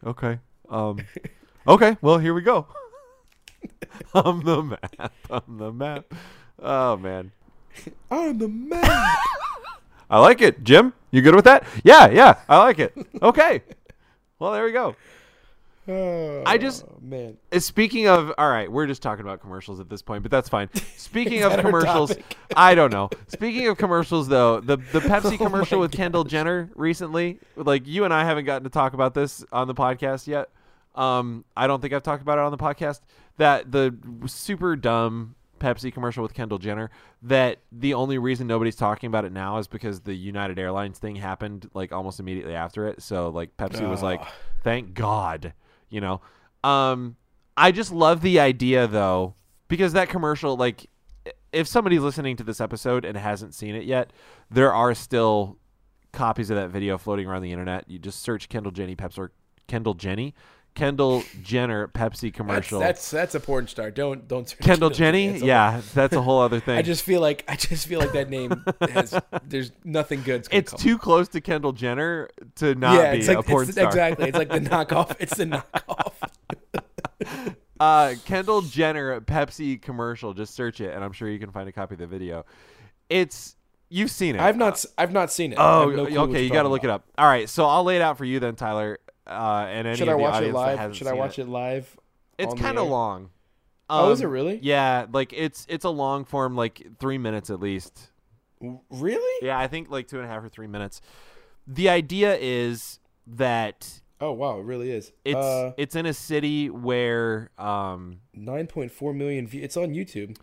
Speaker 1: okay. Um, okay. Well, here we go. *laughs* on the map. On the map. Oh man,
Speaker 2: I'm the map.
Speaker 1: I like it, Jim. You good with that? Yeah, yeah. I like it. Okay. Well, there we go.
Speaker 2: oh,
Speaker 1: *laughs* I just-
Speaker 2: man.
Speaker 1: Uh, Speaking of, all right, we're just talking about commercials at this point, but that's
Speaker 2: *laughs*
Speaker 1: fine. Speaking of
Speaker 2: that our
Speaker 1: commercials,
Speaker 2: topic?
Speaker 1: I don't know. Speaking of commercials, though, the the Pepsi
Speaker 2: *laughs* Oh
Speaker 1: commercial
Speaker 2: my
Speaker 1: with Kendall Jenner recently, like you and I haven't gotten to talk about this on the podcast yet. Um, I don't think I've talked about it on the podcast. That the super dumb Pepsi commercial with Kendall Jenner. That the only reason nobody's talking about it now is because the United Airlines thing happened like almost immediately after it. So like Pepsi was like,
Speaker 2: Ah.
Speaker 1: thank God, you know. Um, I just love the idea though, because that commercial, like, if somebody's listening to this episode and hasn't seen it yet, there are still copies of that video floating around the internet. You just search Kendall Jenny Pepsi or Kendall Jenny, Kendall Jenner Pepsi
Speaker 2: That's,
Speaker 1: commercial.
Speaker 2: that's that's a porn star. Don't don't search
Speaker 1: Kendall
Speaker 2: Jenner.
Speaker 1: Jenny,
Speaker 2: It's a-
Speaker 1: yeah, that's a whole other thing.
Speaker 2: *laughs* I just feel like I just feel like that name
Speaker 1: *laughs*
Speaker 2: has there's nothing good's gonna
Speaker 1: it's
Speaker 2: come
Speaker 1: too close to Kendall Jenner to not
Speaker 2: yeah,
Speaker 1: be
Speaker 2: it's like,
Speaker 1: a porn
Speaker 2: it's,
Speaker 1: star.
Speaker 2: Exactly. It's like the knockoff. It's the knockoff.
Speaker 1: *laughs* uh, Kendall Jenner Pepsi commercial. Just search it, and I'm sure you can find a copy of the video. It's you've seen it.
Speaker 2: I've not s- I've not seen it. I
Speaker 1: Oh,
Speaker 2: have no clue what
Speaker 1: okay. You
Speaker 2: you're
Speaker 1: got to
Speaker 2: talking
Speaker 1: look it
Speaker 2: about.
Speaker 1: up. All right. So I'll lay it out for you then, Tyler. Uh, and any
Speaker 2: Should
Speaker 1: of
Speaker 2: I
Speaker 1: the
Speaker 2: watch it
Speaker 1: audience that
Speaker 2: live?
Speaker 1: hasn't
Speaker 2: Should I
Speaker 1: seen
Speaker 2: watch it, live?
Speaker 1: It's
Speaker 2: on the
Speaker 1: kind of
Speaker 2: air?
Speaker 1: long.
Speaker 2: Oh, is it
Speaker 1: Um,
Speaker 2: really?
Speaker 1: Yeah, like it's it's a long form, like three minutes at least.
Speaker 2: Really?
Speaker 1: Yeah, I think like two and a half or three minutes. The idea is that
Speaker 2: Oh wow, it really is.
Speaker 1: it's
Speaker 2: uh,
Speaker 1: it's in a city where um
Speaker 2: 9.4 million views. It's on YouTube.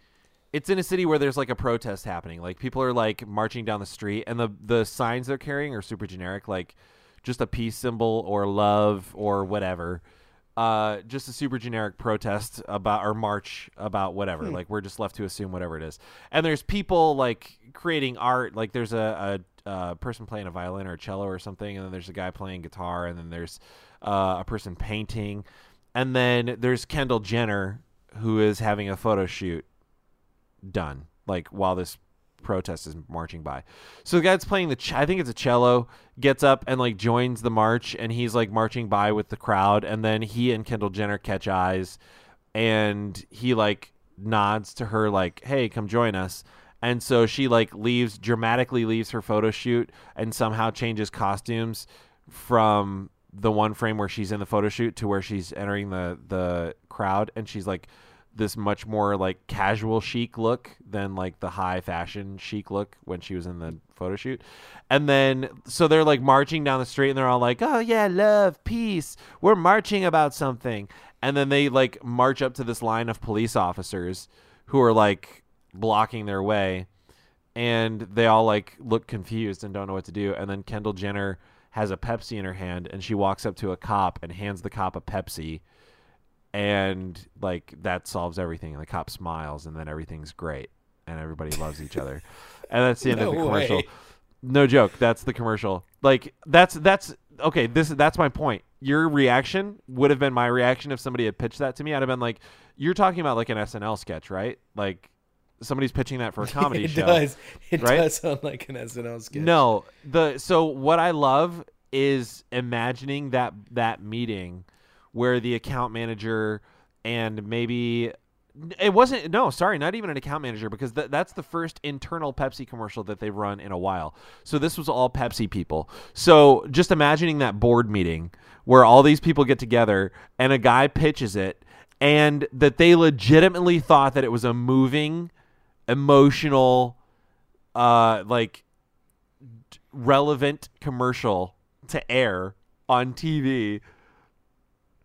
Speaker 1: it's in a city where there's like a protest happening. Like people are like marching down the street, and the the signs they're carrying are super generic, like just a peace symbol or love or whatever. Uh, just a super generic protest about or march about whatever. Like we're just left to assume whatever it is. And there's people like creating art. Like there's a, a, a person playing a violin or a cello or something, and then there's a guy playing guitar, and then there's uh, a person painting, and then there's Kendall Jenner who is having a photo shoot done like while this protest is marching by so the guy that's playing the ch- i think it's a cello gets up and like joins the march and he's like marching by with the crowd and then he and kendall jenner catch eyes and he like nods to her like hey come join us and so she like leaves dramatically leaves her photo shoot and somehow changes costumes from the one frame where she's in the photo shoot to where she's entering the the crowd and she's like this much more like casual chic look than like the high fashion chic look when she was in the photo shoot. And then so they're like marching down the street and they're all like, "Oh yeah, love, peace. We're marching about something." And then they like march up to this line of police officers who are like blocking their way and they all like look confused and don't know what to do. And then Kendall Jenner has a Pepsi in her hand, and she walks up to a cop and hands the cop a Pepsi, and like that solves everything. And the cop smiles, and then everything's great, and everybody loves each
Speaker 2: *laughs*
Speaker 1: other. And that's the end of the
Speaker 2: No
Speaker 1: commercial.
Speaker 2: way.
Speaker 1: No joke, that's the commercial. Like that's that's okay. This that's my point. Your reaction would have been my reaction if somebody had pitched that to me. I'd have been like, "You're talking about like an SNL sketch, right? Like somebody's pitching that for a comedy
Speaker 2: *laughs* it
Speaker 1: show."
Speaker 2: does. It
Speaker 1: right?
Speaker 2: does sound like an SNL sketch.
Speaker 1: No, the so what I love is imagining that that meeting where the account manager and maybe It wasn't no, sorry, not even an account manager because th- that's the first internal Pepsi commercial that they've run in a while. So this was all Pepsi people. So just imagining that board meeting where all these people get together and a guy pitches it and that they legitimately thought that it was a moving, emotional uh like d- relevant commercial to air on TV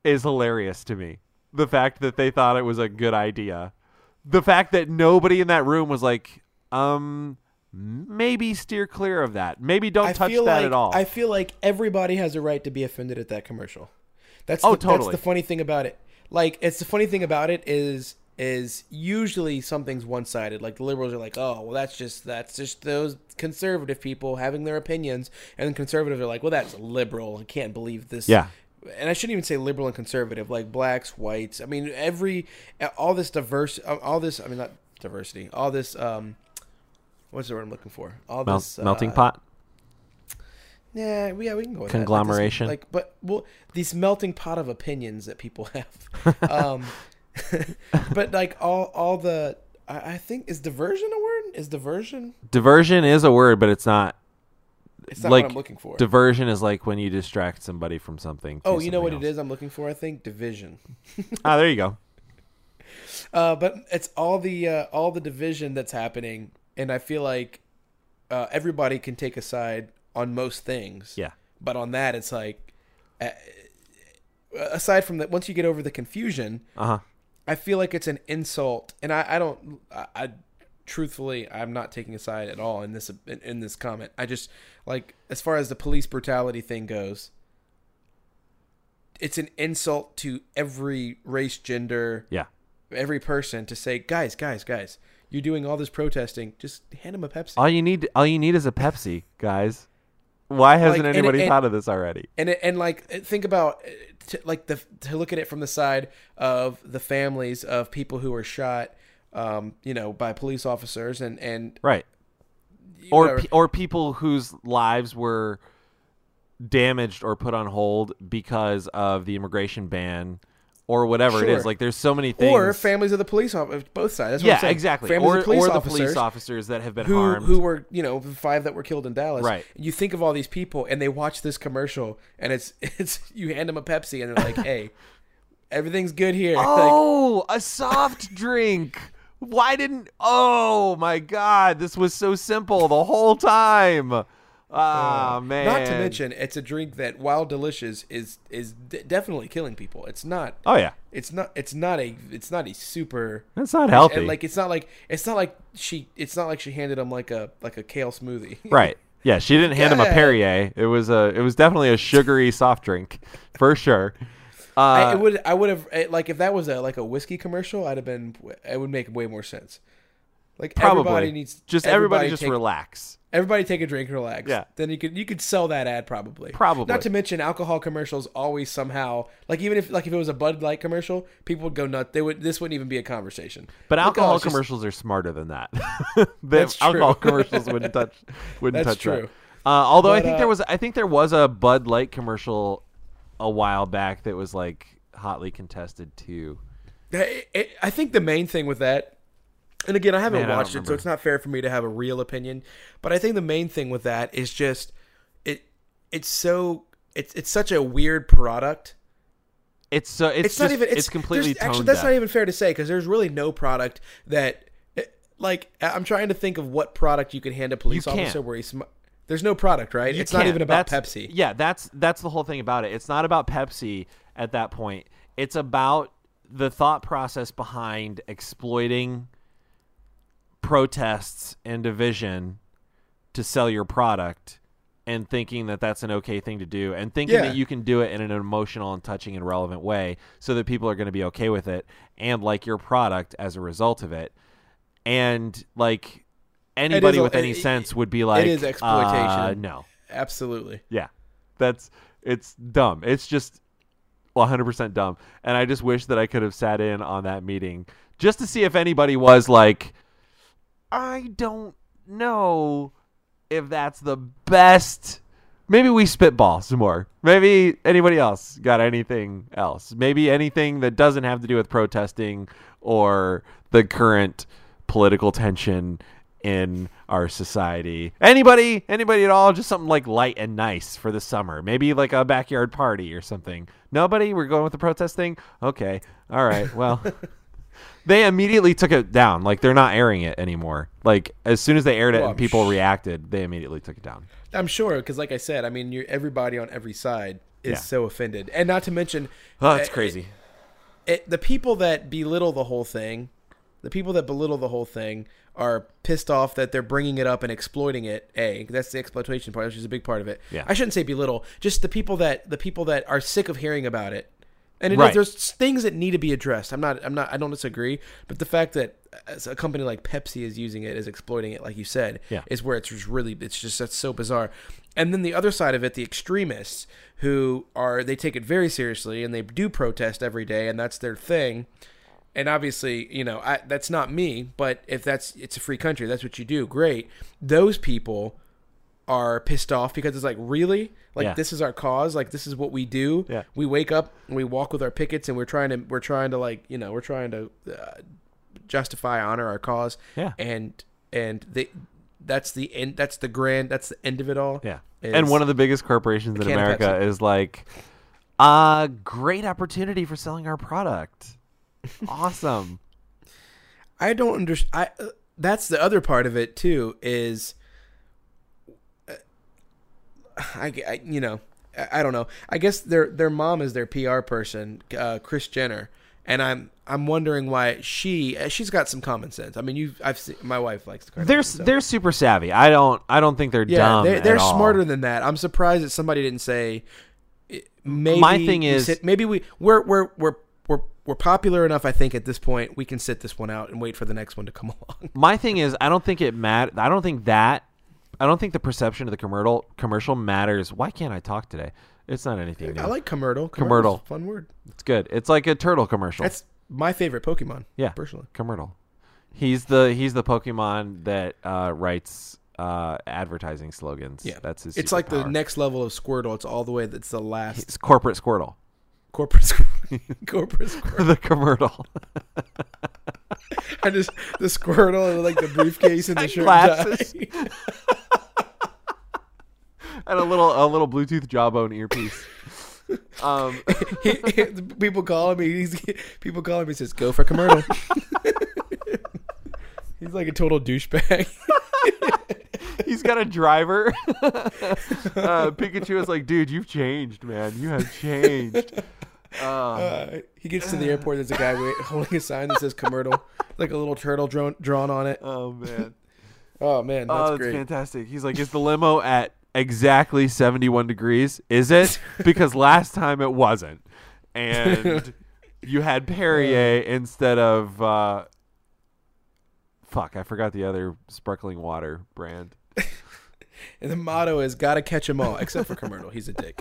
Speaker 1: is hilarious to me. The fact that they thought it was a good idea. The fact that nobody in that room was like, um, maybe steer clear of that. Maybe don't
Speaker 2: I
Speaker 1: touch that
Speaker 2: feel like,
Speaker 1: at all.
Speaker 2: I feel like everybody has a right to be offended at that commercial. That's
Speaker 1: Oh,
Speaker 2: the,
Speaker 1: totally.
Speaker 2: That's the funny thing about it. Like, it's the funny thing about it is is usually something's one sided. Like the liberals are like, oh, well, that's just that's just those conservative people having their opinions, and then conservatives are like, well, that's liberal. I can't believe this.
Speaker 1: Yeah.
Speaker 2: And I shouldn't even say liberal and conservative, like blacks, whites. I mean, every all this diverse, all this. I mean, not diversity. All this. um What's the word I'm looking for? All
Speaker 1: Mel-
Speaker 2: this
Speaker 1: melting
Speaker 2: uh,
Speaker 1: pot.
Speaker 2: yeah, we- yeah, we can go with that.
Speaker 1: Conglomeration.
Speaker 2: Like, this, like, but well, these melting pot of opinions that people *laughs*
Speaker 1: *laughs*
Speaker 2: have. um, *laughs* but like all all the, I, I think is diversion a word? Is diversion?
Speaker 1: Diversion is a word, but it's not.
Speaker 2: It's not
Speaker 1: Like,
Speaker 2: what I'm looking for.
Speaker 1: Diversion is like when you distract somebody from something.
Speaker 2: oh, you know what it is? I'm looking for. I think division.
Speaker 1: Ah, there you go.
Speaker 2: Uh, but it's all the uh, all the division that's happening, and I feel like uh, everybody can take a side on most things.
Speaker 1: Yeah.
Speaker 2: But on that, it's like, uh, aside from that, once you get over the confusion,
Speaker 1: Uh huh.
Speaker 2: I feel like it's an insult, and I, I don't. I, I truthfully, I'm not taking a side at all in this in, in this comment. I just like as far as the police brutality thing goes, it's an insult to every race, gender,
Speaker 1: Yeah.
Speaker 2: every person to say, guys, guys, guys, you're doing all this protesting. Just hand them a Pepsi.
Speaker 1: All you need, all you need is a Pepsi, guys. Why hasn't
Speaker 2: Like, and-
Speaker 1: anybody
Speaker 2: and-
Speaker 1: thought of this already?
Speaker 2: and it, and like think about uh, t- like the to look at it from the side of the families of people who were shot um you know by police officers and and
Speaker 1: Right. Or
Speaker 2: whatever.
Speaker 1: pe- or people whose lives were damaged or put on hold because of the immigration ban or whatever it
Speaker 2: Sure.
Speaker 1: is. Like there's so many things.
Speaker 2: or families of the police officers both sides that's what I'm
Speaker 1: yeah,
Speaker 2: saying.
Speaker 1: exactly.
Speaker 2: families
Speaker 1: or
Speaker 2: of police
Speaker 1: or the
Speaker 2: officers
Speaker 1: police officers that have been
Speaker 2: who
Speaker 1: harmed.
Speaker 2: who were you know the five that were killed in Dallas
Speaker 1: Right.
Speaker 2: you think of all these people and they watch this commercial and it's *laughs* it's you hand them a Pepsi
Speaker 1: *laughs*
Speaker 2: and they're like hey everything's good here *laughs* like,
Speaker 1: oh, a
Speaker 2: *laughs*
Speaker 1: soft drink. Why didn't? Oh my God, this was so simple the whole time. Ah man.
Speaker 2: not to mention it's a drink that while delicious is is d- definitely killing people it's not
Speaker 1: Oh yeah,
Speaker 2: it's not it's not a it's not a super
Speaker 1: that's not healthy.
Speaker 2: and like *laughs* it's not like it's not like she it's not like she handed him like a like a kale smoothie *laughs*
Speaker 1: Right. Yeah, she didn't hand him a
Speaker 2: Yeah.
Speaker 1: Perrier. It was a it was definitely a sugary soft drink for sure. Uh,
Speaker 2: I, it would I would have it- like if that was a like a whiskey commercial I'd have been it would make way more sense like
Speaker 1: probably
Speaker 2: everybody needs
Speaker 1: just everybody, just
Speaker 2: take,
Speaker 1: relax.
Speaker 2: everybody take a drink and relax
Speaker 1: Yeah.
Speaker 2: then you could you could sell that ad probably
Speaker 1: Probably.
Speaker 2: not to mention alcohol commercials always somehow like even if like if it was a Bud Light commercial people would go nuts they would this wouldn't even be a conversation
Speaker 1: But
Speaker 2: Like, oh,
Speaker 1: alcohol
Speaker 2: it's just-
Speaker 1: commercials are smarter than that. *laughs* the
Speaker 2: That's true.
Speaker 1: alcohol commercials
Speaker 2: *laughs*
Speaker 1: wouldn't touch wouldn't
Speaker 2: That's
Speaker 1: touch
Speaker 2: true.
Speaker 1: that. Uh, although I
Speaker 2: But,
Speaker 1: think there
Speaker 2: uh,
Speaker 1: was I think there was a Bud Light commercial a while back that was like hotly contested too.
Speaker 2: I- I I think the main thing with that, and again, I haven't
Speaker 1: Man, I don't
Speaker 2: watched it, so
Speaker 1: remember.
Speaker 2: it's not fair for me to have a real opinion. But I think the main thing with that is just it. It's so it's it's such a weird product.
Speaker 1: It's so it's,
Speaker 2: It's, not
Speaker 1: just-
Speaker 2: even it's,
Speaker 1: it's completely
Speaker 2: there's- actually
Speaker 1: tone
Speaker 2: that's
Speaker 1: deaf.
Speaker 2: not even fair to say because there's really no product that it- like I- I'm trying to think of what product you could hand a police
Speaker 1: can't.
Speaker 2: officer where he's sm- there's no product right.
Speaker 1: You
Speaker 2: it's not
Speaker 1: can't.
Speaker 2: even about
Speaker 1: That's-
Speaker 2: Pepsi.
Speaker 1: Yeah, that's that's the whole thing about it. It's not about Pepsi at that point. It's about the thought process behind exploiting protests and division to sell your product and thinking that that's an okay thing to do and thinking
Speaker 2: Yeah.
Speaker 1: that you can do it in an emotional and touching and relevant way so that people are going to be okay with it and like your product as a result of it and like anybody
Speaker 2: a-
Speaker 1: with any
Speaker 2: it-
Speaker 1: sense would be like
Speaker 2: is exploitation.
Speaker 1: "Uh, no
Speaker 2: Absolutely.
Speaker 1: yeah. That's it's dumb. It's just 100% dumb. And I just wish that I could have sat in on that meeting just to see if anybody was like I don't know if that's the best maybe we spitball some more. Maybe anybody else got anything else? Maybe anything that doesn't have to do with protesting or the current political tension in our society. Anybody, anybody at all? Just something like light and nice for the summer. Maybe like a backyard party or something. Nobody. We're going with the protest thing. Okay. All right. Well. they immediately took it down. Like they're not airing it anymore. Like as soon as they aired it
Speaker 2: Well,
Speaker 1: and people reacted, they immediately took it down.
Speaker 2: I'm sure, because like I said, I mean, you're, everybody on every side is
Speaker 1: Yeah.
Speaker 2: so offended, and not to mention,
Speaker 1: Oh, it's
Speaker 2: uh,
Speaker 1: crazy.
Speaker 2: it, the people that belittle the whole thing, the people that belittle the whole thing are pissed off that they're bringing it up and exploiting it. A, that's the exploitation part, which is a big part of it.
Speaker 1: Yeah.
Speaker 2: I shouldn't say belittle, just the people that the people that are sick of hearing about it. And it is-
Speaker 1: Right.
Speaker 2: there's things that need to be addressed. I'm not, I'm not, I don't disagree, but the fact that as a company like Pepsi is using it, is exploiting it, like you said,
Speaker 1: Yeah.
Speaker 2: is where it's just really, it's just that's so bizarre. And then the other side of it, the extremists who are they take it very seriously and they do protest every day, and that's their thing and obviously, you know, I, that's not me, but if that's it's a free country, that's what you do. Great. Those people are pissed off because it's like, really? Like
Speaker 1: Yeah.
Speaker 2: this is our cause, like this is what we do.
Speaker 1: Yeah.
Speaker 2: We wake up and we walk with our pickets and we're trying to we're trying to like, you know, we're trying to uh, justify honor our cause.
Speaker 1: Yeah.
Speaker 2: And and they that's the end that's the grand that's the end of it all.
Speaker 1: Yeah. and one of the biggest corporations in
Speaker 2: can of
Speaker 1: America is like, uh, great opportunity for selling our
Speaker 2: *laughs*
Speaker 1: product. Awesome.
Speaker 2: I don't understand. I uh, that's the other part of it too is, uh, I, g- I- you know I, I don't know. I guess their their mom is their PR person, uh, Chris Jenner, and I'm I'm wondering why she uh, she's got some common sense. I mean, you I've seen my wife likes the Kardashians.
Speaker 1: they're
Speaker 2: so-
Speaker 1: they're super savvy. I don't I don't think they're
Speaker 2: yeah
Speaker 1: dumb.
Speaker 2: they're,
Speaker 1: at
Speaker 2: they're
Speaker 1: all.
Speaker 2: smarter than that. I'm surprised that somebody didn't say eh, maybe
Speaker 1: My thing
Speaker 2: we
Speaker 1: is-
Speaker 2: sit- maybe we we're we're we're we're we're popular enough, I think, at this point. We can sit this one out and wait for the next one to come *laughs* along.
Speaker 1: my thing is I don't think it mat I don't think that I don't think the perception of the commercial commercial matters. Why can't I talk today? It's not anything new.
Speaker 2: I like Commercial.
Speaker 1: Commercial.
Speaker 2: Fun word.
Speaker 1: it's good. It's like a turtle commercial.
Speaker 2: That's my favorite Pokemon.
Speaker 1: Yeah.
Speaker 2: Personally.
Speaker 1: Commercial. He's the he's the Pokemon that uh, writes uh, advertising slogans.
Speaker 2: Yeah.
Speaker 1: that's his.
Speaker 2: It's like the
Speaker 1: superpower.
Speaker 2: next level of Squirtle. It's all the way that's the last
Speaker 1: It's corporate Squirtle.
Speaker 2: corporate Squirtle.
Speaker 1: *laughs*
Speaker 2: *laughs* corporate Squirtle.
Speaker 1: the commercial
Speaker 2: I just the Squirtle and like the
Speaker 1: *laughs*
Speaker 2: briefcase and the shirt
Speaker 1: Glasses.
Speaker 2: tie.
Speaker 1: *laughs* and a little a little Bluetooth jawbone
Speaker 2: *laughs*
Speaker 1: earpiece. Um, *laughs*
Speaker 2: people call me. He's, people call him. He says, "Go for commercial." he's like a total douchebag.
Speaker 1: he's got a driver. *laughs* uh, Pikachu is like, dude, you've changed, man. You have
Speaker 2: *laughs*
Speaker 1: changed. Uh,
Speaker 2: Uh, he gets to the airport. There's a guy wait, holding a sign that says "commercial," like a little turtle drawn, drawn on it.
Speaker 1: oh man,
Speaker 2: Oh man, that's
Speaker 1: oh that's
Speaker 2: great.
Speaker 1: fantastic. He's like, is the limo at exactly seventy-one degrees? Is
Speaker 2: *laughs*
Speaker 1: it? Because last time it wasn't,
Speaker 2: *laughs*
Speaker 1: and you had Perrier instead of. Uh, Fuck, I forgot the other sparkling water brand.
Speaker 2: And the motto is "Gotta catch 'em all," except for Commercial. He's a dick.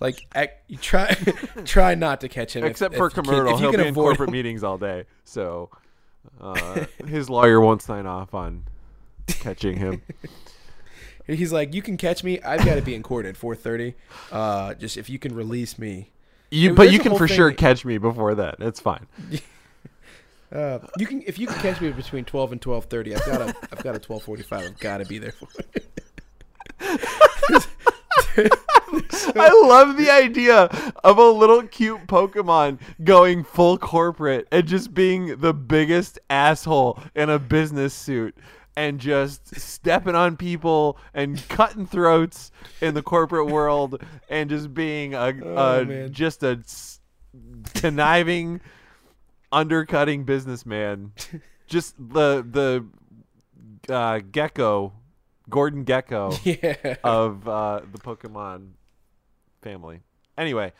Speaker 2: Like ac- you try, *laughs* try not to catch him. if-
Speaker 1: except
Speaker 2: if
Speaker 1: for
Speaker 2: you can-
Speaker 1: commercial.
Speaker 2: if you
Speaker 1: He'll
Speaker 2: can
Speaker 1: be in
Speaker 2: avoid
Speaker 1: corporate
Speaker 2: him.
Speaker 1: meetings all day, so
Speaker 2: *laughs*
Speaker 1: uh, his lawyer won't sign off on catching
Speaker 2: *laughs*
Speaker 1: him.
Speaker 2: He's like, you can catch me. I've got to be in court at 4:30. Uh, just if you can release me,
Speaker 1: You,
Speaker 2: It-
Speaker 1: but
Speaker 2: there's
Speaker 1: you
Speaker 2: a
Speaker 1: can
Speaker 2: whole
Speaker 1: for
Speaker 2: thing
Speaker 1: sure
Speaker 2: that-
Speaker 1: catch me before that. It's fine.
Speaker 2: uh, you can if you can catch me between 12 and 12:30. I've got to, I've got a 12:45. I've got to be there for it.
Speaker 1: I love the idea of a little cute Pokemon going full corporate and just being the biggest asshole in a business suit and just stepping on people and cutting throats in the corporate world and just being a,
Speaker 2: Oh,
Speaker 1: a-
Speaker 2: man.
Speaker 1: just a s- conniving undercutting
Speaker 2: *laughs*
Speaker 1: businessman. Just the the uh, gecko, Gordon Gecko
Speaker 2: Yeah.
Speaker 1: of uh, the Pokemon family. Anyway,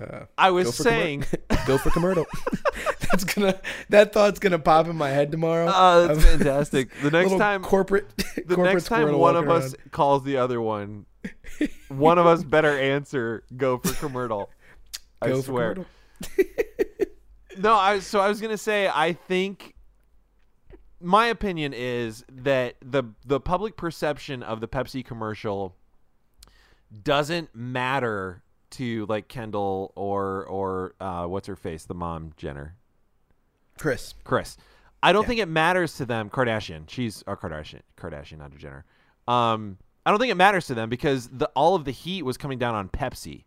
Speaker 2: Uh,
Speaker 1: I
Speaker 2: go
Speaker 1: was
Speaker 2: for *laughs*
Speaker 1: saying,
Speaker 2: commer- go for commercial. *laughs* That's gonna that thought's gonna pop in my head tomorrow.
Speaker 1: uh, that's
Speaker 2: Of-
Speaker 1: fantastic. The next
Speaker 2: little
Speaker 1: time,
Speaker 2: corporate, *laughs*
Speaker 1: the
Speaker 2: corporate
Speaker 1: next time
Speaker 2: squirrel
Speaker 1: one of
Speaker 2: walking
Speaker 1: us
Speaker 2: around.
Speaker 1: calls the other
Speaker 2: *laughs*
Speaker 1: one, one of us better answer go for commercial. I
Speaker 2: Go for
Speaker 1: swear.
Speaker 2: commercial.
Speaker 1: *laughs* no, I was- so I was gonna say I think my opinion is that the the public perception of the Pepsi commercial doesn't matter to like Kendall or or uh, what's her face, the mom Jenner,
Speaker 2: Chris.
Speaker 1: Chris. I don't think it matters to them. Kardashian, she's a Kardashian, Kardashian, not a Jenner. Um, I don't think it matters to them because the all of the heat was coming down on Pepsi,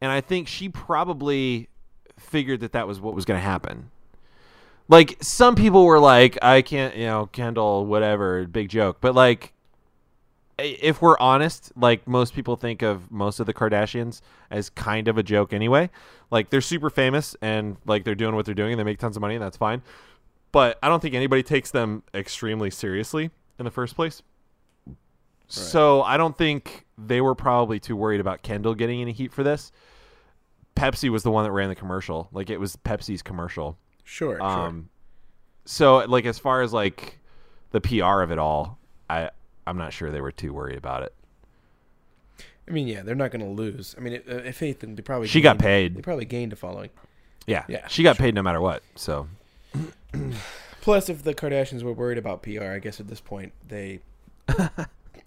Speaker 1: and I think she probably figured that that was what was going to happen. Like some people were like, I can't, you know, Kendall, whatever, big joke, but like i- if we're honest, like most people think of most of the Kardashians as kind of a joke anyway. Like they're super famous and like they're doing what they're doing and they make tons of money and that's fine. But I don't think anybody takes them extremely seriously in the first place. So I don't think they were probably too worried about Kendall getting any heat for this. Pepsi was the one that ran the commercial. Like it was Pepsi's commercial.
Speaker 2: Sure.
Speaker 1: Um, so like as far as like the PR of it all, I I'm not sure they were too worried about it.
Speaker 2: sure. I mean, yeah, they're not going to lose. I mean, if, if anything, they probably
Speaker 1: She got
Speaker 2: gained-
Speaker 1: paid.
Speaker 2: They probably gained a following.
Speaker 1: Yeah,
Speaker 2: Yeah,
Speaker 1: She got paid no matter what. So
Speaker 2: Plus, if the Kardashians were worried about PR, I guess at this point
Speaker 1: *laughs*
Speaker 2: they,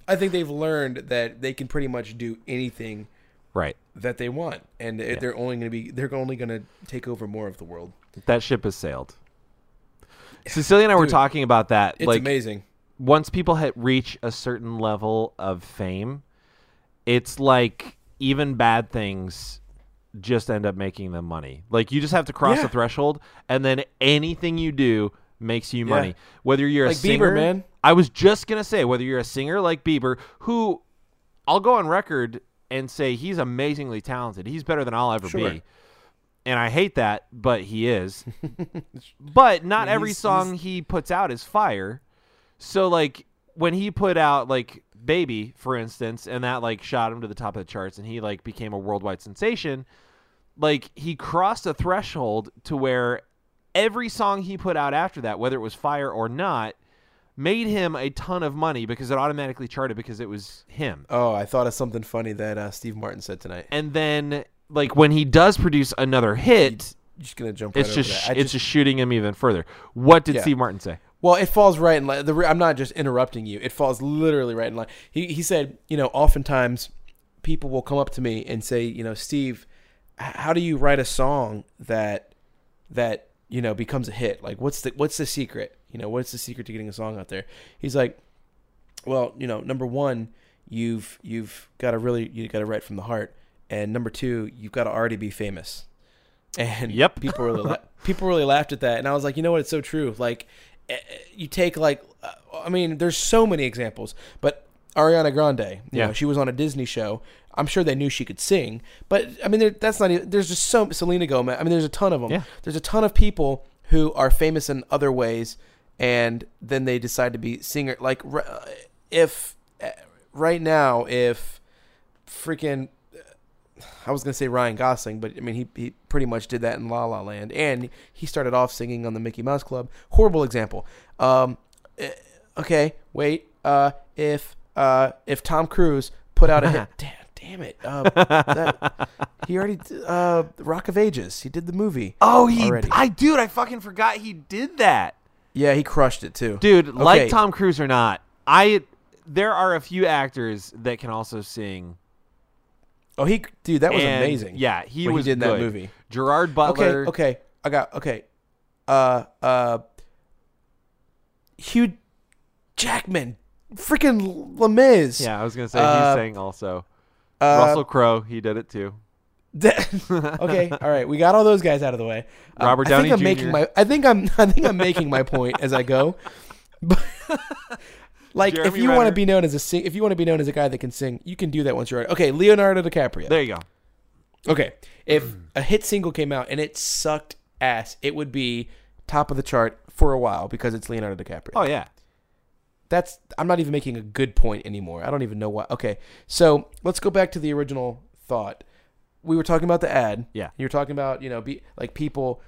Speaker 2: I think they've learned that they can pretty much do anything
Speaker 1: right,
Speaker 2: that they want, and it- they're only going to be they're only going to take over more of the world.
Speaker 1: that ship has sailed. Cecilia and I were
Speaker 2: Dude,
Speaker 1: talking about that.
Speaker 2: It's
Speaker 1: like
Speaker 2: amazing.
Speaker 1: once people hit reach a certain level of fame, it's like even bad things just end up making them money. Like you just have to cross
Speaker 2: Yeah.
Speaker 1: a threshold, and then anything you do makes you money. Whether you're
Speaker 2: Like
Speaker 1: a
Speaker 2: Bieber,
Speaker 1: singer,
Speaker 2: man.
Speaker 1: I was just gonna say whether you're a singer like Bieber, who I'll go on record and say he's amazingly talented. He's better than I'll ever
Speaker 2: Sure.
Speaker 1: be. And I hate that, but he
Speaker 2: *laughs*
Speaker 1: is. but not every
Speaker 2: he's-
Speaker 1: song he puts out is fire. So like when he put out like Baby, for instance, and that like shot him to the top of the charts and he like became a worldwide sensation, like he crossed a threshold to where every song he put out after that, whether it was fire or not, made him a ton of money because it automatically charted because it was him.
Speaker 2: Oh, I thought of something funny that uh, Steve Martin said tonight.
Speaker 1: And then like when he does produce another hit,
Speaker 2: Just going to jump.
Speaker 1: it's
Speaker 2: right
Speaker 1: just,
Speaker 2: over
Speaker 1: sh
Speaker 2: that. I
Speaker 1: it's just shooting him even further. What did
Speaker 2: Yeah.
Speaker 1: Steve Martin say?
Speaker 2: Well, it falls right in line. The, re- I'm not just interrupting you. It falls literally right in line. He, he said, you know, oftentimes people will come up to me and say, you know, Steve, h- how do you write a song that that you know becomes a hit? Like, what's the what's the secret? You know, what's the secret to getting a song out there? He's like, well, you know, number one, you've you've got to really you got to write from the heart, and number two, you've got to already be famous. And
Speaker 1: Yep.
Speaker 2: people really
Speaker 1: *laughs*
Speaker 2: la- people really laughed at that, and I was like, you know what? It's so true. Like, eh, eh, you take like, uh, I mean, there's so many examples, but Ariana Grande, you
Speaker 1: Yeah.
Speaker 2: know, she was on a Disney show. I'm sure they knew she could sing, but I mean, there, that's not. Even, there's just so Selena Gomez. I mean, there's a ton of them.
Speaker 1: Yeah.
Speaker 2: There's a ton of people who are famous in other ways, and then they decide to be singer. Like, r- uh, if uh, right now, if freaking I was gonna say Ryan Gosling, but I mean he, he pretty much did that in La La Land, and he started off singing on the Mickey Mouse Club. Horrible example. Um, eh, okay, wait. Uh, if uh, if Tom Cruise put out
Speaker 1: *laughs*
Speaker 2: a hit, damn, damn it, uh, that, he already d- uh, Rock of Ages. He did the movie.
Speaker 1: Oh, he
Speaker 2: Already.
Speaker 1: I dude, I fucking forgot he did that.
Speaker 2: Yeah, he crushed it too,
Speaker 1: Dude,
Speaker 2: Okay.
Speaker 1: like Tom Cruise or not, I there are a few actors that can also sing.
Speaker 2: Oh, he dude, that was
Speaker 1: and,
Speaker 2: amazing.
Speaker 1: Yeah, he
Speaker 2: when
Speaker 1: was
Speaker 2: he did in
Speaker 1: good.
Speaker 2: that movie.
Speaker 1: Gerard
Speaker 2: Okay,
Speaker 1: Butler.
Speaker 2: okay, I got okay. Uh, uh, Hugh Jackman, freaking Lemiz.
Speaker 1: Yeah, I was gonna say
Speaker 2: Uh,
Speaker 1: he sang also.
Speaker 2: uh, *laughs*
Speaker 1: Russell Crowe, he did it too. *laughs*
Speaker 2: okay, all right, we got all those guys out of the way. Um,
Speaker 1: Robert
Speaker 2: I
Speaker 1: Downey
Speaker 2: think I'm
Speaker 1: Jr..
Speaker 2: making my. I think I'm. *laughs* I think I'm making my point as I go. But *laughs* like,
Speaker 1: Jeremy
Speaker 2: if you want to
Speaker 1: Renner.
Speaker 2: be known as a sing, if you want to be known as a guy that can sing, you can do that once you're okay. Leonardo DiCaprio.
Speaker 1: There you go.
Speaker 2: Okay, if a hit single came out and it sucked ass, it would be top of the chart for a while because it's Leonardo DiCaprio.
Speaker 1: Oh yeah. *laughs*
Speaker 2: That's I'm not even making a good point anymore. I don't even know why. Okay, so let's go back to the original thought. We were talking about the ad.
Speaker 1: Yeah.
Speaker 2: you were talking about you know be like people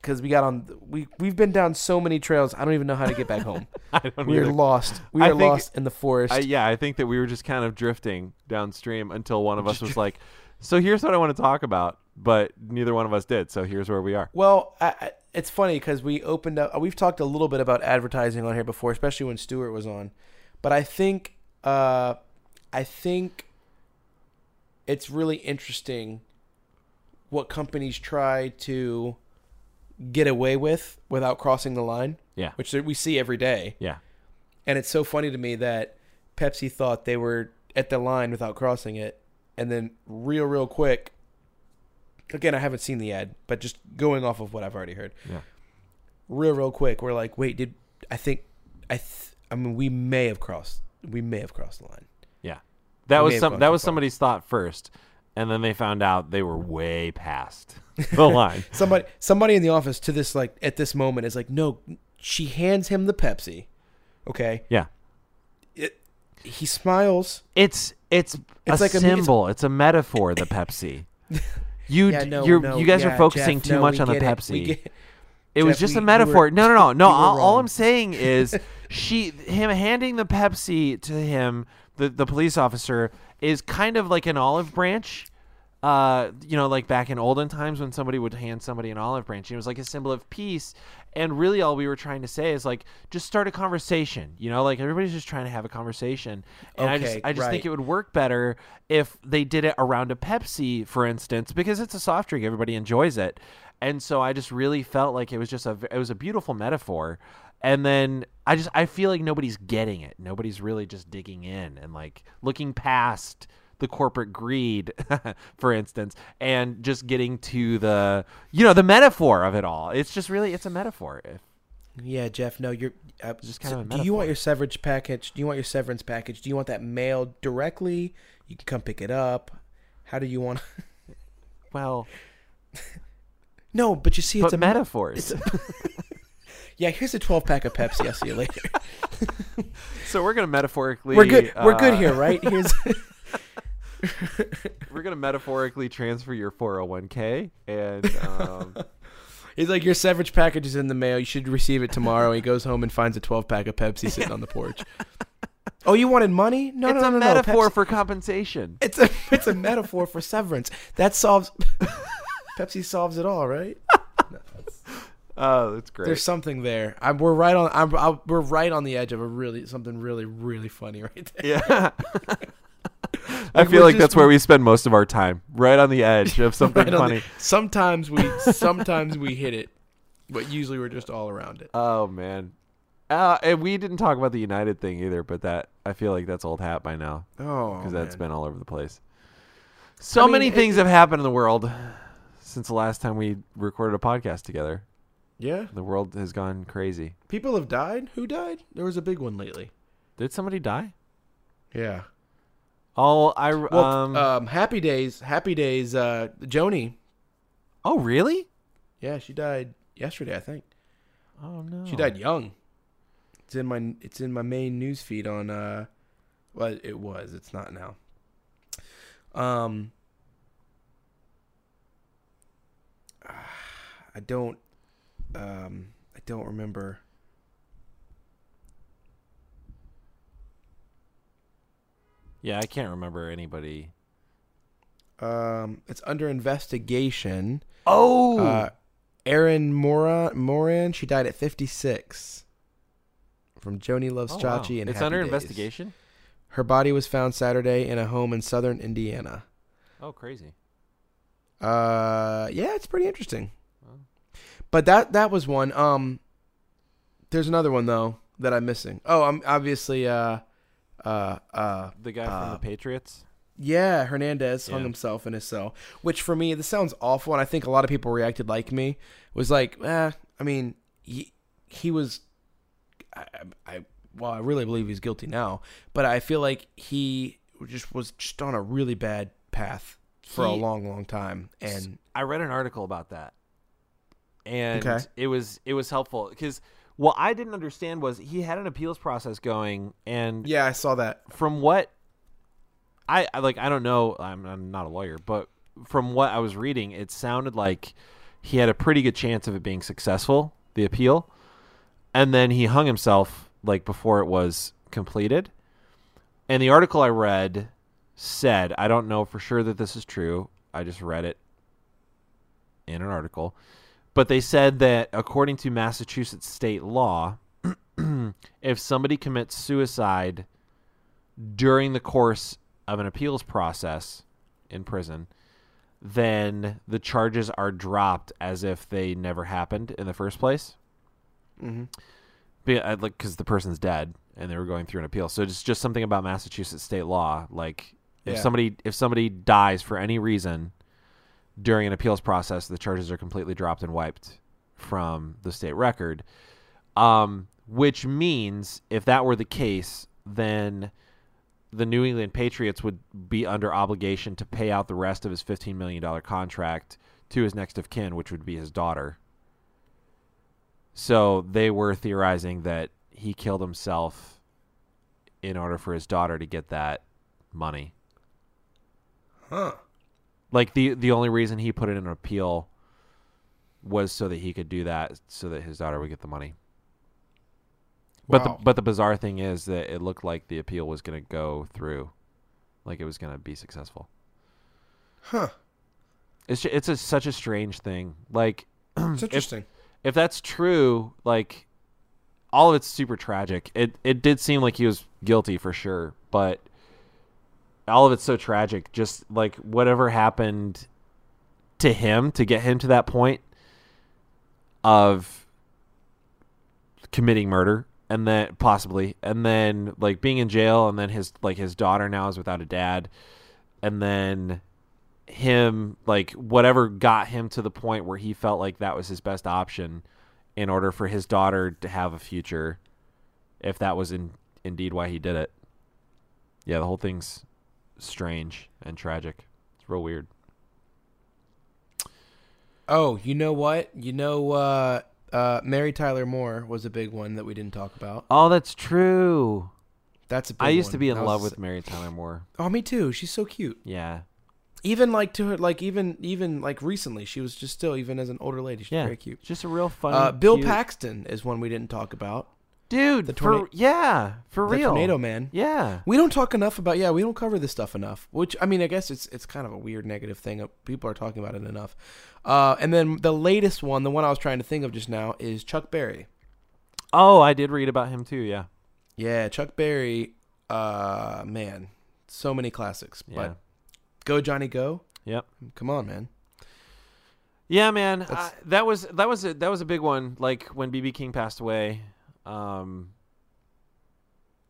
Speaker 2: because we got on we we've been down so many trails. I don't even know how to get
Speaker 1: *laughs*
Speaker 2: back home.
Speaker 1: I don't
Speaker 2: we are
Speaker 1: either.
Speaker 2: lost. We
Speaker 1: I
Speaker 2: are
Speaker 1: think-
Speaker 2: lost in the forest.
Speaker 1: I, yeah, I think that we were just kind of drifting downstream until one of us was like, "So here's what I want to talk about," but neither one of us did. So here's where we are.
Speaker 2: Well, I, I, it's funny because we opened up. We've talked a little bit about advertising on here before, especially when Stuart was on. But I think, uh, I think it's really interesting what companies try to get away with without crossing the line.
Speaker 1: Yeah.
Speaker 2: Which we see every day.
Speaker 1: Yeah.
Speaker 2: And it's so funny to me that Pepsi thought they were at the line without crossing it. And then, real, real quick, again, I haven't seen the ad, but just going off of what I've already heard.
Speaker 1: Yeah.
Speaker 2: Real, real quick, we're like, wait, did I think, I, th- I mean, we may have crossed, we may have crossed the line. *laughs*
Speaker 1: Yeah.
Speaker 2: They
Speaker 1: That
Speaker 2: may
Speaker 1: was
Speaker 2: have
Speaker 1: some
Speaker 2: gone
Speaker 1: that
Speaker 2: too
Speaker 1: was
Speaker 2: far.
Speaker 1: somebody's thought first, and then they found out they were way past *laughs* the line.
Speaker 2: somebody somebody in the office to this like at this moment is like no she hands him the pepsi okay
Speaker 1: Yeah.
Speaker 2: it, he smiles
Speaker 1: It's it's,
Speaker 2: It's
Speaker 1: a
Speaker 2: like a me- it's-
Speaker 1: symbol. it's, a metaphor, the Pepsi.
Speaker 2: *laughs*
Speaker 1: You
Speaker 2: Yeah,
Speaker 1: d-
Speaker 2: no,
Speaker 1: you're,
Speaker 2: no,
Speaker 1: you guys
Speaker 2: yeah,
Speaker 1: are focusing
Speaker 2: Jeff,
Speaker 1: too
Speaker 2: no,
Speaker 1: much
Speaker 2: we
Speaker 1: on the
Speaker 2: get it,
Speaker 1: Pepsi.
Speaker 2: we get-
Speaker 1: It was
Speaker 2: Jeff,
Speaker 1: just
Speaker 2: we-
Speaker 1: a
Speaker 2: you
Speaker 1: metaphor.
Speaker 2: were-
Speaker 1: no, no,
Speaker 2: *laughs*
Speaker 1: no, no.
Speaker 2: you were
Speaker 1: All, all I'm
Speaker 2: wrong. *laughs*
Speaker 1: saying is, she, him handing the Pepsi to him, the the police officer is kind of like an olive branch. Uh, you know, like back in olden times when somebody would hand somebody an olive branch, it was like a symbol of peace. And really, all we were trying to say is like, just start a conversation. You know, like everybody's just trying to have a conversation. And I just,
Speaker 2: Okay,
Speaker 1: I just think
Speaker 2: right.
Speaker 1: it would work better if they did it around a Pepsi, for instance, because it's a soft drink. Everybody enjoys it, and so I just really felt like it was just a it was a beautiful metaphor. And then I just I feel like nobody's getting it. Nobody's really just digging in and like looking past the corporate greed, *laughs* for instance, and just getting to the you know the metaphor of it all. It's just really it's a metaphor. If,
Speaker 2: yeah jeff no you're uh,
Speaker 1: just kind of a
Speaker 2: do you
Speaker 1: metaphor.
Speaker 2: want your severance package do you want your severance package do you want that mailed directly you can come pick it up how do you want *laughs*
Speaker 1: well,
Speaker 2: no but you see it's
Speaker 1: but
Speaker 2: a
Speaker 1: metaphors.
Speaker 2: yeah here's a 12 pack of pepsi i'll see
Speaker 1: *laughs*
Speaker 2: you later
Speaker 1: *laughs* so we're gonna metaphorically
Speaker 2: we're good we're good
Speaker 1: uh, *laughs*
Speaker 2: here right here's *laughs*
Speaker 1: We're gonna metaphorically transfer your 401k,
Speaker 2: *laughs*
Speaker 1: and um,
Speaker 2: He's like, your severage package is in the mail. You should receive it tomorrow. he goes home and finds a 12 pack of
Speaker 1: *laughs*
Speaker 2: Pepsi sitting on the porch. Oh, you wanted money? No,
Speaker 1: it's
Speaker 2: no,
Speaker 1: a
Speaker 2: no, no,
Speaker 1: metaphor
Speaker 2: Pepsi-
Speaker 1: for compensation.
Speaker 2: it's a *laughs* it's a metaphor for severance. That solves. *laughs* Pepsi solves it all, right?
Speaker 1: Oh, that's great.
Speaker 2: There's something there. I'm, we're right on. I'm, i we're right on the edge of a really something really really funny *laughs* right there.
Speaker 1: yeah. *laughs* I feel
Speaker 2: we're
Speaker 1: like
Speaker 2: just-
Speaker 1: that's where we spend most of our time, right on the edge of something
Speaker 2: *laughs* Right on the-
Speaker 1: funny. *laughs*
Speaker 2: sometimes we sometimes we hit it, but usually we're just all around it.
Speaker 1: Oh man, uh, and we didn't talk about the United thing either, but that I feel like that's old hat by now
Speaker 2: Oh,
Speaker 1: because that's
Speaker 2: man.
Speaker 1: been all over the place. So
Speaker 2: mean,
Speaker 1: many
Speaker 2: it-
Speaker 1: things have happened in the world since the last time we recorded a podcast together.
Speaker 2: yeah.
Speaker 1: The world has gone crazy.
Speaker 2: People have died. Who died? There was a big one lately.
Speaker 1: Did somebody die?
Speaker 2: Yeah.
Speaker 1: Oh, I
Speaker 2: Well,
Speaker 1: um,
Speaker 2: um, Happy Days, Happy Days, uh, Joni.
Speaker 1: Oh, really?
Speaker 2: Yeah, she died yesterday, I think.
Speaker 1: Oh no.
Speaker 2: She died young. It's in my it's in my main news feed on uh well it was, it's not now. Um *sighs* I don't um I don't remember
Speaker 1: Yeah, I can't remember anybody.
Speaker 2: um it's under investigation.
Speaker 1: Oh,
Speaker 2: Uh Erin Moran Moran, she died at 56. From Joni Loves Chachi and
Speaker 1: Oh, it's
Speaker 2: Happy
Speaker 1: under
Speaker 2: Days.
Speaker 1: investigation.
Speaker 2: Her body was found Saturday in a home in southern Indiana.
Speaker 1: Oh, crazy.
Speaker 2: Uh, yeah, it's pretty interesting.
Speaker 1: Wow.
Speaker 2: But that that was one. Um, there's another one though that I'm missing. Oh, I'm obviously uh, uh, uh,
Speaker 1: The guy from the
Speaker 2: Uh,
Speaker 1: Patriots.
Speaker 2: yeah, Hernandez hung
Speaker 1: Yeah.
Speaker 2: himself in his cell, which for me this sounds awful, and I think a lot of people reacted like me. Was like, eh, I mean, he he was, I, I I- well, I really believe he's guilty now, but I feel like he just was just on a really bad path for a
Speaker 1: He-
Speaker 2: long, long time, and
Speaker 1: I read an article about that, and
Speaker 2: Okay.
Speaker 1: it was it was helpful because what I didn't understand was he had an appeals process going, and
Speaker 2: yeah, I saw that.
Speaker 1: from what I, I like, I don't know. I'm, I'm not a lawyer, but from what I was reading, it sounded like he had a pretty good chance of it being successful, the appeal, and then he hung himself like before it was completed. And the article I read said, I don't know for sure that this is true. I just read it in an article, but they said that according to Massachusetts state law, *clears throat* if somebody commits suicide during the course of an appeals process, in prison, then the charges are dropped as if they never happened in the first place.
Speaker 2: Mm-hmm.
Speaker 1: Be- I- like because the person's dead and they were going through an appeal. So it's just something about Massachusetts state law. Like if
Speaker 2: Yeah.
Speaker 1: somebody if somebody dies for any reason during an appeals process, the charges are completely dropped and wiped from the state record. Um, which means if that were the case, then the New England Patriots would be under obligation to pay out the rest of his fifteen million dollar contract to his next of kin, which would be his daughter. So they were theorizing that he killed himself in order for his daughter to get that money.
Speaker 2: Huh.
Speaker 1: Like the the only reason he put in an appeal was so that he could do that so that his daughter would get the money. But
Speaker 2: Wow.
Speaker 1: the but the bizarre thing is that it looked like the appeal was going to go through. Like it was going to be successful.
Speaker 2: Huh.
Speaker 1: It's ju- it's a, such a strange thing. Like *clears throat*
Speaker 2: It's interesting.
Speaker 1: if that's true, like all of it's super tragic. It it did seem like he was guilty for sure, but all of it's so tragic. Just like whatever happened to him to get him to that point of committing murder and then possibly and then like being in jail and then his like his daughter now is without a dad and then him like whatever got him to the point where he felt like that was his best option in order for his daughter to have a future if that was in, indeed why he did it yeah the whole thing's strange and tragic it's real weird
Speaker 2: Oh, you know what? You know, uh, uh, Mary Tyler Moore was a big one that we didn't talk about.
Speaker 1: oh that's true
Speaker 2: That's a big
Speaker 1: i used
Speaker 2: one.
Speaker 1: to be in
Speaker 2: That was
Speaker 1: love
Speaker 2: a-
Speaker 1: with mary tyler moore
Speaker 2: Oh, me too. She's so cute.
Speaker 1: yeah
Speaker 2: Even like to her, like even even like recently, she was just still even as an older lady. She's
Speaker 1: yeah
Speaker 2: very cute.
Speaker 1: just a real fun
Speaker 2: Uh, Bill
Speaker 1: cute-
Speaker 2: Paxton is one we didn't talk about.
Speaker 1: dude
Speaker 2: the
Speaker 1: for,
Speaker 2: torna-
Speaker 1: yeah for
Speaker 2: The
Speaker 1: real
Speaker 2: tornado man.
Speaker 1: yeah
Speaker 2: We don't talk enough about yeah, we don't cover this stuff enough. Which I mean, I guess it's it's kind of a weird negative thing. uh, People are talking about it enough. Uh, and then the latest one, the one I was trying to think of just now, is Chuck Berry.
Speaker 1: oh i did read about him too yeah
Speaker 2: Yeah, Chuck Berry. Uh, man, so many classics.
Speaker 1: Yeah.
Speaker 2: But go Johnny go.
Speaker 1: yep
Speaker 2: Come on, man.
Speaker 1: Yeah, man,
Speaker 2: That's-
Speaker 1: I, that was that was a, that was a big one. Like when BB King passed away, um,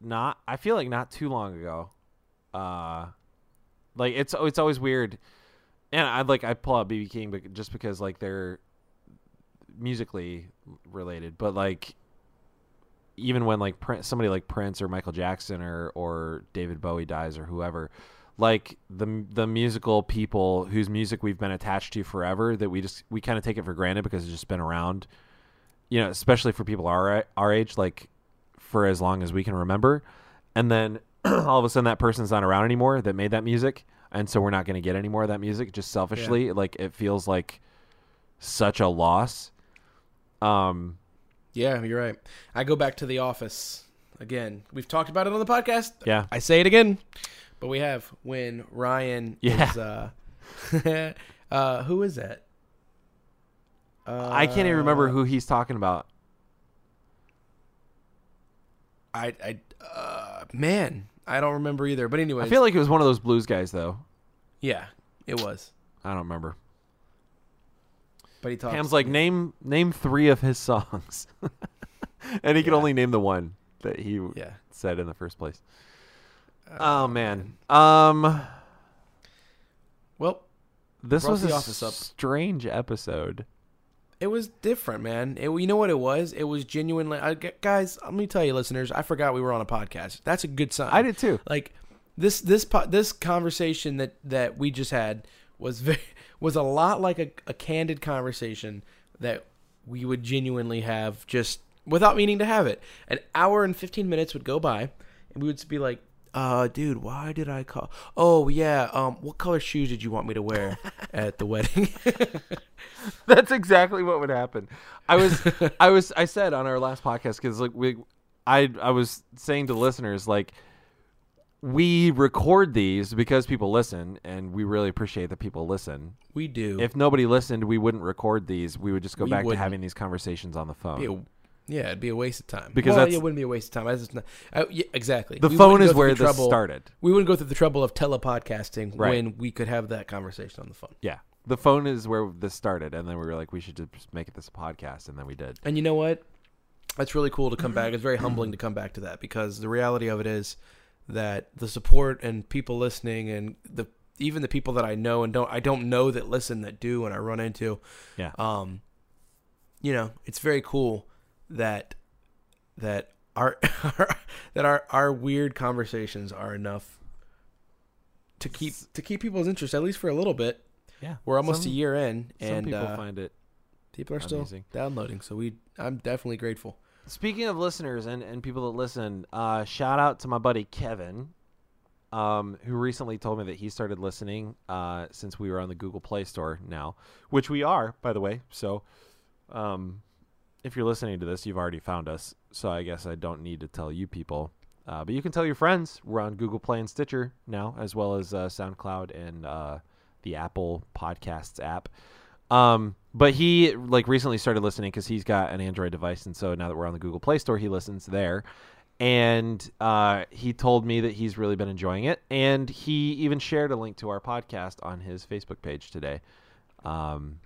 Speaker 1: not I feel like not too long ago. Uh, like it's it's always weird, and I like I pull out BB King, but just because like they're musically related, but like even when like Prince, somebody like Prince or Michael Jackson or or David Bowie dies or whoever, like the the musical people whose music we've been attached to forever that we just we kind of take it for granted because it's just been around, you know, especially for people our our age, like for as long as we can remember, and then *clears throat* all of a sudden that person's not around anymore that made that music, and so we're not going to get any more of that music. Just selfishly, like it feels like such a loss. Um,
Speaker 2: Yeah, you're right. I go back to the office again. We've talked about it on the podcast.
Speaker 1: yeah.
Speaker 2: I say it again, but we have when Ryan
Speaker 1: Yeah.
Speaker 2: is uh, *laughs* uh, who is that? Uh,
Speaker 1: I can't even remember who he's talking about.
Speaker 2: I I uh, man, I don't remember either. But anyway,
Speaker 1: I feel like it was one of those blues guys, though.
Speaker 2: yeah, it was.
Speaker 1: I don't remember.
Speaker 2: But he talks.
Speaker 1: Pam's like name name three of his songs, *laughs* and he could
Speaker 2: Yeah.
Speaker 1: only name the one that he w-
Speaker 2: yeah. Uh,
Speaker 1: said in the first place. oh man, um,
Speaker 2: Well,
Speaker 1: this
Speaker 2: Brought
Speaker 1: was
Speaker 2: the
Speaker 1: a
Speaker 2: office up.
Speaker 1: strange episode.
Speaker 2: it was different, man. It, you know what it was? It was genuinely. I, gu- guys, let me tell you, listeners. I forgot we were on a podcast. That's a good sign.
Speaker 1: I did too.
Speaker 2: like this this po- this conversation that that we just had was very *laughs* was a lot like a, a candid conversation that we would genuinely have just without meaning to have it an hour and 15 minutes would go by and we would just be like uh dude why did i call oh yeah um what color shoes did you want me to wear at the wedding *laughs*
Speaker 1: *laughs* That's exactly what would happen. I
Speaker 2: *laughs*
Speaker 1: was, I was, I said on our last podcast because like we, I, I was saying to listeners like, we record these because people listen, and we really appreciate that people listen.
Speaker 2: we do
Speaker 1: If nobody listened, we wouldn't record these. We would just go
Speaker 2: We
Speaker 1: back to
Speaker 2: wouldn't.
Speaker 1: having these conversations on the phone.
Speaker 2: be a Yeah, it'd be a waste of time.
Speaker 1: Because
Speaker 2: well,
Speaker 1: that's-
Speaker 2: it wouldn't be a waste of time. That's just not, I, yeah, exactly.
Speaker 1: The
Speaker 2: We
Speaker 1: phone
Speaker 2: wouldn't
Speaker 1: is
Speaker 2: go through
Speaker 1: where
Speaker 2: the
Speaker 1: this started.
Speaker 2: We wouldn't go through the trouble of telepodcasting
Speaker 1: Right.
Speaker 2: when we could have that conversation on the phone.
Speaker 1: Yeah. The phone is where this started, and then we were like, we should just make it this podcast, and then we did.
Speaker 2: And you know what? Mm-hmm. That's really cool to come back. It's very humbling to come back to that because the reality of it is that the support and people listening and the even the people that I know and don't I don't know that listen that do and I run into.
Speaker 1: Yeah.
Speaker 2: Um you know, it's very cool that that our *laughs* that our our weird conversations are enough to keep to keep people's interest at least for a little bit.
Speaker 1: Yeah.
Speaker 2: We're almost
Speaker 1: some,
Speaker 2: a year in
Speaker 1: Some
Speaker 2: and
Speaker 1: people
Speaker 2: uh,
Speaker 1: find it
Speaker 2: people are still
Speaker 1: amazing.
Speaker 2: downloading, so we I'm definitely grateful.
Speaker 1: Speaking of listeners and, and people that listen, uh, shout out to my buddy Kevin, um, who recently told me that he started listening uh, since we were on the Google Play Store now, which we are, by the way. So um, if you're listening to this, you've already found us. So I guess I don't need to tell you people. Uh, but you can tell your friends. We're on Google Play and Stitcher now, as well as uh, SoundCloud and uh, the Apple Podcasts app. Um, but he like recently started listening because he's got an Android device, and so now that we're on the Google Play Store, he listens there. And uh, he told me that he's really been enjoying it, and he even shared a link to our podcast on his Facebook page today. Um,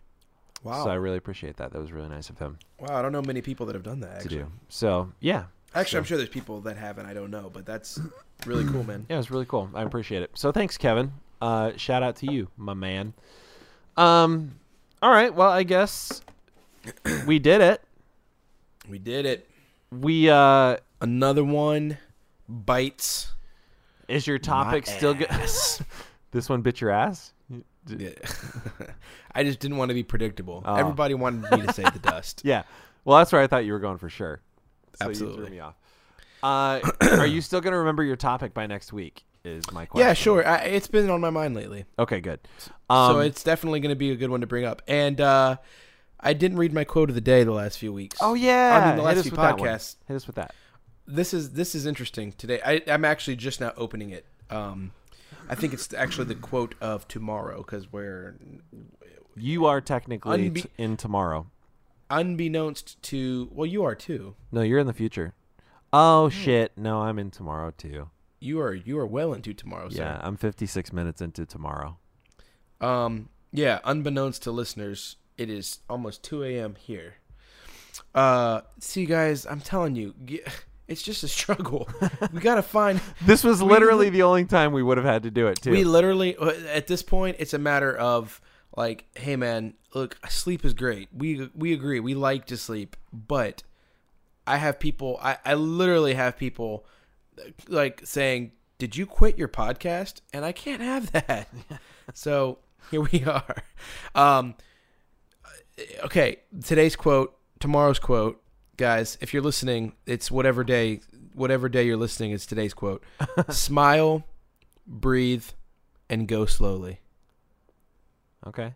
Speaker 2: Wow.
Speaker 1: So I really appreciate that. That was really nice of him
Speaker 2: Wow, I don't know many people that have done that. Actually,
Speaker 1: to do. So yeah,
Speaker 2: actually, I'm sure there's people that haven't. I don't know, but that's really cool, man.
Speaker 1: Yeah, it was really cool. I appreciate it. So thanks, Kevin. Uh, shout out to you, my man. Um, all right. Well, I guess we did it.
Speaker 2: We did it.
Speaker 1: We uh,
Speaker 2: Another one bites.
Speaker 1: is your topic
Speaker 2: my
Speaker 1: still good?
Speaker 2: ass.
Speaker 1: *laughs* this one bit your ass.
Speaker 2: Yeah. *laughs* I just didn't want to be predictable.
Speaker 1: Oh.
Speaker 2: Everybody wanted me
Speaker 1: *laughs*
Speaker 2: to say the dust.
Speaker 1: Yeah. Well, that's where I thought you were going for sure. So you
Speaker 2: Absolutely.
Speaker 1: threw me off. Uh, are you still going to remember your topic by next week? Is my question.
Speaker 2: Yeah, sure. I, it's been on my mind lately,
Speaker 1: Okay, good. Um,
Speaker 2: so it's definitely going to be a good one to bring up. And uh, I didn't read my quote of the day the last few weeks.
Speaker 1: oh yeah.
Speaker 2: I mean, the
Speaker 1: Hit
Speaker 2: last
Speaker 1: us
Speaker 2: few
Speaker 1: with that one.
Speaker 2: podcasts.
Speaker 1: Hit us with that.
Speaker 2: this is this is interesting today. I, I'm actually just now opening it. Um, I think it's actually the quote of tomorrow because we're
Speaker 1: You are technically
Speaker 2: Unbe-
Speaker 1: t- in tomorrow.
Speaker 2: unbeknownst to well, you are too.
Speaker 1: No, you're in the future. Oh
Speaker 2: Hmm.
Speaker 1: shit! No, I'm in tomorrow too.
Speaker 2: You are you are well into tomorrow.
Speaker 1: Yeah,
Speaker 2: Sir.
Speaker 1: I'm 56 minutes into tomorrow.
Speaker 2: Yeah. Um. Yeah. Unbeknownst to listeners, it is almost 2 a.m. here. Uh. See, guys, I'm telling you, g- *laughs* it's just a struggle. we gotta find.
Speaker 1: This was literally the only time we would have had to do it too.
Speaker 2: We literally uh, at this point it's a matter of like, hey man, look, sleep is great. We we agree. We like to sleep, but I have people I I literally have people like saying, "Did you quit your podcast?" and I can't have *laughs* that. so, here we are. Um okay, today's quote, tomorrow's quote, guys, if you're listening, it's whatever day whatever day you're listening is today's quote. Smile, breathe, and go slowly.
Speaker 1: okay.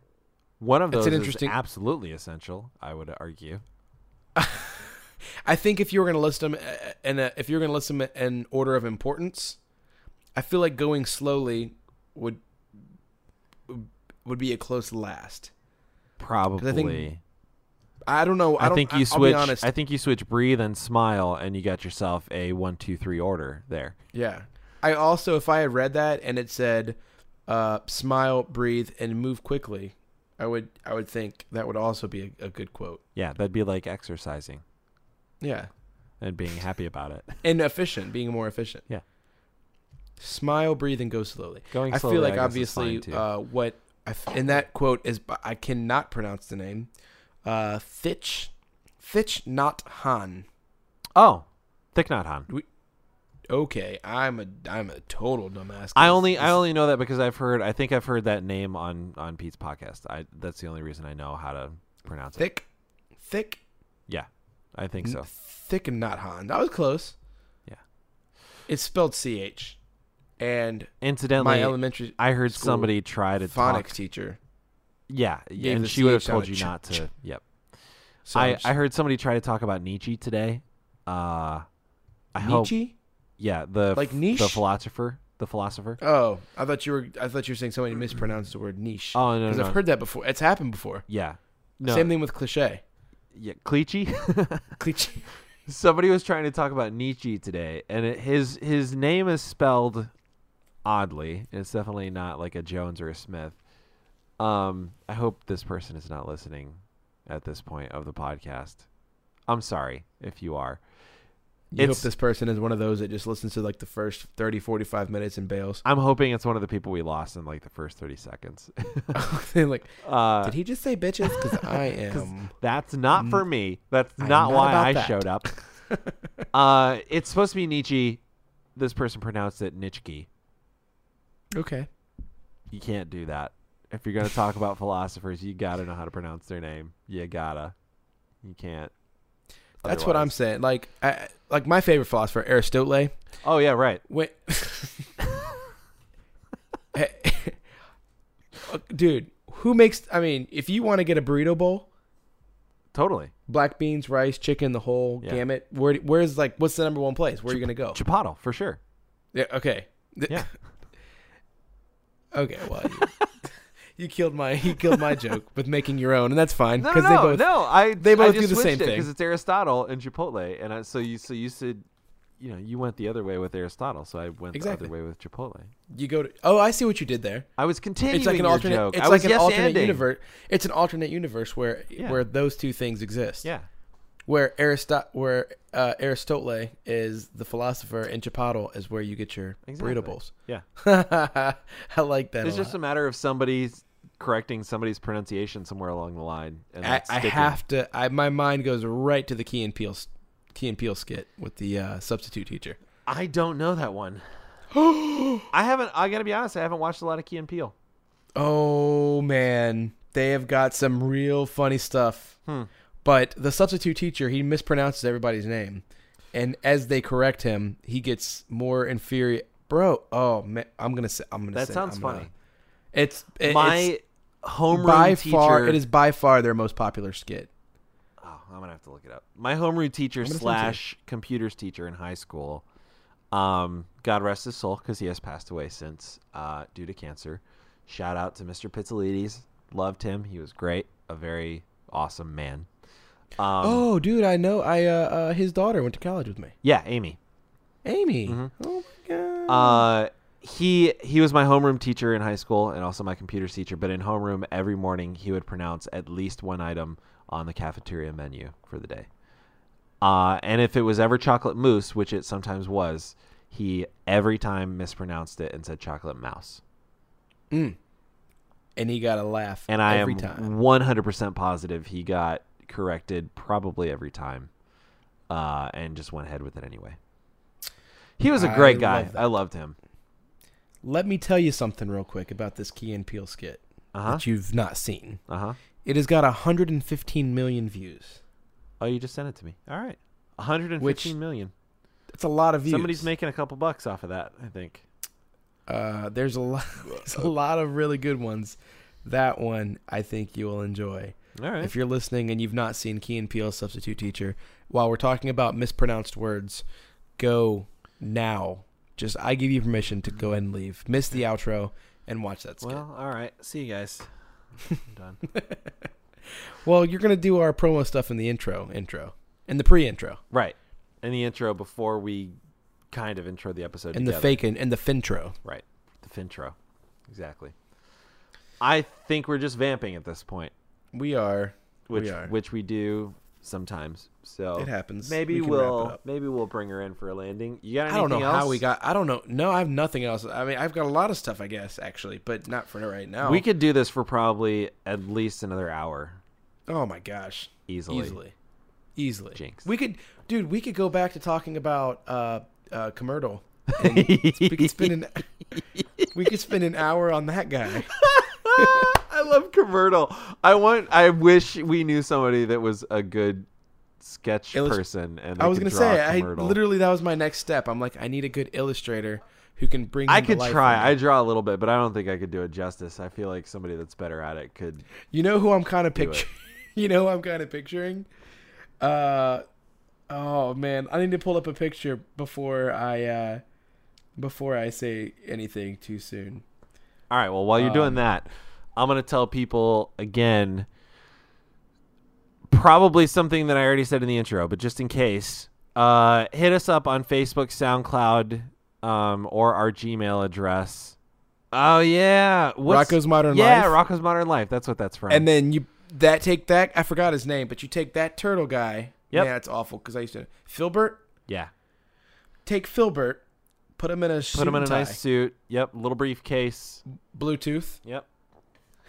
Speaker 1: One of
Speaker 2: That's
Speaker 1: those
Speaker 2: an
Speaker 1: interesting...
Speaker 2: interesting-
Speaker 1: is absolutely essential, I would argue.
Speaker 2: I think if you were going to list them uh, and uh, if you were going to list them in order of importance, I feel like going slowly would would be a close last.
Speaker 1: Probably.
Speaker 2: think- I don't know. I,
Speaker 1: I
Speaker 2: don't,
Speaker 1: think
Speaker 2: I-
Speaker 1: you
Speaker 2: I'll be
Speaker 1: switch.
Speaker 2: honest.
Speaker 1: I think you switch breathe and smile, and you got yourself a one, two, three order there.
Speaker 2: Yeah. I also, if I had read that and it said, uh, "Smile, breathe, and move quickly," I would, I would think that would also be a, a good quote.
Speaker 1: Yeah, that'd be like exercising
Speaker 2: Yeah,
Speaker 1: and being happy about
Speaker 2: *laughs*
Speaker 1: it.
Speaker 2: and efficient, being more efficient.
Speaker 1: Yeah.
Speaker 2: Smile, breathe, and go slowly.
Speaker 1: Going
Speaker 2: I
Speaker 1: slowly,
Speaker 2: feel like
Speaker 1: I guess, is
Speaker 2: obviously
Speaker 1: fine, too.
Speaker 2: uh, what I f- in that quote is I cannot pronounce the name. Uh, Thich, Thich Not Han.
Speaker 1: oh, Thich Nhat Hanh.
Speaker 2: Okay, I'm a I'm a total dumbass.
Speaker 1: I only I only know that because I've heard I think I've heard that name on on Pete's podcast. I that's the only reason I know how to pronounce it.
Speaker 2: thick, thick,
Speaker 1: Yeah. I think so.
Speaker 2: thick and not Han. That was close.
Speaker 1: Yeah.
Speaker 2: It's spelled C H, and my
Speaker 1: Incidentally,
Speaker 2: elementary
Speaker 1: I heard
Speaker 2: school
Speaker 1: somebody try to
Speaker 2: phonics
Speaker 1: talk.
Speaker 2: teacher.
Speaker 1: Yeah, yeah,
Speaker 2: gave
Speaker 1: and
Speaker 2: the
Speaker 1: she would have
Speaker 2: CH sound
Speaker 1: told
Speaker 2: of
Speaker 1: you
Speaker 2: ch-
Speaker 1: not to.
Speaker 2: ch-
Speaker 1: Yep.
Speaker 2: So
Speaker 1: I I heard somebody try to talk about Nietzsche today. Uh I hope
Speaker 2: Nietzsche.
Speaker 1: yeah, the
Speaker 2: Like
Speaker 1: f- the
Speaker 2: niche?
Speaker 1: philosopher, the philosopher.
Speaker 2: Oh, I thought you were I thought you were saying somebody mispronounced the word niche.
Speaker 1: Oh, no,
Speaker 2: because
Speaker 1: no,
Speaker 2: I've
Speaker 1: no.
Speaker 2: heard that before. It's happened before.
Speaker 1: Yeah. No.
Speaker 2: Same thing with cliche.
Speaker 1: yeah, Cleachy.
Speaker 2: Cliche.
Speaker 1: *laughs* Somebody was trying to talk about Nietzsche today, and it, his his name is spelled oddly. And it's definitely not like a Jones or a Smith. Um, I hope this person is not listening at this point of the podcast. I'm sorry if you are.
Speaker 2: You hope
Speaker 1: It's-
Speaker 2: this person is one of those that just listens to like the first 30, 45 minutes and bails. *laughs*
Speaker 1: I'm hoping it's one of the people we lost in like the first 30 seconds. *laughs*
Speaker 2: They're like,
Speaker 1: uh,
Speaker 2: did he just say bitches?
Speaker 1: *laughs*
Speaker 2: Because I am.
Speaker 1: That's not for me. That's
Speaker 2: I'm
Speaker 1: not,
Speaker 2: not
Speaker 1: why
Speaker 2: about
Speaker 1: I
Speaker 2: that.
Speaker 1: showed
Speaker 2: *laughs*
Speaker 1: up. uh, it's supposed to be Nietzsche. This person pronounced it Nitschke.
Speaker 2: Okay.
Speaker 1: You can't do that. If you're going to talk about philosophers, you got to know how to pronounce their name. You got to. You can't.
Speaker 2: That's what I'm
Speaker 1: Otherwise-
Speaker 2: saying. Like, I, like my favorite philosopher, Aristotle.
Speaker 1: Oh, yeah, right.
Speaker 2: *laughs* When, *laughs* dude, who makes? I mean, if you want to get a burrito bowl,
Speaker 1: Totally.
Speaker 2: black beans, rice, chicken, the whole
Speaker 1: Yeah.
Speaker 2: gamut. Where, where's like, what's the number one place? Where are you gonna go?
Speaker 1: Chipotle, for sure.
Speaker 2: Yeah, okay. Th-
Speaker 1: Yeah.
Speaker 2: okay. Well, you, *laughs* you killed my you killed my joke with making your own, and that's fine *laughs*
Speaker 1: No, no,
Speaker 2: they
Speaker 1: no,
Speaker 2: both
Speaker 1: no. I
Speaker 2: they both do the same thing.
Speaker 1: because it's Aristotle and Chipotle, and I, so you so you said, you know, you went the other way with Aristotle, so I went
Speaker 2: Exactly.
Speaker 1: the other way with Chipotle.
Speaker 2: you go to. Oh, I see what you did there.
Speaker 1: I was continuing
Speaker 2: It's like an
Speaker 1: your
Speaker 2: alternate.
Speaker 1: joke.
Speaker 2: It's
Speaker 1: I
Speaker 2: like
Speaker 1: was
Speaker 2: an
Speaker 1: yes
Speaker 2: alternate
Speaker 1: anding.
Speaker 2: universe. It's an alternate universe where
Speaker 1: Yeah.
Speaker 2: where those two things exist.
Speaker 1: Yeah.
Speaker 2: Where Aristotle where uh, Aristotle is the philosopher, and Chipotle is where you get your
Speaker 1: Exactly.
Speaker 2: burrito bowls.
Speaker 1: Yeah.
Speaker 2: *laughs* I like that.
Speaker 1: It's
Speaker 2: a lot.
Speaker 1: just a matter of somebody's correcting somebody's pronunciation somewhere along the line. And
Speaker 2: I,
Speaker 1: that's
Speaker 2: I
Speaker 1: sticking.
Speaker 2: have to. I my mind goes right to the Key and Peele, Key and Peele skit with the uh, substitute teacher.
Speaker 1: I don't know that one. *gasps* I haven't. I gotta be honest. I haven't watched a lot of Key and Peele.
Speaker 2: Oh man, they have got some real funny stuff.
Speaker 1: Hmm.
Speaker 2: But the substitute teacher, he mispronounces everybody's name, and as they correct him, he gets more inferior. Bro, oh man, I'm gonna say I'm gonna.
Speaker 1: That
Speaker 2: say-
Speaker 1: sounds
Speaker 2: I'm
Speaker 1: funny.
Speaker 2: gonna- it's it,
Speaker 1: My
Speaker 2: it's
Speaker 1: homeroom
Speaker 2: by
Speaker 1: teacher.
Speaker 2: far it is by far their most popular skit.
Speaker 1: Oh, I'm gonna have to look it up. My homeroom teacher
Speaker 2: send it to you.
Speaker 1: slash computers teacher in high school. Um, God rest his soul because he has passed away since uh, due to cancer. Shout out to Mr. Pizzolides. Loved him. He was great. A very awesome man. Um,
Speaker 2: oh, dude, I know. I uh, uh, his daughter went to college with me,
Speaker 1: yeah, Amy.
Speaker 2: Amy. Oh my god.
Speaker 1: Mm-hmm. Uh, he he was my homeroom teacher in high school and also my computers teacher. But in homeroom, every morning he would pronounce at least one item on the cafeteria menu for the day. Uh, and if it was ever chocolate mousse, which it sometimes was, he every time mispronounced it and said chocolate mouse.
Speaker 2: Mm. and he got a laugh
Speaker 1: And I
Speaker 2: every
Speaker 1: am
Speaker 2: time.
Speaker 1: 100% positive he got corrected probably every time uh, and just went ahead with it anyway. He was a
Speaker 2: I
Speaker 1: great guy.
Speaker 2: love that.
Speaker 1: I loved him.
Speaker 2: Let me tell you something real quick about this Key and Peele skit
Speaker 1: Uh huh.
Speaker 2: that you've not seen.
Speaker 1: Uh huh.
Speaker 2: It has got 115 million views.
Speaker 1: Oh, you just sent it to me. All right. one hundred and
Speaker 2: Which
Speaker 1: fifteen million.
Speaker 2: That's a lot of views.
Speaker 1: Somebody's making a couple bucks off of that, I think.
Speaker 2: Uh, there's a lot. *laughs* There's a lot of really good ones. That one I think you will enjoy.
Speaker 1: All right.
Speaker 2: If you're listening and you've not seen Key and Peele Substitute Teacher, while we're talking about mispronounced words, go now. Just I give you permission to go ahead and leave. Miss the outro and watch that skit.
Speaker 1: well, all right. See you guys. I'm done.
Speaker 2: Well, you're gonna do our promo stuff in the intro, intro, in the pre-intro,
Speaker 1: right. In the intro before we kind of intro the episode
Speaker 2: in the
Speaker 1: together.
Speaker 2: fake and in the fintro.
Speaker 1: Right. The fintro. Exactly. I think we're just vamping at this point,
Speaker 2: We are.
Speaker 1: which
Speaker 2: we are.
Speaker 1: which we do sometimes. So
Speaker 2: It happens.
Speaker 1: Maybe
Speaker 2: We can
Speaker 1: will
Speaker 2: wrap it up.
Speaker 1: maybe we'll bring her in for a landing. You got
Speaker 2: I
Speaker 1: anything
Speaker 2: don't know
Speaker 1: else?
Speaker 2: how we got. I don't know. No, I have nothing else. I mean, I've got a lot of stuff, I guess, actually, but not for right now.
Speaker 1: We could do this for probably at least another hour
Speaker 2: Oh my gosh.
Speaker 1: easily.
Speaker 2: Easily. Easily.
Speaker 1: Jinx.
Speaker 2: We could, dude. We could go back to talking about uh, uh, Commercial. we could
Speaker 1: *laughs*
Speaker 2: spend an. we could spend an hour on that guy.
Speaker 1: *laughs* I love Convertal. I want. I wish we knew somebody that was a good sketch
Speaker 2: Illus-
Speaker 1: person. And
Speaker 2: I was
Speaker 1: going
Speaker 2: gonna
Speaker 1: to
Speaker 2: say, I literally that was my next step. I'm like, I need a good illustrator who can bring.
Speaker 1: I
Speaker 2: him to
Speaker 1: could
Speaker 2: life for me.
Speaker 1: try. I draw a little bit, but I don't think I could do it justice. I feel like somebody that's better at it could.
Speaker 2: You know who I'm kind of
Speaker 1: it.
Speaker 2: picturing? *laughs* you know who I'm kind of picturing? Uh, oh man, I need to pull up a picture before I uh, before I say anything too soon.
Speaker 1: All right. Well, while you're
Speaker 2: Um,
Speaker 1: doing that, I'm going to tell people again. probably something that I already said in the intro, but just in case, uh, hit us up on Facebook, SoundCloud, um, or our Gmail address. Oh yeah, What's,
Speaker 2: Rocco's Modern
Speaker 1: yeah,
Speaker 2: Life.
Speaker 1: Rocco's Modern Life. That's what that's from.
Speaker 2: and then you that take that I forgot his name, but you take that turtle guy.
Speaker 1: Yep.
Speaker 2: Yeah, that's awful because I used to Philbert.
Speaker 1: yeah,
Speaker 2: Take Philbert, put him in a suit
Speaker 1: put him in a
Speaker 2: and tie,
Speaker 1: nice suit. Yep, little briefcase.
Speaker 2: Bluetooth. *laughs*
Speaker 1: Yep,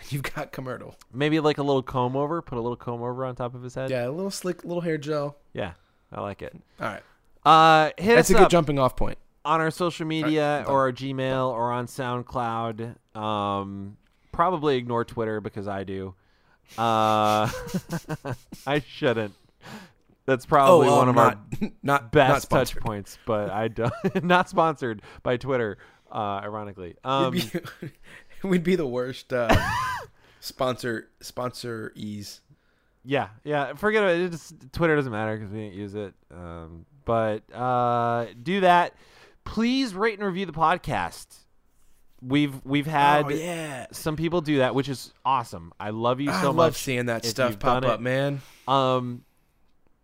Speaker 2: You've got Commercial.
Speaker 1: maybe like a little comb over. Put a little comb over on top of his head.
Speaker 2: Yeah, a little slick, little hair gel.
Speaker 1: Yeah, I like
Speaker 2: *laughs*
Speaker 1: it.
Speaker 2: All right,
Speaker 1: Uh, hit
Speaker 2: that's
Speaker 1: us
Speaker 2: a good
Speaker 1: up
Speaker 2: jumping off point.
Speaker 1: on our social media
Speaker 2: done.
Speaker 1: or our Gmail or on SoundCloud. Um, probably ignore Twitter because I do. Uh, *laughs* I shouldn't. That's probably
Speaker 2: well,
Speaker 1: one of
Speaker 2: Oh, um, not, *laughs*
Speaker 1: our
Speaker 2: not not
Speaker 1: best touch
Speaker 2: sponsored.
Speaker 1: points, but I don't. *laughs* not sponsored by Twitter, uh, ironically. Um,
Speaker 2: We'd be- *laughs* We'd be the worst uh,
Speaker 1: *laughs*
Speaker 2: sponsor sponsor ease.
Speaker 1: yeah, yeah. Forget it. it just, Twitter doesn't matter because we didn't use it. Um, but uh, do that. Please rate and review the podcast. We've we've had
Speaker 2: Oh yeah,
Speaker 1: some people do that, which is awesome. I love you so
Speaker 2: I
Speaker 1: much.
Speaker 2: love seeing that
Speaker 1: if
Speaker 2: stuff
Speaker 1: you've done
Speaker 2: pop up,
Speaker 1: it.
Speaker 2: man.
Speaker 1: Um,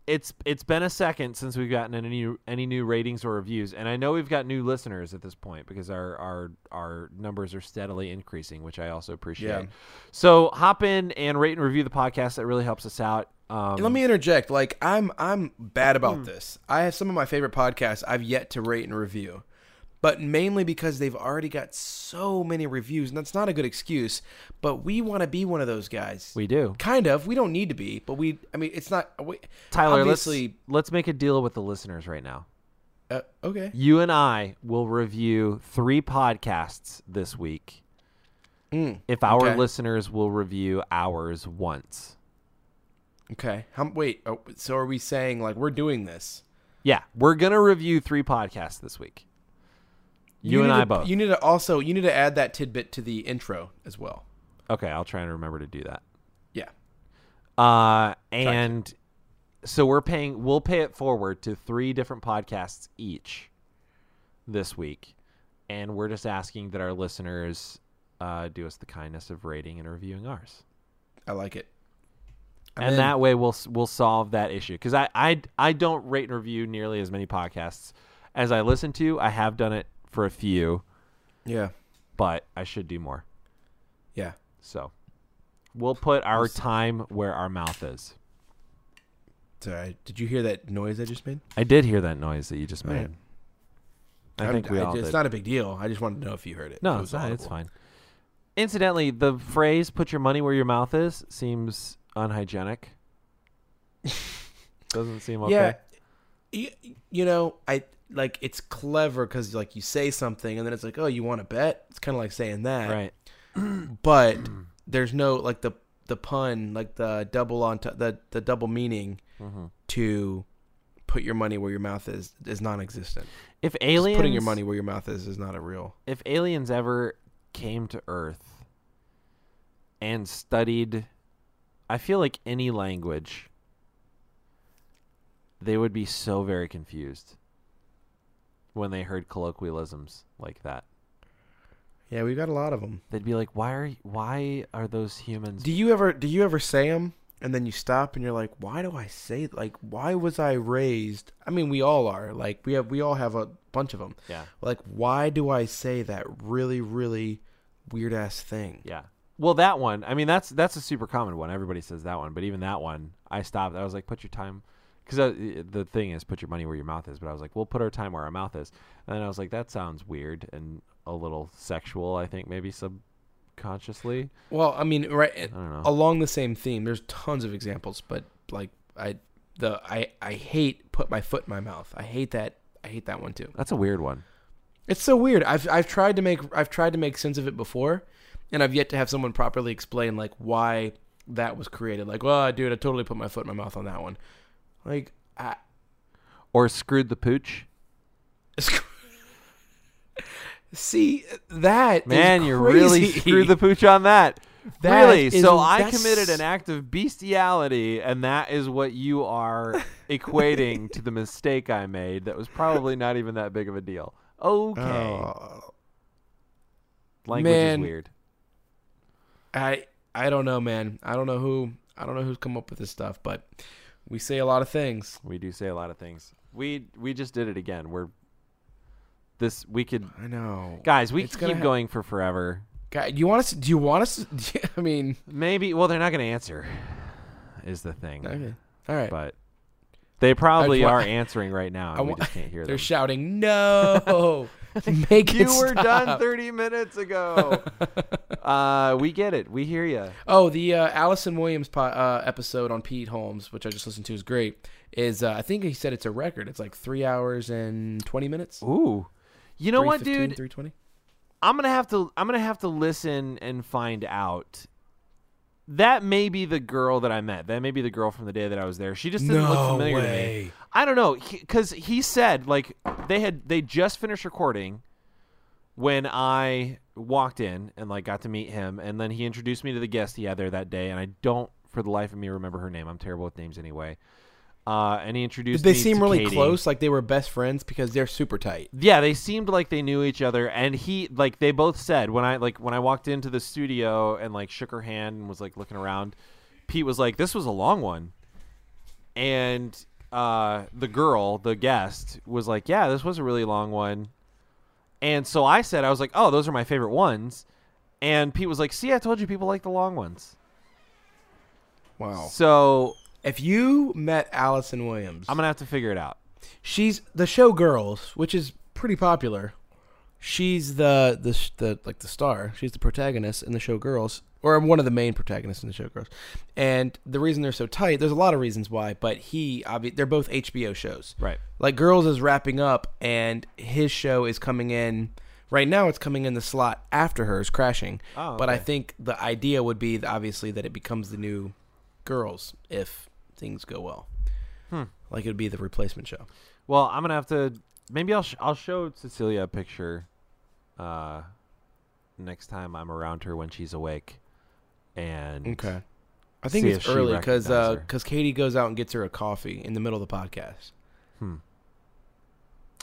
Speaker 1: it's it's been a second since we've gotten any new, any new ratings or reviews, and I know we've got new listeners at this point because our our our numbers are steadily increasing, which I also appreciate.
Speaker 2: Yeah.
Speaker 1: So hop in and rate and review the podcast. That really helps us out. Um,
Speaker 2: Let me interject. Like I'm I'm bad
Speaker 1: Hmm.
Speaker 2: about this. I have some of my favorite podcasts I've yet to rate and review. But mainly because they've already got so many reviews, and that's not a good excuse. But we want to be one of those guys.
Speaker 1: we do,
Speaker 2: kind of. We don't need to be, but we. I mean, it's not. We,
Speaker 1: Tyler. Let's
Speaker 2: obviously.
Speaker 1: let's make a deal with the listeners right now.
Speaker 2: uh, okay.
Speaker 1: You and I will review three podcasts this week.
Speaker 2: Mm,
Speaker 1: If our
Speaker 2: Okay.
Speaker 1: listeners will review ours once.
Speaker 2: okay. How, wait. Oh, so are we saying like we're doing this?
Speaker 1: Yeah, we're gonna review three podcasts this week. You, and
Speaker 2: need
Speaker 1: I
Speaker 2: to-
Speaker 1: both.
Speaker 2: You need to also you need to add that tidbit to the intro as well.
Speaker 1: okay, I'll try and remember to do that.
Speaker 2: Yeah.
Speaker 1: Uh, and so we're paying. We'll pay it forward to three different podcasts each this week, and we're just asking that our listeners uh, do us the kindness of rating and reviewing ours.
Speaker 2: I like it. I'm
Speaker 1: and
Speaker 2: in.
Speaker 1: that way we'll s- we'll solve that issue because I, I I don't rate and review nearly as many podcasts as I listen to. I have done it for a few,
Speaker 2: Yeah.
Speaker 1: but I should do more.
Speaker 2: Yeah.
Speaker 1: So we'll put our time where our mouth is.
Speaker 2: Sorry, did you hear that noise I just made?
Speaker 1: I did hear that noise that you just made. I
Speaker 2: I'm-
Speaker 1: think we all
Speaker 2: It's
Speaker 1: did.
Speaker 2: not a big deal. I just wanted to know if you heard it. if
Speaker 1: no,
Speaker 2: it
Speaker 1: it's, not, it's
Speaker 2: audible.
Speaker 1: fine. Incidentally, the phrase "put your money where your mouth is" seems
Speaker 2: *laughs*
Speaker 1: unhygienic. Doesn't seem okay.
Speaker 2: Yeah. You, you know, I like it's clever because like you say something and then it's like, oh, you want to bet? It's kind of like saying that,
Speaker 1: Right.
Speaker 2: *clears throat* But there's no like the the pun, like the double on the the double meaning
Speaker 1: Mm-hmm.
Speaker 2: to put your money where your mouth is is non-existent.
Speaker 1: If
Speaker 2: Just
Speaker 1: aliens
Speaker 2: putting your money where your mouth is is not a real.
Speaker 1: if aliens ever came to Earth and studied, I feel like any language, they would be so very confused when they heard colloquialisms like that.
Speaker 2: Yeah, we've got a lot of them.
Speaker 1: They'd be like, "Why are y- why are those humans?"
Speaker 2: Do you ever do you ever say them and then you stop and you're like, why do I say like why was I raised? I mean, we all are like we have we all have a bunch of them.
Speaker 1: yeah,
Speaker 2: Like why do I say that really really weird ass thing?
Speaker 1: yeah. Well, that one. I mean, that's that's a super common one. Everybody says that one, but even that one, I stopped. I was like, "Put your time," because the thing is, put your money where your mouth is. But I was like, "We'll put our time where our mouth is," and then I was like, "That sounds weird and a little sexual." I think maybe subconsciously.
Speaker 2: Well, I mean, right
Speaker 1: I don't know.
Speaker 2: along the same theme, there's tons of examples, but like I the I I hate put my foot in my mouth. I hate that. I hate that one too.
Speaker 1: That's a weird one.
Speaker 2: It's so weird. I've I've tried to make I've tried to make sense of it before, and I've yet to have someone properly explain like why that was created. Like, well, dude, I totally put my foot in my mouth on that one. Like, I, *laughs*
Speaker 1: Or screwed the pooch.
Speaker 2: see that is
Speaker 1: Man, you really
Speaker 2: crazy.
Speaker 1: *laughs* screwed the pooch on that.
Speaker 2: *laughs* That
Speaker 1: really?
Speaker 2: is-
Speaker 1: so I
Speaker 2: that's-
Speaker 1: committed an act of bestiality, and that is what you are equating to the mistake I made that was probably not even that big of a deal. Okay.
Speaker 2: Oh,
Speaker 1: Language
Speaker 2: man.
Speaker 1: is weird.
Speaker 2: I I don't know, man. I don't know who I don't know who's come up with this stuff, but we say a lot of things.
Speaker 1: We do say a lot of things. We we just did it again. We're this we could
Speaker 2: I know.
Speaker 1: guys, we
Speaker 2: It's
Speaker 1: could
Speaker 2: gonna
Speaker 1: keep
Speaker 2: hap-
Speaker 1: going for forever.
Speaker 2: God, do you want us? Do you want us? *laughs* I mean,
Speaker 1: Maybe well they're not gonna answer is the thing.
Speaker 2: okay. all right.
Speaker 1: But they probably
Speaker 2: wa-
Speaker 1: are answering right now and
Speaker 2: *laughs* I
Speaker 1: we
Speaker 2: wa-
Speaker 1: just can't hear
Speaker 2: They're
Speaker 1: them. *laughs*
Speaker 2: shouting, "No, make
Speaker 1: you
Speaker 2: it
Speaker 1: were done
Speaker 2: stop."
Speaker 1: 30 minutes
Speaker 2: *laughs*
Speaker 1: ago. uh, we get it. We hear you.
Speaker 2: Oh, the uh, Allison Williams po- uh, episode on Pete Holmes, which I just listened to, is great. Is uh, I think he said it's a record. It's like three hours and twenty minutes.
Speaker 1: Ooh. You know what,
Speaker 2: 3:15,
Speaker 1: dude?
Speaker 2: 3:20?
Speaker 1: I'm gonna have to I'm gonna have to listen and find out. That may be the girl that I met. That may be the girl from the day that I was there. She just didn't look
Speaker 2: No
Speaker 1: familiar to me.
Speaker 2: way.
Speaker 1: I don't know because he, said like they had they just finished recording when I walked in and like got to meet him, and then he introduced me to the guest he had there that day, and I don't for the life of me remember her name. I'm terrible with names anyway. Uh, and he introduced.
Speaker 2: Did they
Speaker 1: me
Speaker 2: seem
Speaker 1: to
Speaker 2: really
Speaker 1: Katie
Speaker 2: close? Like they were best friends because they're super tight.
Speaker 1: yeah they seemed like they knew each other and he like they both said when i like when i walked into the studio and like shook her hand and was like looking around pete was like this was a long one and uh the girl the guest was like yeah this was a really long one and so i said i was like oh those are my favorite ones and pete was like see i told you people like the long ones
Speaker 2: Wow.
Speaker 1: so
Speaker 2: If you met Allison Williams,
Speaker 1: i'm gonna have to figure it out
Speaker 2: she's the show Girls, which is pretty popular. She's the the sh- the like the star. She's the protagonist in the show Girls, or one of the main protagonists in the show Girls. And the reason they're so tight, there's a lot of reasons why, but he obvi- they're both HBO shows.
Speaker 1: Right.
Speaker 2: Like Girls is wrapping up, and his show is coming in. Right now, it's coming in the slot after hers, crashing.
Speaker 1: Oh,
Speaker 2: But I
Speaker 1: okay.
Speaker 2: think the idea would be obviously that it becomes the new Girls if things go well.
Speaker 1: Hmm.
Speaker 2: Like it would be the replacement show.
Speaker 1: Well, I'm gonna have to. Maybe I'll sh- I'll show Cecilia a picture, uh, next time I'm around her when she's awake, and
Speaker 2: Okay. I think
Speaker 1: See
Speaker 2: it's
Speaker 1: if she
Speaker 2: early because
Speaker 1: recognizes her.
Speaker 2: Katie goes out and gets her a coffee in the middle of the podcast.
Speaker 1: hmm.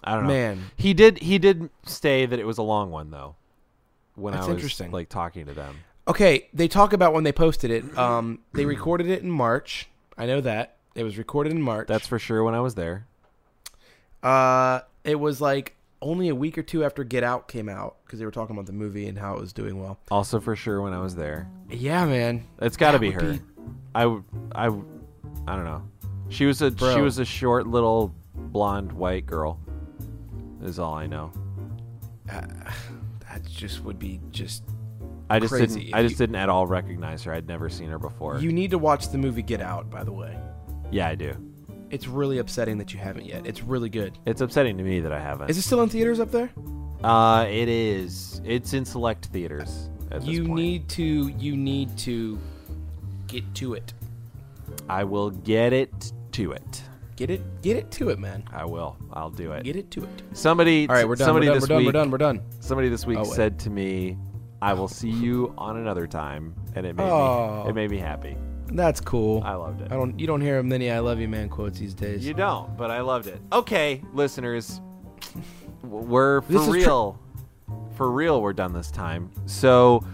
Speaker 1: I don't know.
Speaker 2: Man,
Speaker 1: He did he did say that it was a long one though. When
Speaker 2: That's
Speaker 1: I was
Speaker 2: interesting.
Speaker 1: like talking to them,
Speaker 2: okay. They talk about when they posted it. Um,
Speaker 1: *clears throat*
Speaker 2: they recorded it in March. I know that it was recorded in March.
Speaker 1: that's for sure. When I was there,
Speaker 2: uh, it was like only a week or two after Get Out came out because they were talking about the movie and how it was doing well.
Speaker 1: also for sure when I was there,
Speaker 2: Yeah, man.
Speaker 1: it's got to
Speaker 2: That
Speaker 1: be
Speaker 2: would
Speaker 1: her.
Speaker 2: be-
Speaker 1: I w- I w- I don't know. She was a she
Speaker 2: Bro.
Speaker 1: was a short little blonde white girl. Is all I know.
Speaker 2: That just would be just.
Speaker 1: I just
Speaker 2: Crazy.
Speaker 1: didn't
Speaker 2: If
Speaker 1: I just
Speaker 2: you-
Speaker 1: didn't at all recognize her. I'd never seen her before.
Speaker 2: You need to watch the movie Get Out. By the way,
Speaker 1: yeah, I do.
Speaker 2: it's really upsetting that you haven't yet. It's really good.
Speaker 1: It's upsetting to me that I haven't.
Speaker 2: Is it still in theaters up there?
Speaker 1: uh, it is. It's in select theaters at this
Speaker 2: you
Speaker 1: point.
Speaker 2: need to you need to get to it
Speaker 1: I will get it to it.
Speaker 2: get it get it to it man
Speaker 1: I will. I'll do it.
Speaker 2: get it to it
Speaker 1: Somebody.
Speaker 2: all right we're done
Speaker 1: Somebody
Speaker 2: we're done
Speaker 1: this
Speaker 2: we're done,
Speaker 1: week.
Speaker 2: we're done we're done
Speaker 1: Somebody this week
Speaker 2: Oh, wait.
Speaker 1: said to me, "I will see you on another time," and it made
Speaker 2: Oh.
Speaker 1: me. It made me happy.
Speaker 2: that's cool
Speaker 1: I loved it.
Speaker 2: i don't you don't hear many i love you man quotes these days Oh.
Speaker 1: You don't, but I loved it. Okay, listeners, w- we're for
Speaker 2: This is tr-
Speaker 1: real. for real, we're done this time. So,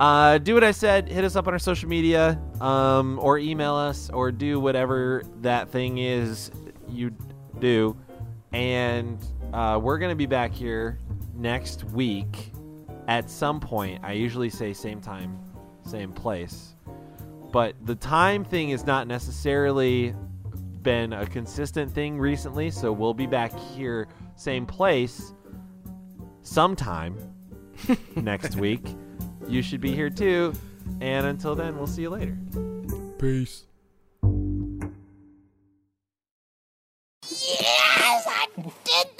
Speaker 1: uh, do what I said. Hit us up on our social media, um, or email us, or do whatever that thing is you do. And uh, we're gonna be back here next week at some point. I usually say same time, same place but the time thing is not necessarily been a consistent thing recently so we'll be back here same place sometime next week you should be here too and until then we'll see you later
Speaker 2: peace
Speaker 4: Yes, I did